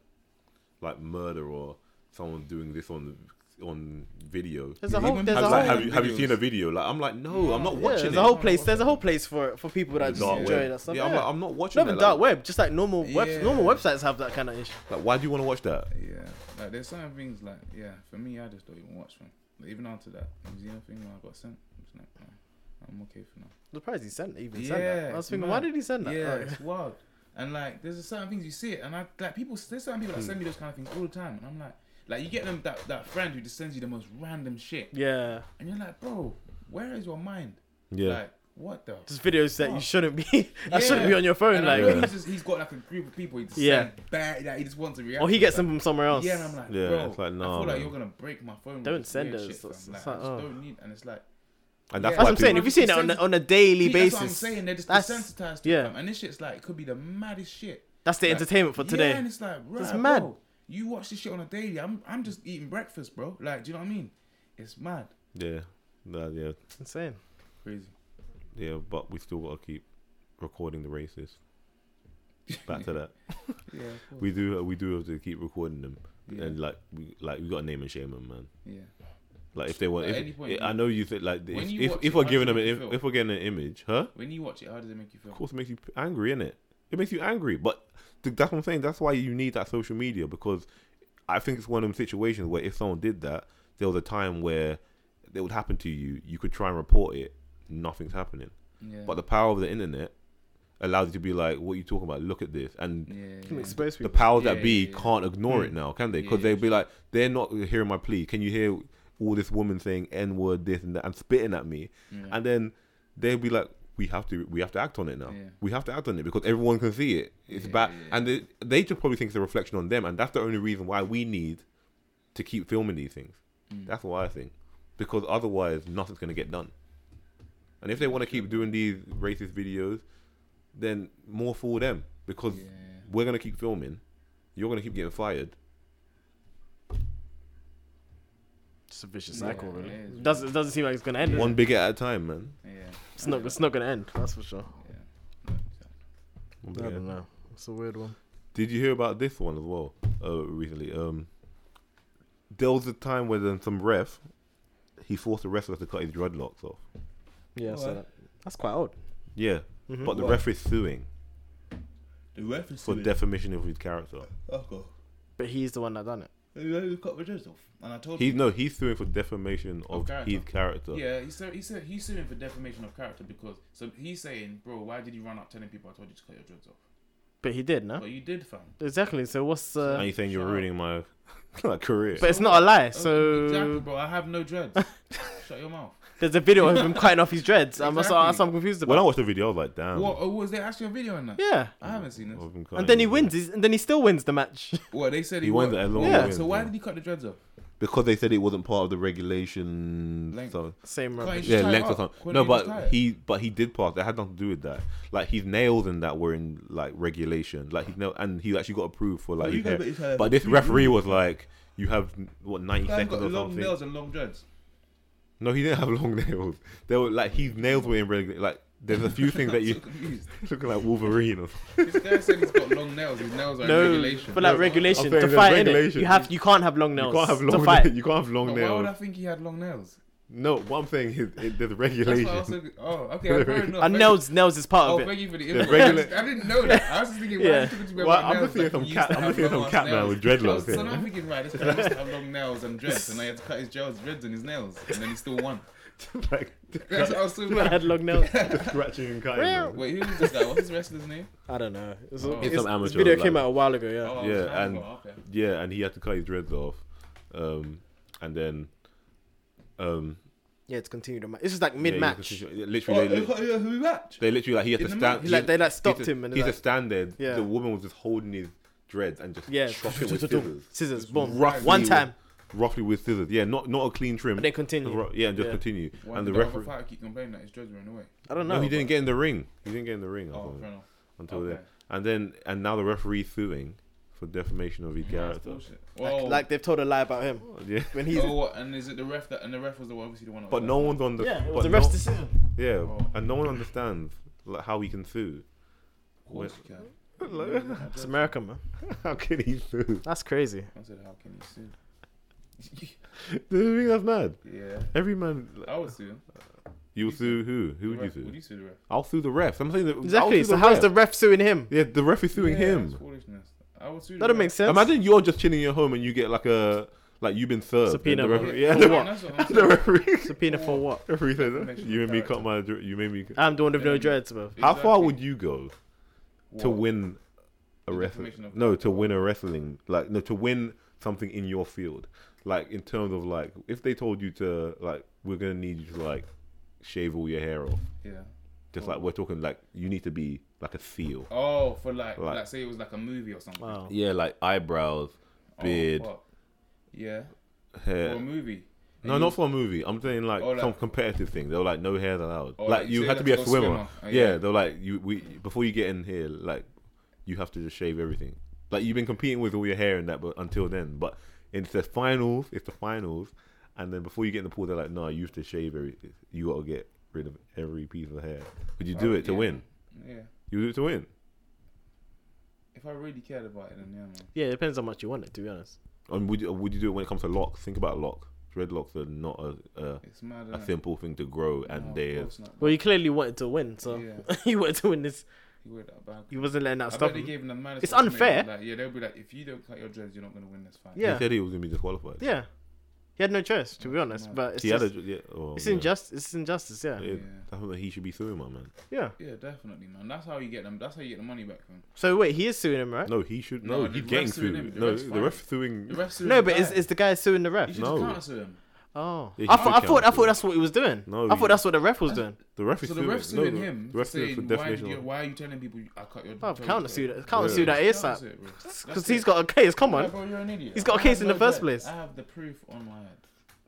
[SPEAKER 1] like murder or someone doing this on on video.
[SPEAKER 3] there's a
[SPEAKER 2] Even
[SPEAKER 3] whole
[SPEAKER 2] when
[SPEAKER 3] there's
[SPEAKER 1] Have,
[SPEAKER 3] a
[SPEAKER 2] people
[SPEAKER 1] like,
[SPEAKER 3] whole
[SPEAKER 1] have you have you
[SPEAKER 2] videos.
[SPEAKER 1] seen a video? Like I'm like, no, I'm not
[SPEAKER 3] yeah,
[SPEAKER 1] watching
[SPEAKER 3] there's
[SPEAKER 1] it.
[SPEAKER 3] a whole place there's a whole place for for people that just
[SPEAKER 1] dark
[SPEAKER 3] enjoy
[SPEAKER 1] web.
[SPEAKER 3] that stuff.
[SPEAKER 1] yeah, I'm, like, I'm not watching
[SPEAKER 3] not
[SPEAKER 1] that.
[SPEAKER 3] even
[SPEAKER 1] like-
[SPEAKER 3] dark web, just like normal
[SPEAKER 2] Yeah.
[SPEAKER 3] web normal websites have that kind of issue.
[SPEAKER 1] Like, why do you want to watch that?
[SPEAKER 2] yeah, like there's certain things like yeah. For me, I just don't even watch them. Like, even after that New Zealand thing when I got sent, I'm just like, "Oh, I'm okay for now.
[SPEAKER 3] I'm surprised he sent even
[SPEAKER 2] yeah,
[SPEAKER 3] sent that. I was
[SPEAKER 2] it's
[SPEAKER 3] thinking,
[SPEAKER 2] mad.
[SPEAKER 3] why did he send that? Oh.
[SPEAKER 2] Yeah,
[SPEAKER 3] Like, *laughs*
[SPEAKER 2] it's wild. And like, there's a certain things you see it, and I like people. There's certain people that
[SPEAKER 3] Hmm.
[SPEAKER 2] send me those kind of things all the time, and I'm like, like you get them that that friend who just sends you the most random shit,
[SPEAKER 3] yeah.
[SPEAKER 2] and you're like, bro, where is your mind?
[SPEAKER 1] Yeah.
[SPEAKER 2] Like, what the?
[SPEAKER 3] Just videos that
[SPEAKER 2] Oh.
[SPEAKER 3] you shouldn't be *laughs* that
[SPEAKER 2] Yeah.
[SPEAKER 3] shouldn't be on your phone,
[SPEAKER 2] And I
[SPEAKER 3] like
[SPEAKER 2] know he's, just, he's got like a group of people. He just
[SPEAKER 3] Yeah.
[SPEAKER 2] yeah, bad, like, he just wants to react.
[SPEAKER 3] *laughs* or he
[SPEAKER 2] to
[SPEAKER 3] gets
[SPEAKER 2] that.
[SPEAKER 3] them from somewhere else.
[SPEAKER 2] Yeah, and I'm like,
[SPEAKER 1] Yeah,
[SPEAKER 2] bro,
[SPEAKER 1] it's like,
[SPEAKER 2] I
[SPEAKER 1] nah,
[SPEAKER 2] feel like
[SPEAKER 1] man.
[SPEAKER 2] you're gonna break my phone. with
[SPEAKER 3] Don't
[SPEAKER 2] this
[SPEAKER 3] send
[SPEAKER 2] weird
[SPEAKER 3] us,
[SPEAKER 2] shit,
[SPEAKER 3] it's-
[SPEAKER 2] fam.
[SPEAKER 3] it's
[SPEAKER 2] Like, I
[SPEAKER 3] like,
[SPEAKER 2] just
[SPEAKER 3] oh.
[SPEAKER 2] don't need, and it's like
[SPEAKER 1] And that's
[SPEAKER 3] That's what
[SPEAKER 1] why
[SPEAKER 3] I'm
[SPEAKER 1] people,
[SPEAKER 3] saying. If you see that on, a- on a daily
[SPEAKER 2] that's what I'm
[SPEAKER 3] basis,
[SPEAKER 2] saying. They're just
[SPEAKER 3] that's-
[SPEAKER 2] desensitized to
[SPEAKER 3] yeah.
[SPEAKER 2] it, fam. and this shit's like it could be the maddest shit.
[SPEAKER 3] that's the
[SPEAKER 2] Like,
[SPEAKER 3] entertainment for
[SPEAKER 2] Yeah, and
[SPEAKER 3] today.
[SPEAKER 2] it's like, right,
[SPEAKER 3] It's
[SPEAKER 2] bro,
[SPEAKER 3] mad.
[SPEAKER 2] You watch this shit on a daily. I'm, I'm just eating breakfast, bro. Like, do you know what I mean? It's mad,
[SPEAKER 1] yeah, Nah, yeah,
[SPEAKER 3] Insane.
[SPEAKER 2] crazy.
[SPEAKER 1] yeah. But we still gotta keep recording the races. Back to
[SPEAKER 3] *laughs*
[SPEAKER 1] that,
[SPEAKER 2] Yeah, cool.
[SPEAKER 1] we do we do have to keep recording them,
[SPEAKER 2] Yeah.
[SPEAKER 1] and like we like we got to name and shame them, man.
[SPEAKER 2] yeah.
[SPEAKER 1] Like if they want,
[SPEAKER 2] At
[SPEAKER 1] if,
[SPEAKER 2] any point,
[SPEAKER 1] I know you think like
[SPEAKER 2] When
[SPEAKER 1] if
[SPEAKER 2] you
[SPEAKER 1] if,
[SPEAKER 2] watch
[SPEAKER 1] if
[SPEAKER 2] it,
[SPEAKER 1] we're
[SPEAKER 2] how
[SPEAKER 1] giving
[SPEAKER 2] does
[SPEAKER 1] them
[SPEAKER 2] it
[SPEAKER 1] an,
[SPEAKER 2] make
[SPEAKER 1] im-
[SPEAKER 2] you
[SPEAKER 1] if we're getting an image, huh?
[SPEAKER 2] When you watch it, how does it make you feel?
[SPEAKER 1] Of course, it makes you angry, innit? It makes you angry, but th- that's what I'm saying. That's why you need that social media because I think it's one of them situations where if someone did that, there was a time where it would happen to you. You could try and report it, nothing's happening.
[SPEAKER 2] Yeah.
[SPEAKER 1] But the power of the internet allows you to be like, "What are you talking about? Look at this." And
[SPEAKER 2] yeah.
[SPEAKER 3] Expose
[SPEAKER 1] the
[SPEAKER 3] people.
[SPEAKER 1] powers that
[SPEAKER 2] Yeah,
[SPEAKER 1] be
[SPEAKER 2] yeah, yeah.
[SPEAKER 1] can't ignore it now, can they? Because
[SPEAKER 2] Yeah,
[SPEAKER 1] they'd be like, they're not hearing my plea. Can you hear all this woman saying N word, this and that, and spitting at me? And then they'd be like, we have to, we have to act on it now.
[SPEAKER 2] Yeah.
[SPEAKER 1] We have to act on it because everyone can see it. It's bad, and they, they just probably think it's a reflection on them, and that's the only reason why we need to keep filming these things.
[SPEAKER 2] Hmm.
[SPEAKER 1] That's what I think, because otherwise nothing's gonna get done. And if they want to keep doing these racist videos, then more for them because
[SPEAKER 2] Yeah.
[SPEAKER 1] we're gonna keep filming. You're gonna keep getting fired.
[SPEAKER 3] It's a vicious
[SPEAKER 2] Yeah,
[SPEAKER 3] cycle, really.
[SPEAKER 2] it is,
[SPEAKER 3] Doesn't doesn't seem like it's gonna end.
[SPEAKER 1] One bigot at a time, man.
[SPEAKER 2] Yeah.
[SPEAKER 3] It's not it's not gonna end. That's for sure.
[SPEAKER 1] One
[SPEAKER 3] I
[SPEAKER 1] bigot at a
[SPEAKER 3] don't
[SPEAKER 1] time.
[SPEAKER 3] know. It's a weird one.
[SPEAKER 1] Did you hear about this one as well? Uh, recently, um, there was a time where then some ref he forced a wrestler to cut his dreadlocks off.
[SPEAKER 3] Yeah,
[SPEAKER 2] I saw Alright.
[SPEAKER 3] that's quite old.
[SPEAKER 1] Yeah, but the
[SPEAKER 2] What?
[SPEAKER 1] ref is suing
[SPEAKER 2] The reference
[SPEAKER 1] for defamation of his character.
[SPEAKER 3] But he's the one that done it.
[SPEAKER 2] cut my dress off, and I told
[SPEAKER 1] He
[SPEAKER 2] him.
[SPEAKER 1] no, he's suing for defamation of,
[SPEAKER 2] Of character.
[SPEAKER 1] his character.
[SPEAKER 2] Yeah, he said he said he's suing for defamation of character because so he's saying, bro, why did you run up telling people I told you to cut your dreads off?
[SPEAKER 3] But he did, no?
[SPEAKER 2] But you did, fam.
[SPEAKER 3] Exactly. So what's
[SPEAKER 1] and
[SPEAKER 3] uh
[SPEAKER 1] he's saying you're
[SPEAKER 2] Shut up.
[SPEAKER 1] ruining my *laughs* like, career.
[SPEAKER 3] but it's not a lie,
[SPEAKER 2] Oh, exactly,
[SPEAKER 3] so
[SPEAKER 2] bro. I have no dreads. Shut your mouth.
[SPEAKER 3] there's a video of him cutting off his dreads. I'm that's what-
[SPEAKER 2] Exactly.
[SPEAKER 3] that's what I'm confused
[SPEAKER 1] when I
[SPEAKER 3] about.
[SPEAKER 1] watched the video, I was like, damn.
[SPEAKER 2] What? Oh, was there actually a video in that?
[SPEAKER 3] Yeah.
[SPEAKER 2] I haven't seen this.
[SPEAKER 1] I've been cutting
[SPEAKER 3] And then he
[SPEAKER 1] his-
[SPEAKER 3] wins, he's- and then he still wins the match.
[SPEAKER 2] Well, they said he,
[SPEAKER 1] He won
[SPEAKER 2] won.
[SPEAKER 1] that long
[SPEAKER 3] Yeah.
[SPEAKER 1] win,
[SPEAKER 2] So why
[SPEAKER 1] yeah.
[SPEAKER 2] did he cut the dreads off?
[SPEAKER 1] because they said it wasn't part of the regulation.
[SPEAKER 2] Length.
[SPEAKER 1] So
[SPEAKER 3] Same
[SPEAKER 2] Can't
[SPEAKER 3] rubbish.
[SPEAKER 2] you-
[SPEAKER 1] yeah,
[SPEAKER 2] tie it
[SPEAKER 1] length or
[SPEAKER 2] up.
[SPEAKER 1] something.
[SPEAKER 2] Why
[SPEAKER 1] No,
[SPEAKER 2] don't you just tie
[SPEAKER 1] but
[SPEAKER 2] it?
[SPEAKER 1] he but he did pass. That had nothing to do with that. Like his nails and that were in like regulation. Like his nail and he actually got approved for like
[SPEAKER 7] Well, you
[SPEAKER 1] his hair.
[SPEAKER 7] can bet his hair-
[SPEAKER 1] But this referee was like, "You have what ninety
[SPEAKER 2] Guy
[SPEAKER 1] seconds
[SPEAKER 2] got
[SPEAKER 1] or
[SPEAKER 2] long
[SPEAKER 1] something."
[SPEAKER 2] nails and long dreads.
[SPEAKER 1] No, he didn't have long *laughs* nails. They were like his nails were in regulation. Like there's a few things that
[SPEAKER 2] I'm so *laughs*
[SPEAKER 1] you *laughs*
[SPEAKER 2] confused.
[SPEAKER 1] looking like Wolverine or something.
[SPEAKER 2] This guy said he's got long nails. His nails are in
[SPEAKER 3] No,
[SPEAKER 2] regulation.
[SPEAKER 3] but like
[SPEAKER 1] No,
[SPEAKER 3] regulation
[SPEAKER 1] I'm saying
[SPEAKER 3] to
[SPEAKER 1] there's
[SPEAKER 3] fight in it.
[SPEAKER 1] regulation.
[SPEAKER 3] You have you can't have long nails.
[SPEAKER 1] You can't have long.
[SPEAKER 3] to
[SPEAKER 1] *laughs*
[SPEAKER 3] fight.
[SPEAKER 1] You can't have long
[SPEAKER 2] But why
[SPEAKER 1] nails.
[SPEAKER 2] would I think he had long nails?
[SPEAKER 1] No, what I'm saying is it, there's
[SPEAKER 2] That's
[SPEAKER 1] regulation.
[SPEAKER 2] what I
[SPEAKER 1] *laughs*
[SPEAKER 2] was thinking. Oh, okay. fair enough.
[SPEAKER 3] And
[SPEAKER 2] Thank
[SPEAKER 3] nails nails is part
[SPEAKER 2] you. Oh,
[SPEAKER 3] of it.
[SPEAKER 2] thank you for the
[SPEAKER 1] The
[SPEAKER 2] info.
[SPEAKER 1] regular-
[SPEAKER 2] I didn't know that. I was just thinking, why
[SPEAKER 3] Yeah.
[SPEAKER 2] yeah. you talking about
[SPEAKER 1] Well,
[SPEAKER 2] my
[SPEAKER 1] I'm
[SPEAKER 2] nails
[SPEAKER 1] just seeing
[SPEAKER 2] like
[SPEAKER 1] some
[SPEAKER 2] you
[SPEAKER 1] cat-
[SPEAKER 2] used to
[SPEAKER 1] I'm
[SPEAKER 2] have
[SPEAKER 1] just seeing some
[SPEAKER 2] long-ass
[SPEAKER 1] cat man
[SPEAKER 2] nails?
[SPEAKER 1] with dreadlocks,
[SPEAKER 2] So,
[SPEAKER 1] yeah.
[SPEAKER 2] so now I'm thinking, right, this guy used to have long nails and dreads, and I had to cut his gels, dreads, and his nails, and then he still
[SPEAKER 1] *laughs*
[SPEAKER 2] won. *laughs*
[SPEAKER 3] *laughs*
[SPEAKER 1] like
[SPEAKER 2] That's what I was so
[SPEAKER 3] I had long nails.
[SPEAKER 1] scratching and cutting. them.
[SPEAKER 2] Wait, who was this guy? What's his wrestler's name?
[SPEAKER 3] I don't know. It was,
[SPEAKER 2] Oh.
[SPEAKER 3] it's,
[SPEAKER 2] It's
[SPEAKER 1] some
[SPEAKER 3] this
[SPEAKER 1] amateur,
[SPEAKER 3] video came
[SPEAKER 1] like-
[SPEAKER 3] out a while ago. Yeah.
[SPEAKER 2] Oh,
[SPEAKER 1] Yeah,
[SPEAKER 2] Triangle,
[SPEAKER 1] and-
[SPEAKER 2] okay.
[SPEAKER 1] Yeah, and he had to cut his dreads off, um, and then. Um,
[SPEAKER 3] Yeah, it's continued. on my- This is like
[SPEAKER 1] yeah,
[SPEAKER 3] mid
[SPEAKER 1] he
[SPEAKER 3] match.
[SPEAKER 1] was- literally,
[SPEAKER 2] Oh,
[SPEAKER 1] they,
[SPEAKER 2] who- who- who match?
[SPEAKER 1] they literally like he had
[SPEAKER 2] In
[SPEAKER 1] to
[SPEAKER 2] the
[SPEAKER 1] stand.
[SPEAKER 2] match?
[SPEAKER 1] he
[SPEAKER 3] Like,
[SPEAKER 1] had-
[SPEAKER 3] they, like, stopped
[SPEAKER 1] he's a-
[SPEAKER 3] him and
[SPEAKER 1] he's
[SPEAKER 3] like-
[SPEAKER 1] a standard.
[SPEAKER 3] Yeah.
[SPEAKER 1] The woman was just holding his dreads and just
[SPEAKER 3] yeah.
[SPEAKER 1] chopping with scissors.
[SPEAKER 3] Scissors. Boom.
[SPEAKER 1] Roughly
[SPEAKER 3] One
[SPEAKER 1] with-
[SPEAKER 3] time.
[SPEAKER 1] roughly with scissors. Yeah, not not a clean trim.
[SPEAKER 3] And then continue.
[SPEAKER 1] Ru- Yeah, and just
[SPEAKER 3] Yeah.
[SPEAKER 1] continue.
[SPEAKER 2] Why
[SPEAKER 1] and
[SPEAKER 2] did
[SPEAKER 1] the
[SPEAKER 2] other
[SPEAKER 1] referee.
[SPEAKER 2] fighter keep complaining that his dreads were in the way?
[SPEAKER 3] I don't know.
[SPEAKER 1] No, he didn't get in the ring. He didn't get in the ring. I
[SPEAKER 2] Oh,
[SPEAKER 1] thought.
[SPEAKER 2] fair enough.
[SPEAKER 1] until
[SPEAKER 2] Okay.
[SPEAKER 1] then. And then and now the referee suing for defamation of his
[SPEAKER 2] That's
[SPEAKER 1] character.
[SPEAKER 2] bullshit. Well,
[SPEAKER 3] Like they've told a lie about him.
[SPEAKER 1] Yeah.
[SPEAKER 3] When he's
[SPEAKER 2] oh, what, and is it the ref that? And the ref was the one, obviously the one. that
[SPEAKER 1] *laughs* But
[SPEAKER 2] was
[SPEAKER 1] no
[SPEAKER 2] like-
[SPEAKER 1] one's on the
[SPEAKER 3] yeah, it
[SPEAKER 1] but
[SPEAKER 3] was the ref's
[SPEAKER 1] no-
[SPEAKER 3] decision.
[SPEAKER 1] Yeah,
[SPEAKER 2] Oh.
[SPEAKER 1] and no one understands like how he can
[SPEAKER 2] *laughs*
[SPEAKER 1] sue.
[SPEAKER 2] Of course he can.
[SPEAKER 1] *laughs*
[SPEAKER 3] It's America, man.
[SPEAKER 1] how can he *laughs* sue?
[SPEAKER 3] That's crazy.
[SPEAKER 2] I said, how can he sue?
[SPEAKER 1] Do you think that's mad?
[SPEAKER 2] yeah,
[SPEAKER 1] Every man, like,
[SPEAKER 2] I would sue. him.
[SPEAKER 1] you sue who? Who
[SPEAKER 2] The
[SPEAKER 1] would you
[SPEAKER 2] ref-
[SPEAKER 1] sue?
[SPEAKER 2] Would you sue the ref?
[SPEAKER 1] I'll sue the refs. I'm saying that,
[SPEAKER 3] Exactly. So how's the ref suing him?
[SPEAKER 1] yeah? The ref is suing
[SPEAKER 2] Yeah,
[SPEAKER 1] him.
[SPEAKER 2] that's foolishness. I would sue.
[SPEAKER 3] That
[SPEAKER 2] the
[SPEAKER 3] don't
[SPEAKER 2] ref.
[SPEAKER 3] make sense.
[SPEAKER 1] Imagine *laughs* you're just chilling in your home and you get like a like you've been served.
[SPEAKER 3] Subpoena,
[SPEAKER 1] and the
[SPEAKER 3] bro.
[SPEAKER 1] referee, yeah, *laughs*
[SPEAKER 2] That's
[SPEAKER 1] the,
[SPEAKER 2] what-
[SPEAKER 1] one-
[SPEAKER 2] that's what I'm
[SPEAKER 1] the
[SPEAKER 2] saying.
[SPEAKER 1] referee.
[SPEAKER 3] subpoena for what?
[SPEAKER 1] referee says,
[SPEAKER 2] Defamation
[SPEAKER 1] "You
[SPEAKER 2] of
[SPEAKER 1] made me
[SPEAKER 2] character.
[SPEAKER 1] cut my. dr- You made me." Cut.
[SPEAKER 3] I'm the one with no
[SPEAKER 2] Um,
[SPEAKER 3] dreads, bro.
[SPEAKER 1] How far
[SPEAKER 2] Exactly.
[SPEAKER 1] would you go to
[SPEAKER 2] What?
[SPEAKER 1] win a
[SPEAKER 2] The
[SPEAKER 1] wrestling?
[SPEAKER 2] defamation of-
[SPEAKER 1] No, to win a wrestling like no to win something in your field. Like in terms of like if they told you to like we're gonna need you to like shave all your hair off.
[SPEAKER 2] Yeah.
[SPEAKER 1] Just like we're talking like you need to be like a seal.
[SPEAKER 2] Oh, for like,
[SPEAKER 1] Like-
[SPEAKER 2] like, say it was like a movie or something.
[SPEAKER 3] Wow.
[SPEAKER 1] Yeah, like eyebrows,
[SPEAKER 2] Oh,
[SPEAKER 1] beard,
[SPEAKER 2] fuck. Yeah.
[SPEAKER 1] hair.
[SPEAKER 2] Or a movie.
[SPEAKER 1] No, not for a movie. I'm saying like
[SPEAKER 2] Or, Oh, like-
[SPEAKER 1] some competitive thing. They were like, no hair's allowed.
[SPEAKER 2] Or,
[SPEAKER 1] like,
[SPEAKER 2] like,
[SPEAKER 1] you
[SPEAKER 2] say
[SPEAKER 1] had
[SPEAKER 2] you
[SPEAKER 1] to be
[SPEAKER 2] have
[SPEAKER 1] a
[SPEAKER 2] to go
[SPEAKER 1] swimmer.
[SPEAKER 2] swimmer. Oh,
[SPEAKER 1] yeah,
[SPEAKER 2] yeah.
[SPEAKER 1] they're like, you we before you get in here, like you have to just shave everything. Like you've been competing with all your hair and that, but until then, but it's the finals. It's the finals, and then before you get in the pool, they're like, no, you have to shave every. You gotta get rid of every piece of hair. Would you do
[SPEAKER 2] Oh,
[SPEAKER 1] it to
[SPEAKER 2] yeah.
[SPEAKER 1] win?
[SPEAKER 2] Yeah.
[SPEAKER 1] You would do it to win.
[SPEAKER 2] If I really cared about it, then yeah, man.
[SPEAKER 3] Yeah, it depends how much you want it, to be honest.
[SPEAKER 1] And would you, would you do it when it comes to locks? Think about locks. Dreadlocks are not a a,
[SPEAKER 2] It's mad.
[SPEAKER 1] a
[SPEAKER 2] innit?
[SPEAKER 1] simple thing to grow,
[SPEAKER 2] No,
[SPEAKER 1] and
[SPEAKER 2] of
[SPEAKER 1] they
[SPEAKER 2] course not.
[SPEAKER 3] Well, you clearly wanted to win, so *laughs*
[SPEAKER 2] Yeah.
[SPEAKER 3] he wanted to win this.
[SPEAKER 2] He wore that bag.
[SPEAKER 3] He wasn't letting that
[SPEAKER 2] I
[SPEAKER 3] stop
[SPEAKER 2] bet they
[SPEAKER 3] him.
[SPEAKER 2] gave him the man.
[SPEAKER 3] It's unfair.
[SPEAKER 2] Like, yeah, they'll be like, if you don't cut your dreads, you're not gonna win this fight.
[SPEAKER 3] Yeah.
[SPEAKER 1] They said he was gonna be disqualified.
[SPEAKER 3] Yeah, he had no choice, to be honest.
[SPEAKER 2] mad.
[SPEAKER 3] But it's
[SPEAKER 1] he
[SPEAKER 3] just,
[SPEAKER 1] had a yeah. oh,
[SPEAKER 3] it's
[SPEAKER 1] yeah.
[SPEAKER 3] injustice. It's injustice. Yeah,
[SPEAKER 1] It-
[SPEAKER 2] Yeah.
[SPEAKER 1] That's something he should be suing, my man.
[SPEAKER 3] yeah.
[SPEAKER 2] Yeah, definitely, man. That's how you get them. That's how you get the money back from.
[SPEAKER 3] So wait, he is suing him, right?
[SPEAKER 1] No, he should.
[SPEAKER 2] No,
[SPEAKER 1] No,
[SPEAKER 2] the
[SPEAKER 1] he's
[SPEAKER 2] ref's
[SPEAKER 1] getting
[SPEAKER 2] suing
[SPEAKER 1] sued.
[SPEAKER 2] him. The
[SPEAKER 1] no,
[SPEAKER 2] ref's
[SPEAKER 1] the
[SPEAKER 2] fine.
[SPEAKER 1] ref suing.
[SPEAKER 2] The ref's
[SPEAKER 3] No, but is is the guy suing the ref?
[SPEAKER 2] you should
[SPEAKER 1] No.
[SPEAKER 2] just counter him.
[SPEAKER 3] Oh,
[SPEAKER 1] Yeah, he
[SPEAKER 3] I,
[SPEAKER 1] should
[SPEAKER 3] thought, I thought I
[SPEAKER 1] count.
[SPEAKER 3] thought that's what he was doing.
[SPEAKER 1] No,
[SPEAKER 3] I thought
[SPEAKER 1] he-
[SPEAKER 3] that's what
[SPEAKER 1] *laughs*
[SPEAKER 3] the ref
[SPEAKER 2] *laughs*
[SPEAKER 3] was doing.
[SPEAKER 1] The ref is
[SPEAKER 2] So the
[SPEAKER 1] suing.
[SPEAKER 2] ref's
[SPEAKER 1] no,
[SPEAKER 2] suing
[SPEAKER 1] the-
[SPEAKER 2] him,
[SPEAKER 1] The ref
[SPEAKER 2] saying,
[SPEAKER 1] suing for
[SPEAKER 2] why, did
[SPEAKER 1] defamation.
[SPEAKER 2] you,
[SPEAKER 1] of-
[SPEAKER 2] why are you telling people you- I cut your?
[SPEAKER 3] Oh,
[SPEAKER 2] dreads
[SPEAKER 3] counter
[SPEAKER 2] off?
[SPEAKER 3] sue that. Counter
[SPEAKER 1] Yeah.
[SPEAKER 3] sue that
[SPEAKER 2] Counter
[SPEAKER 3] is that.
[SPEAKER 2] it, bro.
[SPEAKER 3] Because
[SPEAKER 2] That's
[SPEAKER 3] he's
[SPEAKER 2] it.
[SPEAKER 3] got a case. Come
[SPEAKER 2] Yeah,
[SPEAKER 3] on,
[SPEAKER 2] bro, you're an idiot.
[SPEAKER 3] He's got a
[SPEAKER 2] I
[SPEAKER 3] case
[SPEAKER 2] have
[SPEAKER 3] in the
[SPEAKER 2] no
[SPEAKER 3] first
[SPEAKER 2] dreads.
[SPEAKER 3] place.
[SPEAKER 2] I have the proof on my head.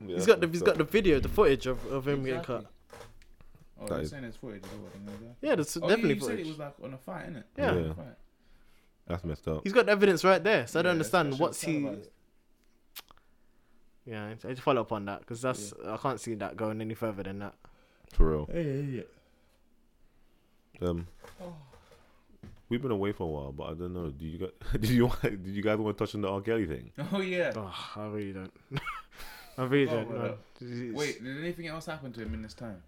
[SPEAKER 1] Yeah,
[SPEAKER 3] he's got the
[SPEAKER 1] that's
[SPEAKER 3] he's
[SPEAKER 1] what's
[SPEAKER 3] got the video, the footage of, of him getting
[SPEAKER 2] Exactly.
[SPEAKER 3] cut.
[SPEAKER 2] Oh,
[SPEAKER 1] That
[SPEAKER 2] you're
[SPEAKER 1] is-
[SPEAKER 2] saying there's footage. Is what I know, yeah.
[SPEAKER 3] Yeah, there's
[SPEAKER 2] Oh,
[SPEAKER 3] definitely
[SPEAKER 2] you said
[SPEAKER 3] footage.
[SPEAKER 2] it was like on a fight, innit?
[SPEAKER 3] Yeah.
[SPEAKER 1] Yeah.
[SPEAKER 2] Right.
[SPEAKER 1] up. That's messed up.
[SPEAKER 3] He's got evidence right there, so I
[SPEAKER 2] Yeah,
[SPEAKER 3] don't understand
[SPEAKER 2] that's
[SPEAKER 3] what's
[SPEAKER 2] actually
[SPEAKER 3] he.
[SPEAKER 2] televised.
[SPEAKER 3] Yeah, I just follow up on that because that's I can't see that going any further than that.
[SPEAKER 1] For real. Um. We've been away for a while, but I don't know. Do you got? *laughs* Did you? want- Did you guys want to touch on the R. Kelly thing?
[SPEAKER 2] *laughs* Oh yeah.
[SPEAKER 3] Oh, I really don't. *laughs* I really
[SPEAKER 2] Oh,
[SPEAKER 3] don't.
[SPEAKER 2] well,
[SPEAKER 3] know. It's-
[SPEAKER 2] Wait, did anything else happen to him in this time?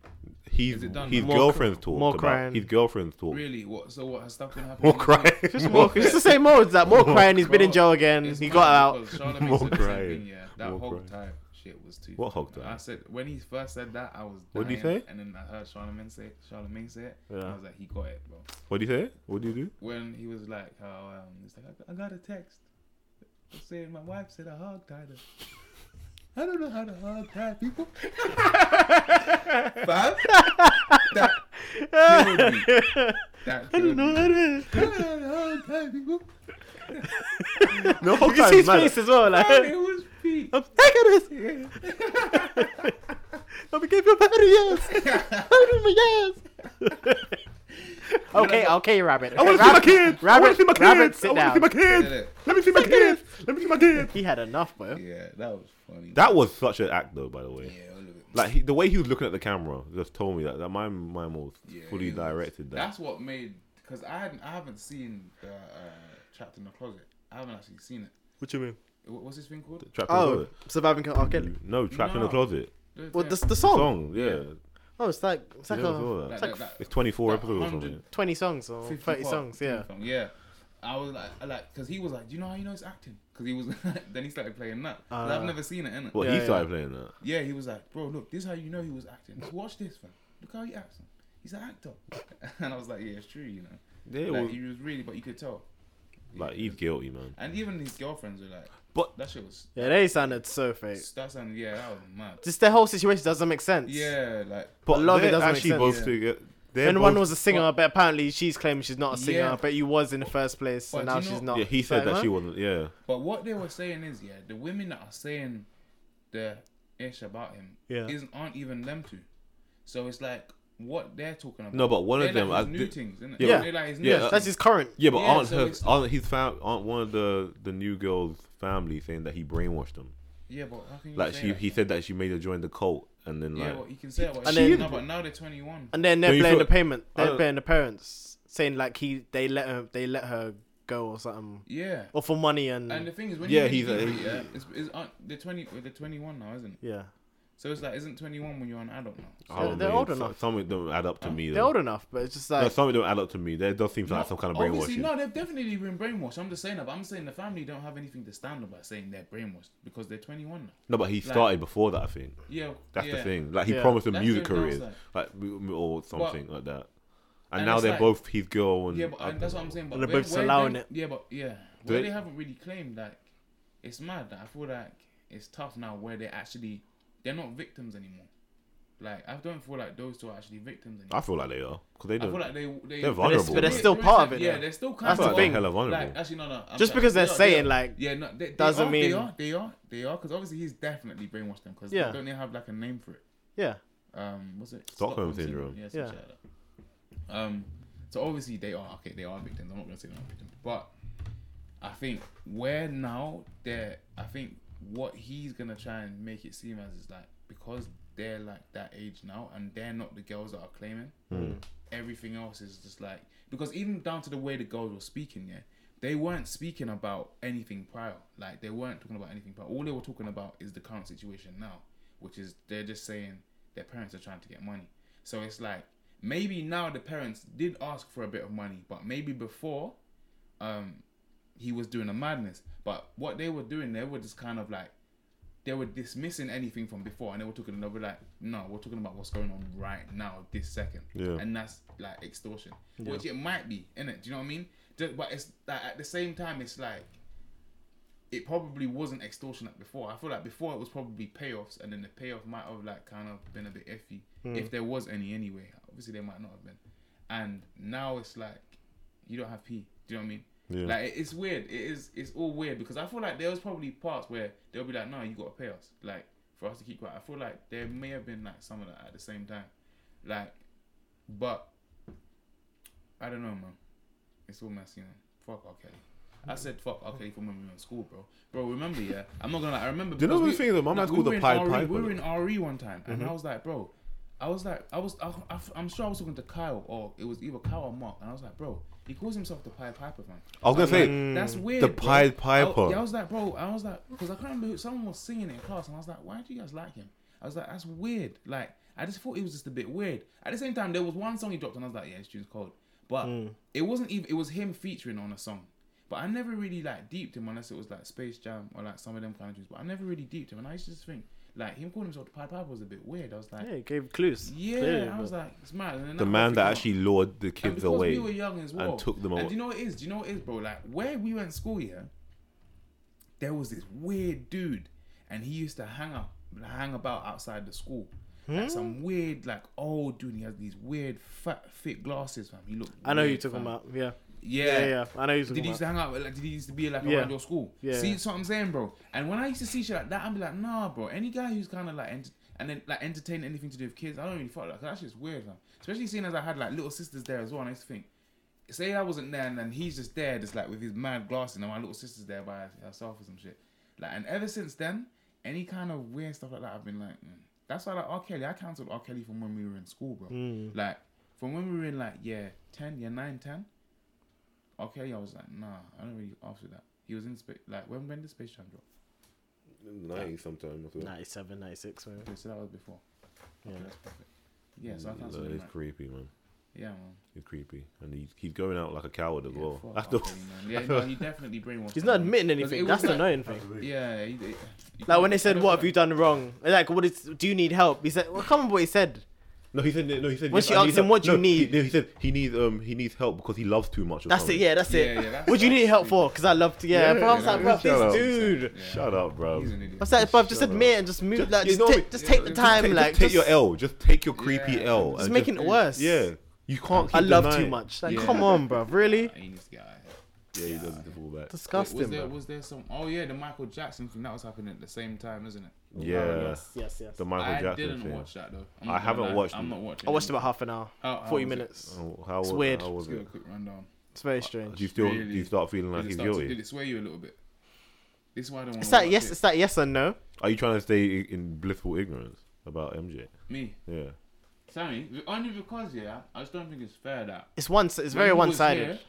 [SPEAKER 1] He's
[SPEAKER 2] it done
[SPEAKER 1] his
[SPEAKER 2] now?
[SPEAKER 3] More
[SPEAKER 1] girlfriend's
[SPEAKER 3] cr-
[SPEAKER 1] talk.
[SPEAKER 3] more
[SPEAKER 1] about,
[SPEAKER 3] crying.
[SPEAKER 1] His girlfriend's talk.
[SPEAKER 2] Really? What? So what has stuff been happening?
[SPEAKER 1] More
[SPEAKER 2] this
[SPEAKER 1] crying.
[SPEAKER 2] week?
[SPEAKER 1] *laughs*
[SPEAKER 3] just more. It's the same mode. It's that
[SPEAKER 6] Oh,
[SPEAKER 3] more crying. He's been in
[SPEAKER 2] Bro,
[SPEAKER 3] jail again.
[SPEAKER 2] It's
[SPEAKER 3] He
[SPEAKER 2] mad
[SPEAKER 3] got out.
[SPEAKER 2] because Charlamagne
[SPEAKER 1] More
[SPEAKER 2] said the same
[SPEAKER 1] crying.
[SPEAKER 2] thing, yeah. That
[SPEAKER 1] More
[SPEAKER 2] whole
[SPEAKER 1] crying.
[SPEAKER 2] time shit was too.
[SPEAKER 1] What hog
[SPEAKER 2] funny.
[SPEAKER 1] time?
[SPEAKER 2] I said when he first said that, I was.
[SPEAKER 1] What did he
[SPEAKER 2] dying,
[SPEAKER 1] say?
[SPEAKER 2] And then I heard Charlamagne say, Charlamagne say it. and
[SPEAKER 1] Yeah.
[SPEAKER 2] I was like, he got it, bro.
[SPEAKER 1] What do you say? What do you do?
[SPEAKER 2] When he was like, how um, it's like I, I got a text saying my wife said a hog tied her. I don't know how to hog tie people. Five. That
[SPEAKER 3] *laughs*
[SPEAKER 2] killed me. That killed me. I don't know how to hog tie people.
[SPEAKER 1] No,
[SPEAKER 3] You can see his face as well. Like,
[SPEAKER 2] it was peak. *laughs*
[SPEAKER 3] I'm *laughs* sick of this.
[SPEAKER 6] *laughs*
[SPEAKER 3] yes. *laughs* okay, okay, rabbit.
[SPEAKER 6] I want to see my
[SPEAKER 3] rabbit,
[SPEAKER 6] kids. I want to see my kids.
[SPEAKER 3] rabbit, sit
[SPEAKER 6] I want to see my
[SPEAKER 3] down.
[SPEAKER 6] kids. Let me see my kids. Let me see my kids.
[SPEAKER 3] He had enough, bro.
[SPEAKER 2] Yeah, that was funny.
[SPEAKER 6] That was such an act, though. By the way,
[SPEAKER 2] yeah, all of it.
[SPEAKER 6] like he, the way he was looking at the camera just told me that, that my my was
[SPEAKER 2] Yeah,
[SPEAKER 6] fully
[SPEAKER 2] it was-
[SPEAKER 6] directed. That
[SPEAKER 2] That's what made because I hadn't, I haven't seen the uh, trapped in the closet. I haven't actually seen it.
[SPEAKER 3] What you mean?
[SPEAKER 2] What was this thing called?
[SPEAKER 6] trapped in the
[SPEAKER 3] Oh,
[SPEAKER 6] closet.
[SPEAKER 3] surviving R. Kelly.
[SPEAKER 6] No, trapped in the
[SPEAKER 2] No.
[SPEAKER 6] closet.
[SPEAKER 3] Well,
[SPEAKER 2] Yeah,
[SPEAKER 3] the, the song.
[SPEAKER 6] Song, yeah.
[SPEAKER 3] Oh, it's like it's like
[SPEAKER 6] Yeah, I
[SPEAKER 3] a-
[SPEAKER 6] saw that.
[SPEAKER 2] like
[SPEAKER 3] like
[SPEAKER 2] that- that-
[SPEAKER 6] It's twenty four
[SPEAKER 2] that
[SPEAKER 6] episodes or
[SPEAKER 2] 100
[SPEAKER 6] something.
[SPEAKER 3] twenty songs or
[SPEAKER 2] 50
[SPEAKER 3] thirty
[SPEAKER 2] part,
[SPEAKER 3] songs. Yeah.
[SPEAKER 2] 50 song, yeah. I was like, I like, cause he was like, do you know how you know it's acting? Cause he was, *laughs* then he started playing that.
[SPEAKER 3] Ah.
[SPEAKER 2] 'Cause I've never seen it in it.
[SPEAKER 6] But
[SPEAKER 3] Yeah,
[SPEAKER 6] he
[SPEAKER 3] yeah.
[SPEAKER 6] started playing that.
[SPEAKER 2] Yeah, he was like, bro, look, this is how you know he was acting. Watch this, man. Look how he acts. man. He's an actor. *laughs* and I was like, yeah, it's true, you know.
[SPEAKER 6] Yeah, it
[SPEAKER 2] like,
[SPEAKER 6] was-
[SPEAKER 2] he was really, but you could tell.
[SPEAKER 6] Like he's guilty, man.
[SPEAKER 2] And even his girlfriends were like,
[SPEAKER 6] But
[SPEAKER 2] that shit was,
[SPEAKER 3] Yeah, they sounded so fake.
[SPEAKER 2] that's and yeah, that was
[SPEAKER 3] *laughs*
[SPEAKER 2] mad.
[SPEAKER 3] Just the whole situation doesn't make sense.
[SPEAKER 2] Yeah, like,
[SPEAKER 6] but
[SPEAKER 3] love it
[SPEAKER 6] they're
[SPEAKER 3] doesn't make
[SPEAKER 6] actually
[SPEAKER 3] sense.
[SPEAKER 6] both
[SPEAKER 2] Yeah.
[SPEAKER 6] together.
[SPEAKER 3] And one was
[SPEAKER 6] a
[SPEAKER 3] a singer,
[SPEAKER 2] Well-
[SPEAKER 3] but apparently she's claiming she's not a singer,
[SPEAKER 2] Yeah.
[SPEAKER 3] but you was in the first place,
[SPEAKER 2] Well,
[SPEAKER 3] and
[SPEAKER 2] do
[SPEAKER 3] now
[SPEAKER 2] you know-
[SPEAKER 3] she's not.
[SPEAKER 6] yeah. He
[SPEAKER 3] It's
[SPEAKER 6] said
[SPEAKER 3] like,
[SPEAKER 6] that she
[SPEAKER 3] huh?
[SPEAKER 6] wasn't. Yeah,
[SPEAKER 2] but what they were saying is, yeah, the women that are saying the ish about him
[SPEAKER 3] Yeah.
[SPEAKER 2] isn't, aren't even them two. So it's like, what they're talking about.
[SPEAKER 6] No, but one of
[SPEAKER 2] They're
[SPEAKER 6] them,
[SPEAKER 2] like his
[SPEAKER 6] I
[SPEAKER 2] new
[SPEAKER 6] did-
[SPEAKER 2] things, isn't it?
[SPEAKER 6] Yeah.
[SPEAKER 2] They're like his new
[SPEAKER 6] Yeah,
[SPEAKER 2] things.
[SPEAKER 3] That's his current.
[SPEAKER 6] yeah. But
[SPEAKER 2] Yeah,
[SPEAKER 6] aren't
[SPEAKER 2] so
[SPEAKER 6] her,
[SPEAKER 2] it's-
[SPEAKER 6] aren't his fam, aren't one of the the new girl's family saying that he brainwashed them?
[SPEAKER 2] yeah, but how can you
[SPEAKER 6] Like
[SPEAKER 2] say
[SPEAKER 6] she,
[SPEAKER 2] that?
[SPEAKER 6] he said that she made her join the cult, and then
[SPEAKER 2] Yeah,
[SPEAKER 6] like
[SPEAKER 2] but you can say that. But,
[SPEAKER 3] And
[SPEAKER 2] she-
[SPEAKER 3] then-
[SPEAKER 2] no, but now they're 21.
[SPEAKER 3] And then they're
[SPEAKER 6] Don't you
[SPEAKER 3] playing
[SPEAKER 6] feel-
[SPEAKER 3] the payment.
[SPEAKER 6] I
[SPEAKER 3] They're
[SPEAKER 6] don't-
[SPEAKER 3] playing the parents, saying like he they let her they let her go or something,
[SPEAKER 2] Yeah.
[SPEAKER 3] or for money and,
[SPEAKER 2] And the thing is, when
[SPEAKER 6] Oh. Yeah,
[SPEAKER 2] you
[SPEAKER 6] he's
[SPEAKER 2] he's
[SPEAKER 6] a-
[SPEAKER 2] puberty, yeah, it's, it's on, they're twenty, well, they're twenty-one now, isn't it?
[SPEAKER 3] yeah.
[SPEAKER 2] So it's like, isn't twenty-one when you're an adult now?
[SPEAKER 6] I don't
[SPEAKER 3] They're
[SPEAKER 6] know,
[SPEAKER 3] old
[SPEAKER 6] so-
[SPEAKER 3] enough.
[SPEAKER 6] Some of them don't add up to me.
[SPEAKER 3] They're
[SPEAKER 6] though.
[SPEAKER 3] old enough, but it's just like
[SPEAKER 6] No, some of them don't add up to me. There does seem to
[SPEAKER 2] No,
[SPEAKER 6] like some kind of
[SPEAKER 2] obviously,
[SPEAKER 6] brainwashing.
[SPEAKER 2] no, they've definitely been brainwashed. I'm just saying that. But I'm saying the family don't have anything to stand about saying they're brainwashed because they're twenty-one now.
[SPEAKER 6] No, but he started before that. I think
[SPEAKER 2] Yeah,
[SPEAKER 6] that's
[SPEAKER 2] yeah.
[SPEAKER 6] the thing. Like he
[SPEAKER 3] Yeah.
[SPEAKER 6] promised them
[SPEAKER 2] That's
[SPEAKER 6] music
[SPEAKER 2] what it
[SPEAKER 6] careers,
[SPEAKER 2] sounds
[SPEAKER 6] like. m- or something like that. And,
[SPEAKER 2] and
[SPEAKER 6] now
[SPEAKER 2] it's
[SPEAKER 6] they're
[SPEAKER 2] like-
[SPEAKER 6] both his girl and
[SPEAKER 2] Yeah, but
[SPEAKER 6] I
[SPEAKER 2] and that's what
[SPEAKER 6] don't
[SPEAKER 2] I'm
[SPEAKER 6] know.
[SPEAKER 2] saying. But
[SPEAKER 3] And they're
[SPEAKER 2] where-
[SPEAKER 3] both
[SPEAKER 2] where
[SPEAKER 3] allowing
[SPEAKER 2] they-
[SPEAKER 3] it.
[SPEAKER 2] Yeah, but yeah,
[SPEAKER 6] Do
[SPEAKER 2] where
[SPEAKER 6] they-
[SPEAKER 2] they haven't really claimed like, it's mad that I feel like it's tough now where they actually they're not victims anymore. Like I don't feel like those two are actually victims anymore.
[SPEAKER 6] I feel like they are because they
[SPEAKER 2] I
[SPEAKER 6] don't.
[SPEAKER 2] feel like they they
[SPEAKER 6] They're
[SPEAKER 3] but, it's,
[SPEAKER 6] vulnerable.
[SPEAKER 3] but they're
[SPEAKER 6] Yeah,
[SPEAKER 3] still
[SPEAKER 2] Yeah,
[SPEAKER 3] part of it.
[SPEAKER 2] Yeah,
[SPEAKER 3] though.
[SPEAKER 2] they're still kind
[SPEAKER 3] That's
[SPEAKER 2] of
[SPEAKER 3] the thing.
[SPEAKER 6] hella vulnerable.
[SPEAKER 2] Like, actually, no, no. I'm
[SPEAKER 3] Just
[SPEAKER 2] sorry.
[SPEAKER 3] because they're
[SPEAKER 2] They are-
[SPEAKER 3] saying,
[SPEAKER 2] they are-
[SPEAKER 3] like,
[SPEAKER 2] yeah, no, they, they
[SPEAKER 3] doesn't
[SPEAKER 2] are,
[SPEAKER 3] mean-
[SPEAKER 2] they are, they are, they are, because obviously he's definitely brainwashed them. Because
[SPEAKER 3] Yeah.
[SPEAKER 2] don't they have like a name for it?
[SPEAKER 3] yeah.
[SPEAKER 2] Um, what's it?
[SPEAKER 6] Stockholm syndrome.
[SPEAKER 2] Yeah, some
[SPEAKER 3] Yeah.
[SPEAKER 2] shit like that. Um, so obviously they are okay. They are victims. I'm not gonna say they're not victims, but I think where now they're, I think what he's gonna try and make it seem as is like because they're like that age now and they're not the girls that are claiming.
[SPEAKER 6] Hmm.
[SPEAKER 2] Everything else is just like because even down to the way the girls were speaking, yeah, they weren't speaking about anything prior. Like they weren't talking about anything prior. All they were talking about is the current situation now, which is they're just saying their parents are trying to get money. So it's like maybe now the parents did ask for a bit of money, but maybe before um he was doing a madness. But what they were doing, they were just kind of like they were dismissing anything from before, and they were talking. They were like, "No, we're talking about what's going on right now, this second.
[SPEAKER 6] Yeah.
[SPEAKER 2] and that's like extortion, which it might be, innit? Do you know what I mean? Ju- But it's like at the same time, it's like it probably wasn't extortion like before. I feel like before it was probably payoffs, and then the payoff might have like kind of been a bit iffy, if there was any anyway. Obviously, there might not have been, and now it's like you don't have P. Do you know what I mean?
[SPEAKER 6] Yeah.
[SPEAKER 2] Like it- it's weird. It is. It's all weird because I feel like there was probably parts where they'll be like, "No, you gotta pay us." Like for us to keep quiet. I feel like there may have been like some of that at the same time, like, but I don't know, man. It's all messy, man. Fuck R. Kelly. I said fuck R. Kelly from when we were in school, bro. Bro, remember, yeah? I'm not gonna lie, I remember.
[SPEAKER 6] you know
[SPEAKER 2] because
[SPEAKER 6] the
[SPEAKER 2] we-
[SPEAKER 6] thing is, my man's
[SPEAKER 2] we
[SPEAKER 6] called
[SPEAKER 2] were
[SPEAKER 6] the
[SPEAKER 2] in
[SPEAKER 6] Pied
[SPEAKER 2] RE
[SPEAKER 6] Piper. Mm-hmm.
[SPEAKER 2] We were in RE one time, and I was like, bro, I was like, I was, I, I, am sure I was talking to Kyle, or it was either Kyle or Mark, and I was like, bro, he calls himself the Pied Piper, man.
[SPEAKER 6] I was gonna say
[SPEAKER 2] That's
[SPEAKER 1] Mm.
[SPEAKER 2] weird.
[SPEAKER 6] the
[SPEAKER 2] bro.
[SPEAKER 6] Pied Piper.
[SPEAKER 2] I, yeah, I was like, bro, I was like, because I can't remember who, someone was singing it in class, and I was like, why do you guys like him? I was like, that's weird. Like, I just thought it was just a bit weird. At the same time, there was one song he dropped, and I was like, yeah, this tune's cold. But
[SPEAKER 6] Mm.
[SPEAKER 2] it wasn't even. It was him featuring on a song. But I never really like deeped him unless it was like Space Jam or like some of them kind of tunes. But I never really deeped him, and I used to just think like him calling himself the Pied Piper was a bit weird. I was like,
[SPEAKER 3] Yeah, he gave clues.
[SPEAKER 2] yeah,
[SPEAKER 3] clearly,
[SPEAKER 2] I was
[SPEAKER 3] but-
[SPEAKER 2] like, it's mad. And then
[SPEAKER 6] the man that
[SPEAKER 2] Africa-
[SPEAKER 6] actually lured the
[SPEAKER 2] and
[SPEAKER 6] kids
[SPEAKER 2] because
[SPEAKER 6] away
[SPEAKER 2] We were young as well.
[SPEAKER 6] and took them
[SPEAKER 2] And
[SPEAKER 6] away.
[SPEAKER 2] do you know what it is? Do you know what it is, bro? Like where we went to school, yeah. There was this weird dude, and he used to hang out, hang about outside the school. Like
[SPEAKER 3] Hmm?
[SPEAKER 2] some weird, like old dude. He has these weird, fat, thick glasses, fam. He looked.
[SPEAKER 3] I know who
[SPEAKER 2] weird,
[SPEAKER 3] you're talking
[SPEAKER 2] fam.
[SPEAKER 3] about. Yeah.
[SPEAKER 2] Yeah.
[SPEAKER 3] Yeah, yeah. I know
[SPEAKER 2] Did he
[SPEAKER 3] who you're talking
[SPEAKER 2] used to
[SPEAKER 3] about.
[SPEAKER 2] hang out? with- Like, did he used to be like
[SPEAKER 3] Yeah.
[SPEAKER 2] around your school?
[SPEAKER 3] Yeah,
[SPEAKER 2] See
[SPEAKER 3] yeah.
[SPEAKER 2] that's what I'm saying, bro? And when I used to see shit like that, I'd be like, nah, bro. Any guy who's kind of like, ent- And then like entertain anything to do with kids, I don't really fuck with that. 'cause That shit's weird, man. Especially seeing as I had like little sisters there as well. And I used to think, say I wasn't there, and then he's just there, just like with his mad glasses, and my little sister's there by herself or some shit. Like, and ever since then, any kind of weird stuff like that, I've been like, mm. that's why like R. Kelly, I cancelled R. Kelly from when we were in school, bro.
[SPEAKER 3] Mm.
[SPEAKER 2] Like, from when we were in like year ten, year nine, ten. R. Kelly, I was like, nah, I don't really after that. He was in space, like when when did Space Jam drop?
[SPEAKER 1] 90 sometime. I feel.
[SPEAKER 3] 97, 96, whatever.
[SPEAKER 2] Okay, so that was before.
[SPEAKER 3] Yeah.
[SPEAKER 2] Yeah, so I
[SPEAKER 1] No,
[SPEAKER 2] cancelled him.
[SPEAKER 1] it's
[SPEAKER 2] Like,
[SPEAKER 1] creepy, man.
[SPEAKER 2] yeah, man.
[SPEAKER 1] It's creepy, and he's, he's going out like a coward as *laughs* well.
[SPEAKER 6] *laughs*
[SPEAKER 2] fuck
[SPEAKER 1] That's
[SPEAKER 2] R.
[SPEAKER 1] the
[SPEAKER 2] Kelly, man. Yeah, no, he definitely brainwashed.
[SPEAKER 3] He's
[SPEAKER 2] him,
[SPEAKER 3] not
[SPEAKER 2] man.
[SPEAKER 3] admitting
[SPEAKER 2] 'Cause
[SPEAKER 3] anything.
[SPEAKER 2] it
[SPEAKER 3] That's
[SPEAKER 2] was
[SPEAKER 3] the
[SPEAKER 2] like-
[SPEAKER 3] annoying thing.
[SPEAKER 2] Yeah, he, he,
[SPEAKER 3] Like when they
[SPEAKER 2] I
[SPEAKER 3] said,
[SPEAKER 2] don't
[SPEAKER 3] "What have
[SPEAKER 2] know.
[SPEAKER 3] you done wrong?" Like, "What is? Do you need help?" He said, well, "Come on, what he said."
[SPEAKER 1] no. He said no. He said
[SPEAKER 3] When
[SPEAKER 1] yes,
[SPEAKER 3] she
[SPEAKER 1] I
[SPEAKER 3] asked
[SPEAKER 1] need
[SPEAKER 3] him,
[SPEAKER 1] help.
[SPEAKER 3] "What do you
[SPEAKER 1] No,
[SPEAKER 3] need?"
[SPEAKER 1] He, he said he needs um he needs help because he loves too much. or
[SPEAKER 3] That's it.
[SPEAKER 1] something.
[SPEAKER 3] Yeah, that's
[SPEAKER 2] Yeah,
[SPEAKER 3] it.
[SPEAKER 2] yeah, that's-
[SPEAKER 3] what do you need help
[SPEAKER 2] that's-
[SPEAKER 3] for? Because I love to. Yeah,
[SPEAKER 1] Yeah,
[SPEAKER 3] bro, I was
[SPEAKER 1] yeah,
[SPEAKER 3] like,
[SPEAKER 1] yeah.
[SPEAKER 3] bro,
[SPEAKER 1] Shut up.
[SPEAKER 3] this dude.
[SPEAKER 2] Yeah.
[SPEAKER 1] Shut up, bro.
[SPEAKER 2] He's an idiot.
[SPEAKER 3] I was like, bro, just
[SPEAKER 1] Shut
[SPEAKER 3] admit and just move. Like,
[SPEAKER 1] you
[SPEAKER 3] just,
[SPEAKER 1] know
[SPEAKER 3] ta-
[SPEAKER 1] what?
[SPEAKER 3] just take the
[SPEAKER 2] Just
[SPEAKER 3] time.
[SPEAKER 1] Take,
[SPEAKER 3] like,
[SPEAKER 1] just take your
[SPEAKER 3] just-
[SPEAKER 1] L. Just take your creepy
[SPEAKER 2] Yeah.
[SPEAKER 1] L.
[SPEAKER 3] Just
[SPEAKER 1] and
[SPEAKER 3] making it worse.
[SPEAKER 1] Yeah, you can't. Keep
[SPEAKER 3] I love too
[SPEAKER 1] denying-
[SPEAKER 3] much. Like,
[SPEAKER 2] Yeah.
[SPEAKER 3] come on, bro. Really?
[SPEAKER 2] Nah, he needs to get out of here.
[SPEAKER 1] Yeah, he doesn't fall back.
[SPEAKER 2] Wait,
[SPEAKER 3] Disgusting.
[SPEAKER 2] was there
[SPEAKER 3] bro.
[SPEAKER 2] was there some? Oh yeah, the Michael Jackson thing that was happening at the same time, isn't it?
[SPEAKER 1] Yeah,
[SPEAKER 3] Oh, yes, yes, yes.
[SPEAKER 1] the Michael
[SPEAKER 2] I
[SPEAKER 1] Jackson
[SPEAKER 2] didn't
[SPEAKER 1] thing.
[SPEAKER 2] watch that though. I'm
[SPEAKER 1] I
[SPEAKER 2] not gonna
[SPEAKER 1] haven't
[SPEAKER 2] lie,
[SPEAKER 1] watched
[SPEAKER 2] I'm
[SPEAKER 1] it.
[SPEAKER 2] not watching.
[SPEAKER 3] I watched
[SPEAKER 2] it.
[SPEAKER 3] about half an hour,
[SPEAKER 2] How- how
[SPEAKER 3] forty
[SPEAKER 2] was it?
[SPEAKER 3] minutes.
[SPEAKER 1] Oh, how
[SPEAKER 3] It's
[SPEAKER 1] was,
[SPEAKER 3] weird.
[SPEAKER 1] How
[SPEAKER 2] Let's
[SPEAKER 1] was
[SPEAKER 2] give it
[SPEAKER 1] it?
[SPEAKER 2] a quick rundown.
[SPEAKER 3] It's very
[SPEAKER 1] Do
[SPEAKER 3] strange.
[SPEAKER 1] you still do
[SPEAKER 2] Really?
[SPEAKER 1] you start feeling like
[SPEAKER 2] Did it,
[SPEAKER 1] he's
[SPEAKER 2] start to,
[SPEAKER 1] guilty?
[SPEAKER 2] did it sway you a little bit? This is why I don't want
[SPEAKER 3] It's
[SPEAKER 2] to.
[SPEAKER 3] that yes.
[SPEAKER 2] it.
[SPEAKER 3] It's that yes and no.
[SPEAKER 1] Are you trying to stay in blissful ignorance about MJ?
[SPEAKER 2] me,
[SPEAKER 1] Yeah.
[SPEAKER 2] Sammy. Only because yeah, I just don't think it's fair that
[SPEAKER 3] It's one. It's
[SPEAKER 2] when
[SPEAKER 3] very
[SPEAKER 2] he was
[SPEAKER 3] one sided.
[SPEAKER 2] here-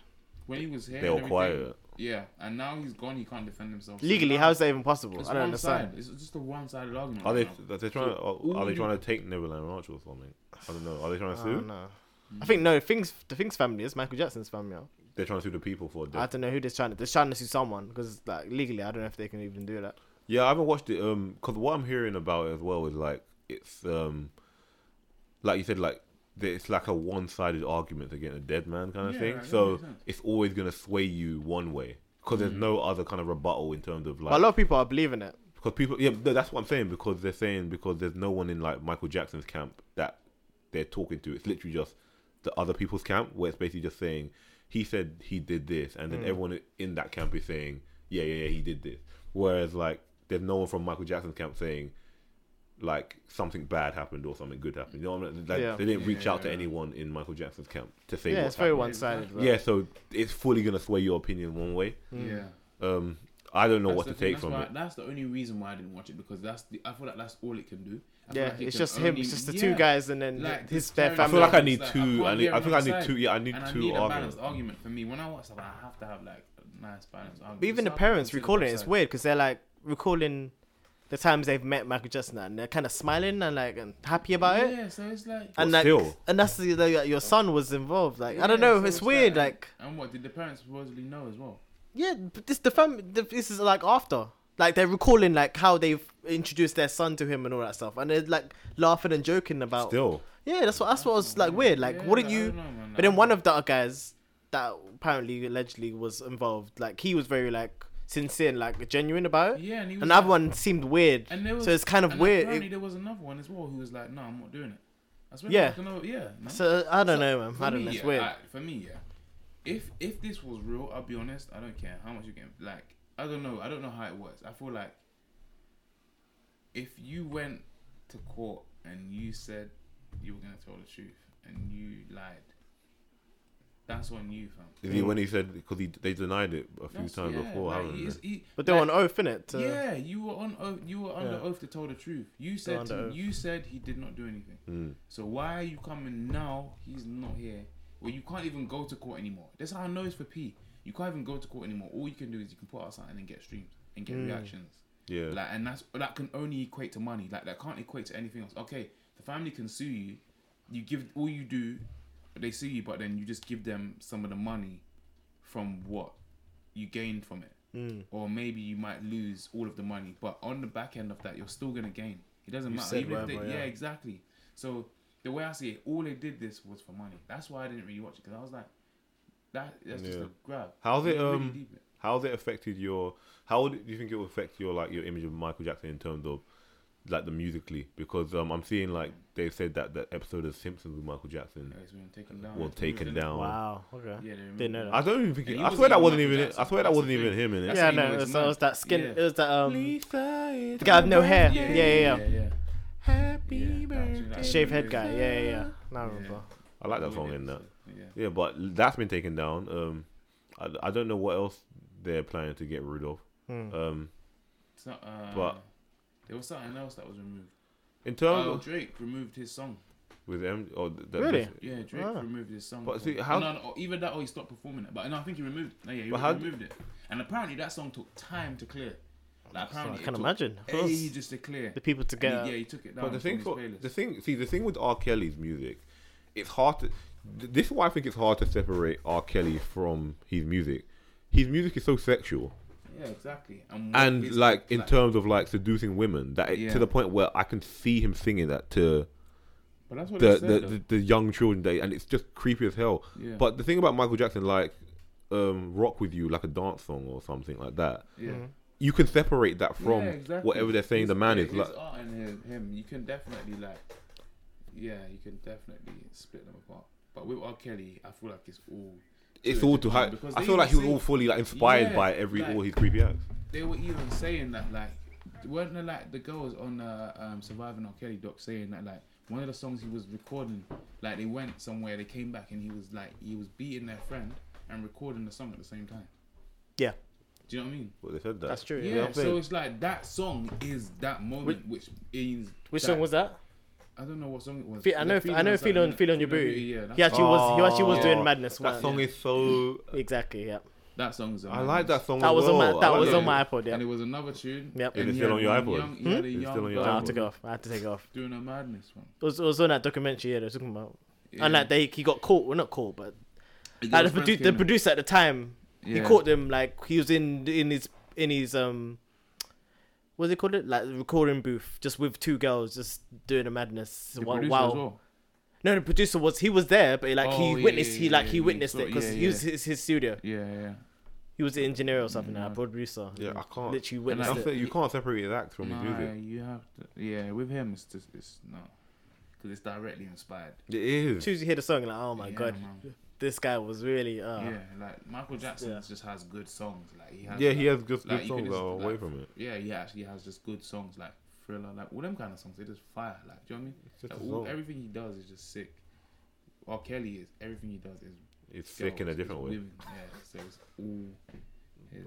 [SPEAKER 2] When he was here,
[SPEAKER 1] They
[SPEAKER 2] and
[SPEAKER 1] were
[SPEAKER 2] everything,
[SPEAKER 1] quiet.
[SPEAKER 2] Yeah, and now he's gone. He can't defend himself. So
[SPEAKER 3] Legally,
[SPEAKER 2] now
[SPEAKER 3] how is that even possible?
[SPEAKER 2] It's
[SPEAKER 3] I don't
[SPEAKER 2] one side.
[SPEAKER 3] understand.
[SPEAKER 2] It's just a one-sided argument.
[SPEAKER 1] Are they?
[SPEAKER 2] right
[SPEAKER 1] Are
[SPEAKER 2] now.
[SPEAKER 1] they trying to? Are, are they
[SPEAKER 2] Ooh.
[SPEAKER 1] trying to take Neverland Ranch or something? I don't know. Are they trying to
[SPEAKER 3] I
[SPEAKER 1] sue?
[SPEAKER 3] don't know. I think no. Things the Things family is Michael Jackson's family. yeah.
[SPEAKER 1] They're trying to sue the people for
[SPEAKER 3] I
[SPEAKER 1] death.
[SPEAKER 3] don't know who they're trying to. They're trying to sue someone because like legally, I don't know if they can even do that.
[SPEAKER 1] Yeah, I haven't watched it. Um, because what I'm hearing about it as well is like it's um, like you said, like that it's like a one-sided argument against a dead man kind of
[SPEAKER 2] Yeah,
[SPEAKER 1] thing.
[SPEAKER 2] right, that
[SPEAKER 1] so
[SPEAKER 2] makes sense. Mm-hmm.
[SPEAKER 1] it's always gonna sway you one way because there's no other kind of rebuttal in terms of
[SPEAKER 3] But a
[SPEAKER 1] like
[SPEAKER 3] lot of people are believing it.
[SPEAKER 1] because people yeah no, that's what I'm saying because they're saying because there's no one in like Michael Jackson's camp that they're talking to it's literally just the other people's camp where it's basically just saying he said he did this and
[SPEAKER 3] Mm.
[SPEAKER 1] then everyone in that camp is saying yeah yeah yeah he did this whereas like there's no one from Michael Jackson's camp saying like something bad happened or something good happened you know what I mean like
[SPEAKER 3] Yeah.
[SPEAKER 1] they didn't reach out to
[SPEAKER 2] Yeah.
[SPEAKER 1] anyone in Michael Jackson's camp to say
[SPEAKER 3] Yeah,
[SPEAKER 1] what's
[SPEAKER 3] it's very
[SPEAKER 1] happening.
[SPEAKER 3] one sided.
[SPEAKER 1] yeah so it's fully gonna sway your opinion one way
[SPEAKER 3] Mm.
[SPEAKER 2] Yeah.
[SPEAKER 1] um I don't know
[SPEAKER 2] That's
[SPEAKER 1] what
[SPEAKER 2] the
[SPEAKER 1] to
[SPEAKER 2] thing,
[SPEAKER 1] take
[SPEAKER 2] that's
[SPEAKER 1] from
[SPEAKER 2] why-
[SPEAKER 1] it
[SPEAKER 2] That's the only reason why I didn't watch it because that's the, I feel like that's all it can do. I feel
[SPEAKER 3] Yeah,
[SPEAKER 2] like it
[SPEAKER 3] it's
[SPEAKER 2] can
[SPEAKER 3] just him.
[SPEAKER 2] only-
[SPEAKER 3] It's just the
[SPEAKER 2] yeah.
[SPEAKER 3] two guys and then
[SPEAKER 2] Like,
[SPEAKER 3] his
[SPEAKER 2] just
[SPEAKER 3] their
[SPEAKER 2] carry on.
[SPEAKER 3] family.
[SPEAKER 1] I feel like I need
[SPEAKER 2] It's like, I
[SPEAKER 1] two. I,
[SPEAKER 2] can't
[SPEAKER 1] need.
[SPEAKER 2] hear
[SPEAKER 1] I think I
[SPEAKER 2] another
[SPEAKER 1] need two.
[SPEAKER 2] side.
[SPEAKER 1] Yeah, I need
[SPEAKER 2] and I
[SPEAKER 1] two
[SPEAKER 2] need a
[SPEAKER 1] arguments.
[SPEAKER 2] balanced argument for me. When I watch something, I have to have like a nice balanced argument.
[SPEAKER 3] But even the
[SPEAKER 2] So I
[SPEAKER 3] parents
[SPEAKER 2] can see
[SPEAKER 3] recording it,
[SPEAKER 2] both
[SPEAKER 3] it's
[SPEAKER 2] sides.
[SPEAKER 3] weird because they're like recalling the times they've met Michael Jackson and they're kind of smiling and like and happy about it.
[SPEAKER 2] Yeah, so it's like.
[SPEAKER 1] But
[SPEAKER 3] And like,
[SPEAKER 1] still.
[SPEAKER 3] and that's the, the, your son was involved. Like, I
[SPEAKER 2] Yeah,
[SPEAKER 3] don't know,
[SPEAKER 2] so
[SPEAKER 3] it's weird.
[SPEAKER 2] and-
[SPEAKER 3] Like,
[SPEAKER 2] And what did the parents supposedly know as well?
[SPEAKER 3] yeah, but this the family. This is like after, like they're recalling like how they've introduced their son to him and all that stuff, and they're like laughing and joking about.
[SPEAKER 1] Still,
[SPEAKER 3] Yeah, that's what that's what was like weird. Like,
[SPEAKER 2] Yeah,
[SPEAKER 3] wouldn't
[SPEAKER 2] I
[SPEAKER 3] you?
[SPEAKER 2] don't know, man.
[SPEAKER 3] But then one of the other guys that apparently allegedly was involved, like he was very like sincere and like genuine about it.
[SPEAKER 2] Yeah, and he was
[SPEAKER 3] Another
[SPEAKER 2] like-
[SPEAKER 3] one seemed weird.
[SPEAKER 2] And there was,
[SPEAKER 3] so it's kind of
[SPEAKER 2] and
[SPEAKER 3] weird.
[SPEAKER 2] Apparently,
[SPEAKER 3] It-
[SPEAKER 2] there was another one as well who was like, "No, I'm not doing it." I swear
[SPEAKER 3] Yeah.
[SPEAKER 2] to God, no, yeah. man.
[SPEAKER 3] so I don't know, man.
[SPEAKER 2] For
[SPEAKER 3] I don't
[SPEAKER 2] me,
[SPEAKER 3] know. It's
[SPEAKER 2] yeah,
[SPEAKER 3] weird.
[SPEAKER 2] I- for me, yeah. If if this was real, I'll be honest. I don't care how much you get. Like I don't know. I don't know how it works. I feel like if you went to court and you said you were gonna tell the truth and you lied, that's on you, fam.
[SPEAKER 1] Is he when he said because he they denied it a few
[SPEAKER 2] That's-
[SPEAKER 1] times
[SPEAKER 2] yeah,
[SPEAKER 1] before,
[SPEAKER 2] like,
[SPEAKER 1] haven't
[SPEAKER 2] it's- e,
[SPEAKER 1] they?
[SPEAKER 2] it-
[SPEAKER 3] but they're
[SPEAKER 2] like,
[SPEAKER 3] on oath, innit? To,
[SPEAKER 2] yeah, you were on oath. You were under
[SPEAKER 3] Yeah.
[SPEAKER 2] oath to tell the truth. You said
[SPEAKER 3] under
[SPEAKER 2] to,
[SPEAKER 3] oath. Mm.
[SPEAKER 2] you said he did not do anything. So why are you coming now? He's not here. Well, you can't even go to court anymore. That's how I know it's for P. You can't even go to court anymore. All you can do is you can put out something and get streams and
[SPEAKER 3] Mm.
[SPEAKER 2] get reactions.
[SPEAKER 1] Yeah.
[SPEAKER 2] Like, and that's that can only equate to money. Like, that can't equate to anything else. Okay, the family can sue you. You give all you do, they sue you, but then you just give them some of the money from what you gained from it,
[SPEAKER 1] Mm.
[SPEAKER 2] or maybe you might lose all of the money. But on the back end of that, you're still gonna gain. It doesn't matter.
[SPEAKER 3] said
[SPEAKER 2] Even if they,
[SPEAKER 3] whatever,
[SPEAKER 2] yeah.
[SPEAKER 3] yeah.
[SPEAKER 2] exactly. So the way I see it, all they did this was for money. That's why I didn't really watch it because I was like, that that's just
[SPEAKER 1] Yeah.
[SPEAKER 2] a grab.
[SPEAKER 1] How's
[SPEAKER 2] You
[SPEAKER 1] it?
[SPEAKER 2] don't really
[SPEAKER 1] Um,
[SPEAKER 2] need it.
[SPEAKER 1] how's it affected your? How would, do you think it will affect your like your image of Michael Jackson in terms of like the musically? Because um, I'm seeing like they said that that episode of Simpsons with Michael Jackson
[SPEAKER 2] Yeah, it's been taken down.
[SPEAKER 1] was
[SPEAKER 2] It's been
[SPEAKER 1] taken
[SPEAKER 2] removed.
[SPEAKER 1] down.
[SPEAKER 3] Wow. Okay.
[SPEAKER 2] Yeah, they
[SPEAKER 3] Didn't know
[SPEAKER 2] removed
[SPEAKER 3] that.
[SPEAKER 1] I don't even think.
[SPEAKER 2] And
[SPEAKER 1] It,
[SPEAKER 2] he
[SPEAKER 1] I
[SPEAKER 2] was
[SPEAKER 1] swear that
[SPEAKER 2] even
[SPEAKER 1] wasn't
[SPEAKER 2] Michael
[SPEAKER 1] even. it. I
[SPEAKER 2] Jackson.
[SPEAKER 1] swear that
[SPEAKER 2] That's
[SPEAKER 1] wasn't
[SPEAKER 2] the
[SPEAKER 1] even
[SPEAKER 2] thing.
[SPEAKER 1] him in it.
[SPEAKER 2] That's
[SPEAKER 3] yeah,
[SPEAKER 2] how you
[SPEAKER 3] no,
[SPEAKER 2] know
[SPEAKER 3] it
[SPEAKER 2] it's
[SPEAKER 3] was, it was that skin.
[SPEAKER 2] Yeah.
[SPEAKER 3] It was that um.
[SPEAKER 1] Lisa,
[SPEAKER 3] The guy with no hair.
[SPEAKER 2] yeah,
[SPEAKER 3] Yeah, yeah, yeah.
[SPEAKER 2] yeah.
[SPEAKER 1] Happy
[SPEAKER 2] Yeah, that-
[SPEAKER 3] Shave head guy. Yeah, yeah, yeah. Now I remember.
[SPEAKER 1] I like that song in that.
[SPEAKER 2] Yeah.
[SPEAKER 1] Yeah, but that's been taken down. Um, I, I don't know what else they're planning to get rid of. Um,
[SPEAKER 2] It's not, uh,
[SPEAKER 1] But-
[SPEAKER 2] there was something else that was removed.
[SPEAKER 1] in terms
[SPEAKER 2] Oh,
[SPEAKER 1] of
[SPEAKER 2] Drake removed his song.
[SPEAKER 1] with them, or th- that-
[SPEAKER 3] Really?
[SPEAKER 2] Yeah, Drake
[SPEAKER 3] Ah.
[SPEAKER 2] removed his song.
[SPEAKER 1] But
[SPEAKER 2] from-
[SPEAKER 1] see, how-
[SPEAKER 2] No, no, or either that or he stopped performing it. But no, I think he removed. it. No, yeah, he
[SPEAKER 1] But how-
[SPEAKER 2] removed it. And apparently that song took time to clear. Like apparently,
[SPEAKER 3] I
[SPEAKER 2] it
[SPEAKER 3] can
[SPEAKER 2] took
[SPEAKER 3] imagine.
[SPEAKER 2] Ages to clear.
[SPEAKER 3] The people to
[SPEAKER 2] And he-
[SPEAKER 3] get.
[SPEAKER 2] yeah, he took it down.
[SPEAKER 1] But the
[SPEAKER 2] from
[SPEAKER 1] thing,
[SPEAKER 2] his
[SPEAKER 1] for,
[SPEAKER 2] playlist.
[SPEAKER 1] the thing, see, the thing with R. Kelly's music, it's hard to. th- This is why I think it's hard to separate R. Kelly from his music. His music is so sexual,
[SPEAKER 2] yeah, exactly. And, what
[SPEAKER 1] and
[SPEAKER 2] is-
[SPEAKER 1] like in terms of like seducing women, that it,
[SPEAKER 2] Yeah.
[SPEAKER 1] to the point where I can see him singing that to
[SPEAKER 2] But that's what
[SPEAKER 1] the
[SPEAKER 2] they
[SPEAKER 1] the,
[SPEAKER 2] said. though.
[SPEAKER 1] the, the young children day, and it's just creepy as hell.
[SPEAKER 2] Yeah.
[SPEAKER 1] But the thing about Michael Jackson, like um, "Rock with You," like a dance song or something like that,
[SPEAKER 2] yeah.
[SPEAKER 3] Mm-hmm.
[SPEAKER 1] you can separate that from
[SPEAKER 2] Yeah, exactly.
[SPEAKER 1] whatever they're saying.
[SPEAKER 2] His-
[SPEAKER 1] the man
[SPEAKER 2] yeah,
[SPEAKER 1] is
[SPEAKER 2] his
[SPEAKER 1] like,
[SPEAKER 2] art and him, him. You can definitely like, yeah, you can definitely split them apart. But with R. Kelly, I feel like it's all.
[SPEAKER 1] it's
[SPEAKER 2] to a
[SPEAKER 1] all too
[SPEAKER 2] degree
[SPEAKER 1] high.
[SPEAKER 2] because
[SPEAKER 1] I
[SPEAKER 2] they
[SPEAKER 1] feel like he was
[SPEAKER 2] even
[SPEAKER 1] all
[SPEAKER 2] say-
[SPEAKER 1] fully like inspired
[SPEAKER 2] Yeah,
[SPEAKER 1] by every
[SPEAKER 2] like-
[SPEAKER 1] all his creepy acts.
[SPEAKER 2] They were even saying that like, weren't there like the girls on uh, um, Surviving R. Kelly doc saying that like one of the songs he was recording, like they went somewhere, they came back, and he was like he was beating their friend and recording the song at the same time.
[SPEAKER 3] Yeah,
[SPEAKER 2] Do you know what I mean?
[SPEAKER 1] Well, they said that.
[SPEAKER 3] that's true.
[SPEAKER 2] Yeah,
[SPEAKER 3] Yeah.
[SPEAKER 2] so it's like that song is that moment, which, is
[SPEAKER 3] Which song was that?
[SPEAKER 2] I don't know what song it was.
[SPEAKER 3] Fe- I know. I know. Feel on, feel on your booty.
[SPEAKER 2] Yeah,
[SPEAKER 3] he
[SPEAKER 2] that,
[SPEAKER 3] actually was. He actually was
[SPEAKER 1] Oh,
[SPEAKER 3] doing madness.
[SPEAKER 1] That
[SPEAKER 3] wasn't
[SPEAKER 1] song
[SPEAKER 3] he?
[SPEAKER 1] is so.
[SPEAKER 3] exactly. Yeah.
[SPEAKER 2] that song's. on
[SPEAKER 1] I
[SPEAKER 2] my
[SPEAKER 1] like
[SPEAKER 2] list.
[SPEAKER 1] that song.
[SPEAKER 3] That
[SPEAKER 1] as
[SPEAKER 3] was on my.
[SPEAKER 1] well. I
[SPEAKER 3] That
[SPEAKER 1] like
[SPEAKER 3] was
[SPEAKER 1] that
[SPEAKER 3] on my
[SPEAKER 1] song.
[SPEAKER 3] iPod. Yeah.
[SPEAKER 2] And it was another tune.
[SPEAKER 3] Yep.
[SPEAKER 1] Is
[SPEAKER 2] And
[SPEAKER 1] it
[SPEAKER 2] he
[SPEAKER 1] still
[SPEAKER 2] had
[SPEAKER 1] on your
[SPEAKER 2] one
[SPEAKER 1] iPod?
[SPEAKER 2] Young, he had a
[SPEAKER 1] Is it
[SPEAKER 2] young
[SPEAKER 1] still on your
[SPEAKER 3] No, I
[SPEAKER 2] girl
[SPEAKER 3] had to go off. I had to take it off.
[SPEAKER 2] Doing a madness one.
[SPEAKER 3] It was, it was on that documentary. Yeah, they were talking about. And
[SPEAKER 2] Yeah.
[SPEAKER 3] like they, he got caught. Well, not caught, but like,
[SPEAKER 2] Your
[SPEAKER 3] the,
[SPEAKER 2] friends
[SPEAKER 3] produ- the
[SPEAKER 2] came in.
[SPEAKER 3] producer at the time, he
[SPEAKER 2] Yeah.
[SPEAKER 3] caught them. Like he was in in his in his um, what's it called? It like the recording booth, just with two girls, just doing a madness.
[SPEAKER 2] The
[SPEAKER 3] Wow.
[SPEAKER 2] producer
[SPEAKER 3] wow.
[SPEAKER 2] as well.
[SPEAKER 3] No, the producer was he was there, but like
[SPEAKER 2] Oh,
[SPEAKER 3] he
[SPEAKER 2] yeah,
[SPEAKER 3] witnessed
[SPEAKER 2] yeah,
[SPEAKER 3] he like
[SPEAKER 2] yeah,
[SPEAKER 3] he
[SPEAKER 2] yeah,
[SPEAKER 3] witnessed
[SPEAKER 2] so-
[SPEAKER 3] it because
[SPEAKER 2] yeah,
[SPEAKER 3] he was
[SPEAKER 2] yeah.
[SPEAKER 3] his, his studio.
[SPEAKER 2] Yeah, yeah.
[SPEAKER 3] He was the engineer or something,
[SPEAKER 2] Mm-hmm.
[SPEAKER 3] like a producer.
[SPEAKER 1] Yeah, I can't.
[SPEAKER 3] literally
[SPEAKER 2] And
[SPEAKER 3] witnessed
[SPEAKER 1] That's
[SPEAKER 3] it.
[SPEAKER 1] it. You can't separate his acts from his
[SPEAKER 2] Nah,
[SPEAKER 1] music.
[SPEAKER 2] you have to. Yeah, with him, it's just it's no, because it's directly inspired.
[SPEAKER 1] It is.
[SPEAKER 3] As soon as you hear the song, you're like, oh my
[SPEAKER 2] Yeah,
[SPEAKER 3] god,
[SPEAKER 2] man.
[SPEAKER 3] this guy was really. Uh,
[SPEAKER 2] Yeah, like Michael Jackson
[SPEAKER 3] Yeah.
[SPEAKER 2] just has good songs. Like he has.
[SPEAKER 1] Yeah,
[SPEAKER 2] like,
[SPEAKER 1] he has good,
[SPEAKER 2] like,
[SPEAKER 1] good
[SPEAKER 2] you could
[SPEAKER 1] songs
[SPEAKER 2] just,
[SPEAKER 1] though, away
[SPEAKER 2] like,
[SPEAKER 1] from it.
[SPEAKER 2] Yeah, he actually has just good songs like Thriller, like all them kind of songs. They just fire, like do you know what
[SPEAKER 1] just
[SPEAKER 2] I
[SPEAKER 1] a
[SPEAKER 2] mean? Like, all,
[SPEAKER 1] song.
[SPEAKER 2] everything he does is just sick. Or Kelly is everything he does is
[SPEAKER 1] It's sick in a
[SPEAKER 2] gold,
[SPEAKER 1] different
[SPEAKER 2] it's
[SPEAKER 1] way.
[SPEAKER 2] women, Yeah, so it's all his.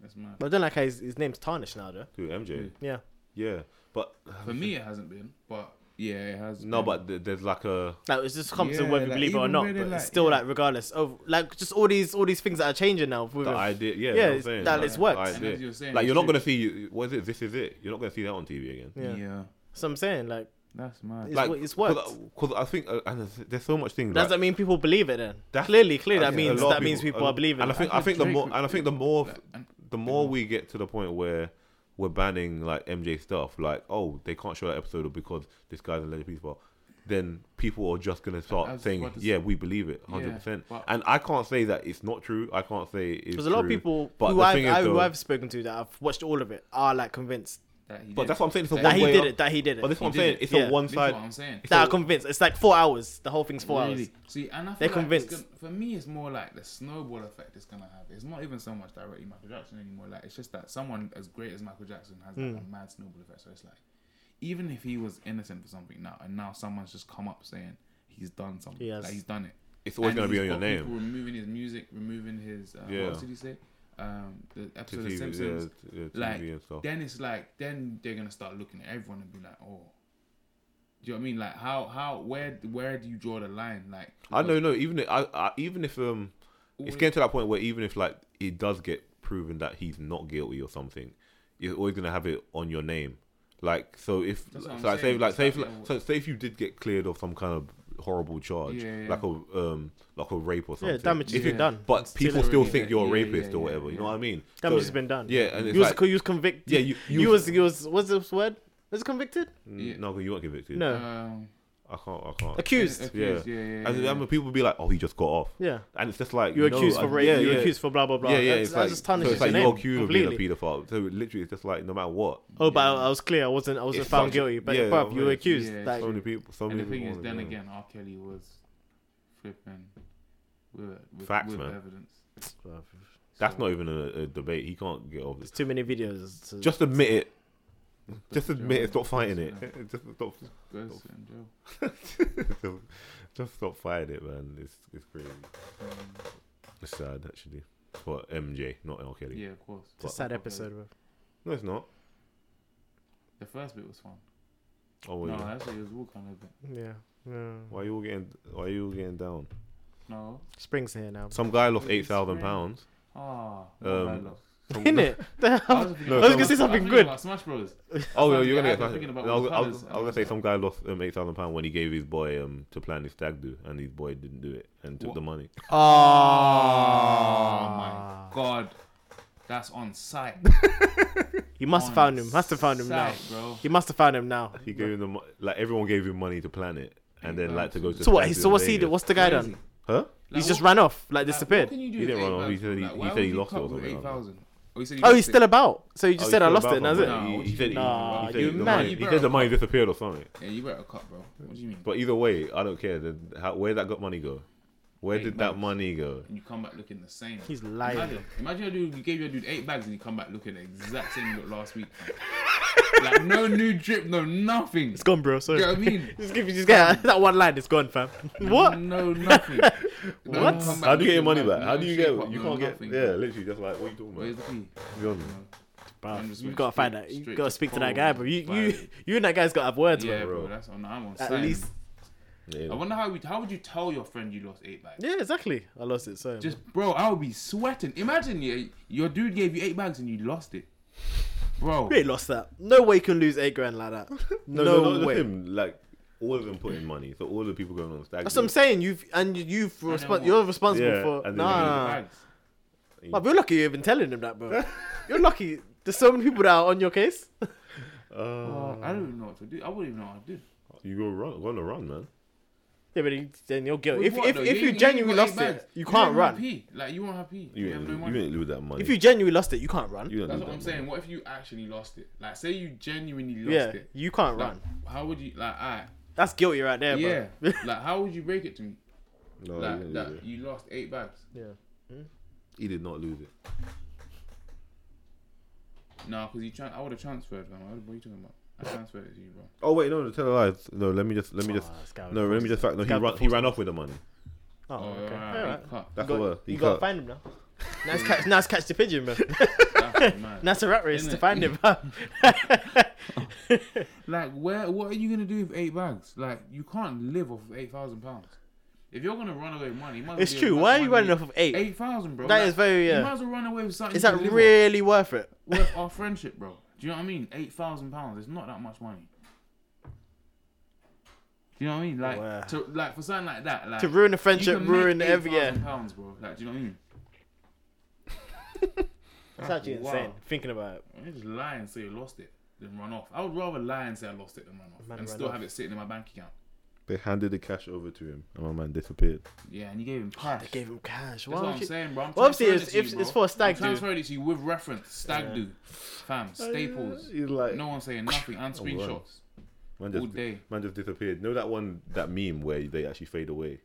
[SPEAKER 2] That's mad.
[SPEAKER 3] But I don't like how his, his name's tarnished now, though.
[SPEAKER 1] Who MJ?
[SPEAKER 3] Yeah.
[SPEAKER 1] Yeah, but
[SPEAKER 2] For me, it hasn't been, but yeah, it has.
[SPEAKER 1] no,
[SPEAKER 2] been.
[SPEAKER 1] but th- there's like a
[SPEAKER 3] Like it's just comes to
[SPEAKER 2] Yeah,
[SPEAKER 3] whether you
[SPEAKER 2] like,
[SPEAKER 3] believe it or
[SPEAKER 2] even
[SPEAKER 3] not,
[SPEAKER 2] really,
[SPEAKER 3] but
[SPEAKER 2] like,
[SPEAKER 3] it's still
[SPEAKER 2] yeah.
[SPEAKER 3] like regardless of like just all these all these things that are changing now. With
[SPEAKER 1] the
[SPEAKER 3] him.
[SPEAKER 1] idea. Yeah,
[SPEAKER 3] Yeah,
[SPEAKER 1] you know what I'm
[SPEAKER 3] it's-
[SPEAKER 1] saying?
[SPEAKER 3] that
[SPEAKER 1] Like,
[SPEAKER 3] it's worked.
[SPEAKER 1] the
[SPEAKER 2] And
[SPEAKER 1] idea.
[SPEAKER 2] as you're saying,
[SPEAKER 1] like you're
[SPEAKER 2] it's
[SPEAKER 1] not
[SPEAKER 2] true.
[SPEAKER 1] gonna see. What is it? This is it. You're not gonna see that on TV again.
[SPEAKER 3] yeah.
[SPEAKER 2] yeah,
[SPEAKER 3] So I'm saying like
[SPEAKER 2] that's mad.
[SPEAKER 3] it's,
[SPEAKER 1] Like
[SPEAKER 3] wo- it's worked.
[SPEAKER 1] Because I think uh, and there's- there's so much things.
[SPEAKER 3] Does
[SPEAKER 1] like-
[SPEAKER 3] that mean people believe it then?
[SPEAKER 1] That's-
[SPEAKER 3] clearly, clearly that
[SPEAKER 1] Yeah,
[SPEAKER 3] means
[SPEAKER 1] a lot
[SPEAKER 3] that
[SPEAKER 1] of
[SPEAKER 3] means people
[SPEAKER 1] a-
[SPEAKER 3] are believing.
[SPEAKER 1] And I
[SPEAKER 3] it.
[SPEAKER 1] think I
[SPEAKER 2] That's
[SPEAKER 1] think
[SPEAKER 2] what
[SPEAKER 1] the more
[SPEAKER 2] Drake
[SPEAKER 1] and I think the more
[SPEAKER 2] Like, and-
[SPEAKER 1] the more we get to the point where we're banning like MJ stuff, like oh they can't show that episode because this guy's a legend pedophile, then people are just gonna
[SPEAKER 2] I
[SPEAKER 1] start
[SPEAKER 2] was
[SPEAKER 1] saying
[SPEAKER 2] about to say-
[SPEAKER 1] yeah we believe it hundred percent.
[SPEAKER 2] but-
[SPEAKER 1] And I can't say that it's not true. I can't say it's
[SPEAKER 3] Because a lot of
[SPEAKER 1] true.
[SPEAKER 3] people
[SPEAKER 1] But
[SPEAKER 3] who
[SPEAKER 1] the
[SPEAKER 3] I've,
[SPEAKER 1] thing is,
[SPEAKER 3] I, who
[SPEAKER 1] though-
[SPEAKER 3] I've spoken to that have watched all of it are like convinced
[SPEAKER 2] That he
[SPEAKER 1] but
[SPEAKER 2] did.
[SPEAKER 1] that's what I'm saying. It's a
[SPEAKER 3] that
[SPEAKER 1] one
[SPEAKER 3] he
[SPEAKER 1] way
[SPEAKER 3] did
[SPEAKER 1] up-
[SPEAKER 3] it. That he did it.
[SPEAKER 1] But this is what I'm
[SPEAKER 2] did
[SPEAKER 1] saying.
[SPEAKER 2] it.
[SPEAKER 1] It's
[SPEAKER 3] Yeah.
[SPEAKER 1] a one
[SPEAKER 2] This is what
[SPEAKER 1] side.
[SPEAKER 2] I'm saying.
[SPEAKER 3] that are convinced. It's like four hours. The whole thing's four hours.
[SPEAKER 2] Really? See, and I feel
[SPEAKER 3] They're
[SPEAKER 2] like
[SPEAKER 3] convinced.
[SPEAKER 2] It's gonna, for me, it's more like the snowball effect it's gonna have. It's not even so much directly Michael Jackson anymore. Like it's just that someone as great as Michael Jackson has
[SPEAKER 3] Hmm.
[SPEAKER 2] like, a mad snowball effect. So it's like, even if he was innocent for something now, and now someone's just come up saying he's done something,
[SPEAKER 3] Yes.
[SPEAKER 2] like he's done it.
[SPEAKER 1] It's always
[SPEAKER 2] And
[SPEAKER 1] gonna be
[SPEAKER 2] he's
[SPEAKER 1] on your
[SPEAKER 2] got
[SPEAKER 1] name.
[SPEAKER 2] People removing his music, removing his. Uh,
[SPEAKER 1] Yeah.
[SPEAKER 2] What else did he say? Um, the
[SPEAKER 1] to
[SPEAKER 2] episode of
[SPEAKER 1] TV,
[SPEAKER 2] Simpsons
[SPEAKER 1] yeah, t- yeah,
[SPEAKER 2] like
[SPEAKER 1] TV and stuff.
[SPEAKER 2] then it's like then they're gonna start looking at everyone and be like, oh, do you know what I mean? Like how how where where do you draw the line? Like
[SPEAKER 1] I know, no. Even if, I, I, even if um, it's getting to that point where even if like it does get proven that he's not guilty or something, you're always gonna have it on your name. Like so, if
[SPEAKER 2] That's
[SPEAKER 1] so,
[SPEAKER 2] what I'm
[SPEAKER 1] like, say
[SPEAKER 2] saying,
[SPEAKER 1] like
[SPEAKER 2] it's
[SPEAKER 1] say if,
[SPEAKER 2] like,
[SPEAKER 1] like,
[SPEAKER 2] yeah,
[SPEAKER 1] so say if you did get cleared of some kind of horrible charge,
[SPEAKER 2] Yeah, yeah.
[SPEAKER 1] like a um, like a rape or something.
[SPEAKER 3] Yeah, damage has
[SPEAKER 1] If you-
[SPEAKER 3] been done.
[SPEAKER 1] But
[SPEAKER 3] Still
[SPEAKER 1] people
[SPEAKER 3] already
[SPEAKER 1] still
[SPEAKER 2] there.
[SPEAKER 1] think you're a
[SPEAKER 2] Yeah, yeah,
[SPEAKER 1] rapist or
[SPEAKER 2] yeah,
[SPEAKER 1] whatever. You know
[SPEAKER 2] yeah.
[SPEAKER 1] what I mean?
[SPEAKER 3] Damage
[SPEAKER 1] So-
[SPEAKER 3] has been done.
[SPEAKER 1] Yeah, and it's
[SPEAKER 3] you was
[SPEAKER 1] like-
[SPEAKER 3] co- you was convicted.
[SPEAKER 1] Yeah, you-
[SPEAKER 3] you,
[SPEAKER 1] you-
[SPEAKER 3] was you was what's this word? Was it convicted?
[SPEAKER 2] Yeah.
[SPEAKER 1] No, 'cause you weren't convicted.
[SPEAKER 3] No,
[SPEAKER 2] Um,
[SPEAKER 1] I can't. I can't.
[SPEAKER 3] accused.
[SPEAKER 2] accused,
[SPEAKER 1] Yeah.
[SPEAKER 2] yeah, yeah,
[SPEAKER 1] and
[SPEAKER 2] yeah,
[SPEAKER 1] then
[SPEAKER 2] yeah.
[SPEAKER 1] people be like, "Oh, he just got off."
[SPEAKER 3] Yeah.
[SPEAKER 1] and it's just like
[SPEAKER 3] You were
[SPEAKER 1] no,
[SPEAKER 3] accused for
[SPEAKER 1] I-
[SPEAKER 3] rape.
[SPEAKER 1] yeah,
[SPEAKER 3] you were
[SPEAKER 1] yeah.
[SPEAKER 3] accused for blah blah blah.
[SPEAKER 1] Yeah, yeah,
[SPEAKER 3] That's-
[SPEAKER 1] it's
[SPEAKER 3] that
[SPEAKER 1] like,
[SPEAKER 3] just
[SPEAKER 1] so
[SPEAKER 3] tarnishes
[SPEAKER 1] it's like
[SPEAKER 3] your
[SPEAKER 1] you're
[SPEAKER 3] name
[SPEAKER 1] accused of
[SPEAKER 3] completely.
[SPEAKER 1] being a paedophile. So literally, it's just like no matter what,
[SPEAKER 3] Oh, but I, I was clear. I wasn't. I wasn't
[SPEAKER 1] It's
[SPEAKER 3] found
[SPEAKER 1] such-
[SPEAKER 3] guilty. But
[SPEAKER 1] yeah,
[SPEAKER 3] bruv, you were
[SPEAKER 1] yeah,
[SPEAKER 3] accused.
[SPEAKER 2] yeah,
[SPEAKER 3] like,
[SPEAKER 1] so many people, so
[SPEAKER 2] and
[SPEAKER 1] many
[SPEAKER 2] the thing
[SPEAKER 1] people.
[SPEAKER 2] is,
[SPEAKER 1] wanna
[SPEAKER 2] then
[SPEAKER 1] do it.
[SPEAKER 2] again, R. Kelly was flipping with, with,
[SPEAKER 1] Facts,
[SPEAKER 2] with
[SPEAKER 1] man.
[SPEAKER 2] evidence.
[SPEAKER 3] bruv,
[SPEAKER 1] that's not even a, a debate. He can't get off this.
[SPEAKER 3] it's too many videos. To,
[SPEAKER 1] Just admit it. Just admit it. Stop fighting it. *laughs* just stop.
[SPEAKER 2] Go sit in jail.
[SPEAKER 1] just stop fighting it, man. It's it's crazy.
[SPEAKER 2] Um,
[SPEAKER 1] It's sad actually for MJ, not L Kelly.
[SPEAKER 2] Yeah, of course.
[SPEAKER 3] It's a sad episode, bro.
[SPEAKER 1] No, it's not.
[SPEAKER 2] The first bit was fun.
[SPEAKER 1] Oh,
[SPEAKER 2] no,
[SPEAKER 1] yeah.
[SPEAKER 2] actually, it was all kind of bit.
[SPEAKER 3] Yeah. No.
[SPEAKER 1] why are you all getting? Why are you all getting down?
[SPEAKER 2] No.
[SPEAKER 3] Spring's here now.
[SPEAKER 1] Some guy lost
[SPEAKER 2] It's
[SPEAKER 1] eight thousand
[SPEAKER 2] great.
[SPEAKER 1] pounds.
[SPEAKER 2] Ah.
[SPEAKER 1] Um,
[SPEAKER 3] In it.
[SPEAKER 2] I was, thinking
[SPEAKER 1] No,
[SPEAKER 2] about-
[SPEAKER 1] I was
[SPEAKER 3] gonna say
[SPEAKER 2] I
[SPEAKER 3] something
[SPEAKER 2] thinking
[SPEAKER 3] good.
[SPEAKER 2] about Smash Bros.
[SPEAKER 1] Oh, yo,
[SPEAKER 2] Yeah,
[SPEAKER 1] you're gonna
[SPEAKER 2] I've
[SPEAKER 1] get.
[SPEAKER 2] been
[SPEAKER 1] I was,
[SPEAKER 2] thinking about
[SPEAKER 1] I was,
[SPEAKER 2] all the
[SPEAKER 1] I was
[SPEAKER 2] colours
[SPEAKER 1] gonna say some guy lost um, eight thousand pound when he gave his boy um to plan his stag do, and his boy didn't do it and took
[SPEAKER 2] What?
[SPEAKER 1] the money.
[SPEAKER 2] Oh
[SPEAKER 3] Oh.
[SPEAKER 2] my god. That's on site.
[SPEAKER 3] *laughs* You must have
[SPEAKER 2] On
[SPEAKER 3] found him. Must have found him now.
[SPEAKER 2] site, Bro.
[SPEAKER 3] You must have found him now.
[SPEAKER 1] He gave him the mo- like everyone gave him money to plan it, and then like to go to.
[SPEAKER 3] So what?
[SPEAKER 1] stag do Oh,
[SPEAKER 3] So
[SPEAKER 1] in
[SPEAKER 3] what's he?
[SPEAKER 1] Vegas.
[SPEAKER 3] do- What's the guy done?
[SPEAKER 1] Huh?
[SPEAKER 3] He's just
[SPEAKER 2] what-
[SPEAKER 3] ran off, like
[SPEAKER 2] like, what
[SPEAKER 3] disappeared.
[SPEAKER 2] can you do
[SPEAKER 1] He didn't
[SPEAKER 2] with
[SPEAKER 1] run off, he
[SPEAKER 2] 8,000?
[SPEAKER 1] said he-
[SPEAKER 2] Like,
[SPEAKER 1] he
[SPEAKER 2] why
[SPEAKER 1] said
[SPEAKER 2] would
[SPEAKER 1] he
[SPEAKER 2] you
[SPEAKER 1] lost it
[SPEAKER 2] cut
[SPEAKER 1] or
[SPEAKER 2] with
[SPEAKER 1] something like that.
[SPEAKER 2] 8,000? Oh, he said he
[SPEAKER 3] Oh,
[SPEAKER 2] lost
[SPEAKER 3] he's
[SPEAKER 2] it.
[SPEAKER 3] still about. So you just
[SPEAKER 1] Oh,
[SPEAKER 3] said
[SPEAKER 1] he
[SPEAKER 3] I
[SPEAKER 1] said
[SPEAKER 3] lost it,
[SPEAKER 1] about
[SPEAKER 3] and that's it.
[SPEAKER 1] something. He, he said he-
[SPEAKER 3] Nah,
[SPEAKER 1] he said
[SPEAKER 3] you
[SPEAKER 1] the
[SPEAKER 3] mad.
[SPEAKER 1] money-
[SPEAKER 2] You
[SPEAKER 1] he
[SPEAKER 2] better
[SPEAKER 1] said the money disappeared or something.
[SPEAKER 2] Yeah, you better cut, bro. What do you mean?
[SPEAKER 1] But either way, I don't care. The- how, where that got money go? Where
[SPEAKER 2] Eight
[SPEAKER 1] did that
[SPEAKER 2] bags.
[SPEAKER 1] money go?
[SPEAKER 2] And you come back looking the same.
[SPEAKER 3] He's lying.
[SPEAKER 2] Imagine, imagine a dude, you gave your dude eight bags and you come back looking the exact same you looked last week. *laughs* like, no new drip, no nothing.
[SPEAKER 3] It's gone, bro. Sorry.
[SPEAKER 2] You know what I mean?
[SPEAKER 3] *laughs* just give you just get that one line. It's gone, *laughs* fam. what?
[SPEAKER 2] No,
[SPEAKER 3] *laughs*
[SPEAKER 2] nothing. No,
[SPEAKER 3] What?
[SPEAKER 2] come back
[SPEAKER 1] How do you
[SPEAKER 2] looking
[SPEAKER 1] get your money
[SPEAKER 2] like
[SPEAKER 1] back? How
[SPEAKER 2] no
[SPEAKER 1] do you
[SPEAKER 2] shape
[SPEAKER 1] get?
[SPEAKER 2] up,
[SPEAKER 1] You
[SPEAKER 2] no
[SPEAKER 1] can't get.
[SPEAKER 2] nothing.
[SPEAKER 1] Yeah, literally, just like what are you talking
[SPEAKER 2] Where's
[SPEAKER 1] about?
[SPEAKER 2] the key?
[SPEAKER 1] Beyond.
[SPEAKER 3] Bruv,
[SPEAKER 2] I'm just
[SPEAKER 3] you've
[SPEAKER 2] went
[SPEAKER 3] got to find
[SPEAKER 2] straight-
[SPEAKER 3] that. You've
[SPEAKER 2] straight
[SPEAKER 3] got to
[SPEAKER 2] to
[SPEAKER 3] speak to that
[SPEAKER 2] cold,
[SPEAKER 3] guy, bro. You, you,
[SPEAKER 2] violent.
[SPEAKER 3] you and that guy's got to have words,
[SPEAKER 2] Yeah,
[SPEAKER 3] man.
[SPEAKER 2] bro.
[SPEAKER 1] bro.
[SPEAKER 2] That's on. I'm on.
[SPEAKER 3] At
[SPEAKER 2] site.
[SPEAKER 3] least.
[SPEAKER 1] Yeah.
[SPEAKER 2] I wonder how we. How would you tell your friend you lost eight bags?
[SPEAKER 3] Yeah, exactly. I lost it. Sorry.
[SPEAKER 2] Just, bro, I would be sweating. Imagine yeah, your dude gave you eight bags and you lost it, bro.
[SPEAKER 3] We ain't lost that. No way you can lose eight grand like that.
[SPEAKER 1] No,
[SPEAKER 3] *laughs* No,
[SPEAKER 1] no, no,
[SPEAKER 3] way.
[SPEAKER 1] way. Him, like all of them put in money, so all the people going on stag.
[SPEAKER 3] That's what I'm saying. You've and you've
[SPEAKER 2] what?
[SPEAKER 3] respon you're responsible
[SPEAKER 1] Yeah,
[SPEAKER 3] for. Nah,
[SPEAKER 1] and then you lose
[SPEAKER 3] nah. nah.
[SPEAKER 2] Bags.
[SPEAKER 3] Bruv, you're lucky you're even telling him that, *laughs* bro. you're lucky. There's so many people that are on your case. *laughs*
[SPEAKER 2] Uh, I don't even know what to do. I wouldn't even know what to do.
[SPEAKER 1] You go run, go on a run, man.
[SPEAKER 3] Yeah, but he- then you're guilty.
[SPEAKER 2] With
[SPEAKER 3] If,
[SPEAKER 2] what,
[SPEAKER 3] if,
[SPEAKER 2] though?
[SPEAKER 3] if
[SPEAKER 2] ain't-
[SPEAKER 3] you
[SPEAKER 2] ain't
[SPEAKER 3] genuinely
[SPEAKER 2] got eight
[SPEAKER 3] lost
[SPEAKER 2] bags.
[SPEAKER 3] it, you can't
[SPEAKER 2] don't Have
[SPEAKER 3] run.
[SPEAKER 2] pee. Like you won't have pee.
[SPEAKER 1] You
[SPEAKER 2] have
[SPEAKER 1] ain't,
[SPEAKER 2] no
[SPEAKER 1] you
[SPEAKER 2] money.
[SPEAKER 1] ain't lose that money.
[SPEAKER 3] If you genuinely lost it, you can't run.
[SPEAKER 1] you ain't
[SPEAKER 2] That's
[SPEAKER 1] lose
[SPEAKER 2] what
[SPEAKER 1] that
[SPEAKER 2] I'm saying. What if you actually lost it? Like, say you genuinely lost
[SPEAKER 3] yeah,
[SPEAKER 2] it.
[SPEAKER 3] you can't
[SPEAKER 2] Like,
[SPEAKER 3] run.
[SPEAKER 2] How would you like? I
[SPEAKER 3] That's guilty right there,
[SPEAKER 2] yeah.
[SPEAKER 3] bro. Oh,
[SPEAKER 2] like, how would you break it to me?
[SPEAKER 1] No, he
[SPEAKER 2] Like
[SPEAKER 1] didn't
[SPEAKER 2] that
[SPEAKER 1] lose it.
[SPEAKER 2] you lost eight bags.
[SPEAKER 3] yeah.
[SPEAKER 1] He did not lose it.
[SPEAKER 2] No, because you tran- I would have transferred, man. What are you talking about? I transferred it to you, bro.
[SPEAKER 1] Oh wait, no, tell a lie. No, let me just, let me just.
[SPEAKER 3] Ah, this guy
[SPEAKER 1] No,
[SPEAKER 3] would
[SPEAKER 1] let me just.
[SPEAKER 3] force
[SPEAKER 1] Fact,
[SPEAKER 3] it.
[SPEAKER 1] no, he
[SPEAKER 3] This guy would
[SPEAKER 1] ran, he
[SPEAKER 3] force
[SPEAKER 1] ran off with the money.
[SPEAKER 3] it. *laughs* Oh,
[SPEAKER 2] Oh, right,
[SPEAKER 3] okay. All
[SPEAKER 2] right,
[SPEAKER 3] right. *laughs*
[SPEAKER 2] cut.
[SPEAKER 1] That's
[SPEAKER 3] You
[SPEAKER 1] the
[SPEAKER 3] got-
[SPEAKER 1] word. He
[SPEAKER 3] you gotta
[SPEAKER 1] cut.
[SPEAKER 3] find him now.
[SPEAKER 2] *laughs*
[SPEAKER 3] Nice catch, nice catch the pigeon, bro. *laughs*
[SPEAKER 2] That's mad.
[SPEAKER 3] That's a rat race
[SPEAKER 2] Isn't
[SPEAKER 3] to
[SPEAKER 2] it?
[SPEAKER 3] find him.
[SPEAKER 2] *laughs*
[SPEAKER 3] bro. *laughs*
[SPEAKER 2] Like, where? What are you gonna do with eight bags? Like, you can't live off of eight thousand pounds. If you're gonna run away with money, you might as well
[SPEAKER 3] It's
[SPEAKER 2] be
[SPEAKER 3] true.
[SPEAKER 2] able to
[SPEAKER 3] Why
[SPEAKER 2] run
[SPEAKER 3] are you
[SPEAKER 2] away
[SPEAKER 3] running
[SPEAKER 2] with
[SPEAKER 3] off of eight?
[SPEAKER 2] Eight thousand, bro.
[SPEAKER 3] That
[SPEAKER 2] Like,
[SPEAKER 3] is very,
[SPEAKER 2] You
[SPEAKER 3] yeah.
[SPEAKER 2] might as well run away with something.
[SPEAKER 3] Is
[SPEAKER 2] you
[SPEAKER 3] that
[SPEAKER 2] can live
[SPEAKER 3] really worth it?
[SPEAKER 2] off.
[SPEAKER 3] *laughs*
[SPEAKER 2] worth our friendship, bro? Do you know what I mean? Eight thousand pounds. It's not that much money. Do you know what I mean? Like,
[SPEAKER 3] Wow.
[SPEAKER 2] to, like for something like that, like
[SPEAKER 3] To ruin a friendship,
[SPEAKER 2] you can make
[SPEAKER 3] ruin every yeah.
[SPEAKER 2] 8,000 Pounds, bro. Like, do you know what I mean?
[SPEAKER 3] It's actually insane thinking about it.
[SPEAKER 2] I'm just lie and say you lost it, then run off. I would rather lie and say I lost it than run off,
[SPEAKER 3] Man,
[SPEAKER 2] and
[SPEAKER 3] run
[SPEAKER 2] still
[SPEAKER 3] off.
[SPEAKER 2] have it sitting in my bank account.
[SPEAKER 1] They handed the cash over to him, and my man disappeared.
[SPEAKER 2] Yeah, and you gave him cash.
[SPEAKER 3] They gave him cash. Why
[SPEAKER 2] That's what
[SPEAKER 3] would
[SPEAKER 2] I'm
[SPEAKER 3] you-
[SPEAKER 2] saying, bro. I'm
[SPEAKER 3] Well, obviously,
[SPEAKER 2] transferring
[SPEAKER 3] it's-
[SPEAKER 2] it to
[SPEAKER 3] if-
[SPEAKER 2] you,
[SPEAKER 3] it's
[SPEAKER 2] bro.
[SPEAKER 3] for a stag
[SPEAKER 2] I'm
[SPEAKER 3] do.
[SPEAKER 2] transferring it to you with reference. Stag do, fam, staples.
[SPEAKER 1] He's like,
[SPEAKER 2] No one's saying nothing and
[SPEAKER 3] Oh,
[SPEAKER 2] screenshots.
[SPEAKER 1] man
[SPEAKER 2] all
[SPEAKER 1] just,
[SPEAKER 2] day.
[SPEAKER 1] man just disappeared. Know that one, that meme where they actually fade away,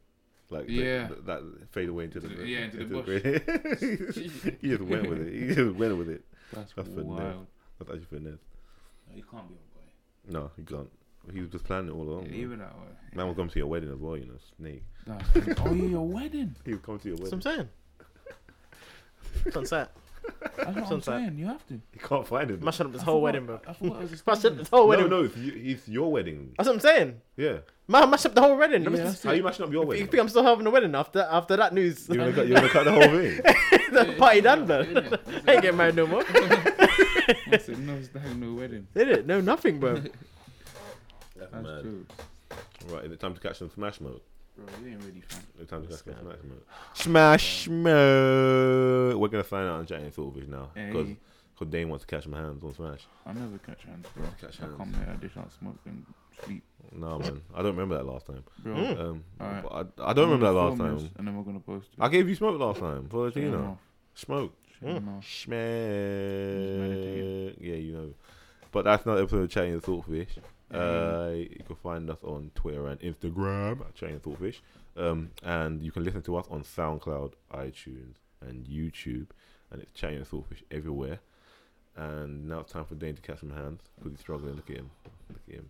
[SPEAKER 1] like they-
[SPEAKER 2] Yeah.
[SPEAKER 1] th- that fade away into the
[SPEAKER 2] Into the- yeah, into the
[SPEAKER 1] bush. *laughs* he just went with it. He just went with it. That's for
[SPEAKER 2] wild.
[SPEAKER 1] That's actually finesse.
[SPEAKER 2] No, you can't be on
[SPEAKER 1] No, he can't. He was just planning it
[SPEAKER 3] Oh,
[SPEAKER 1] all along.
[SPEAKER 2] boy.
[SPEAKER 1] man.
[SPEAKER 2] Leave it that way.
[SPEAKER 1] Man will come to your wedding as well, you know, snake. *laughs*
[SPEAKER 3] *laughs*
[SPEAKER 2] Nah. oh yeah, your wedding.
[SPEAKER 1] He will come to your wedding.
[SPEAKER 3] That's what I'm saying. It's on set.
[SPEAKER 2] That's what I'm
[SPEAKER 3] Sounds like-
[SPEAKER 2] saying. You have to.
[SPEAKER 1] He can't find him.
[SPEAKER 3] Mashing up this
[SPEAKER 2] I
[SPEAKER 3] whole
[SPEAKER 2] forgot-
[SPEAKER 3] wedding, bro.
[SPEAKER 2] I forgot it was
[SPEAKER 3] *laughs*
[SPEAKER 2] a
[SPEAKER 3] Mash up
[SPEAKER 2] stag do.
[SPEAKER 3] this whole
[SPEAKER 1] no,
[SPEAKER 3] wedding.
[SPEAKER 1] no, it's, you, it's your wedding.
[SPEAKER 3] That's what I'm saying.
[SPEAKER 1] Yeah.
[SPEAKER 3] Man, mash up the whole wedding.
[SPEAKER 2] Yeah.
[SPEAKER 3] Yeah.
[SPEAKER 1] How are you mashing up your
[SPEAKER 3] You
[SPEAKER 1] wedding?
[SPEAKER 3] think I'm still having a wedding after after that news?
[SPEAKER 1] You're gonna, cut, you're gonna cut the whole thing.
[SPEAKER 3] *laughs* the party done, bro.
[SPEAKER 2] Yeah,
[SPEAKER 3] *laughs*
[SPEAKER 2] yeah.
[SPEAKER 3] I ain't getting married no more.
[SPEAKER 2] I said, no stag, no wedding.
[SPEAKER 3] Did it? No, nothing, bro.
[SPEAKER 2] That's
[SPEAKER 1] Mad.
[SPEAKER 2] true.
[SPEAKER 1] Right, is it time to catch some smash mode?
[SPEAKER 2] Bro, you ain't really fun.
[SPEAKER 1] It's time to catch some smash mode. Smash mode. We're gonna sign out and chat in Silverfish now because
[SPEAKER 2] Hey.
[SPEAKER 1] Dane wants to catch my hands on Smash.
[SPEAKER 2] I never catch hands, bro.
[SPEAKER 1] Catch
[SPEAKER 2] I
[SPEAKER 1] hands.
[SPEAKER 2] come here, I dish out smoke and sleep,
[SPEAKER 1] No man, I don't remember that last time.
[SPEAKER 3] Hmm.
[SPEAKER 2] bro.
[SPEAKER 1] Um,
[SPEAKER 2] Hmm. Alright.
[SPEAKER 1] but I, I don't remember that last
[SPEAKER 2] Film this,
[SPEAKER 1] time.
[SPEAKER 2] And then we're gonna post it.
[SPEAKER 1] I gave you smoke last time for the
[SPEAKER 2] Shut your
[SPEAKER 1] Gino.
[SPEAKER 2] mouth,
[SPEAKER 1] Smoke.
[SPEAKER 2] shut your mouth.
[SPEAKER 1] Schmeck. Yeah, you know. But that's another episode of Chatting and Thoughtfish. Uh, you can find us on Twitter and Instagram at Chatting and Thoughtfish. Um, and you can listen to us on SoundCloud, iTunes, and YouTube. And it's Chatting and Thoughtfish everywhere. And now it's time for Dane to catch some hands because he's struggling. Look at him. Look at him.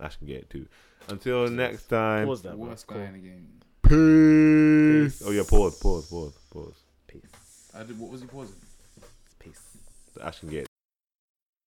[SPEAKER 1] Ash can get it too. Until next time.
[SPEAKER 3] Pause that.
[SPEAKER 2] Worst
[SPEAKER 3] bro.
[SPEAKER 2] guy in
[SPEAKER 3] Cool.
[SPEAKER 2] the game.
[SPEAKER 1] Peace. Oh yeah, pause, pause, pause, pause.
[SPEAKER 3] Peace.
[SPEAKER 2] I did, what was he pausing?
[SPEAKER 3] Peace.
[SPEAKER 1] Ash can get it.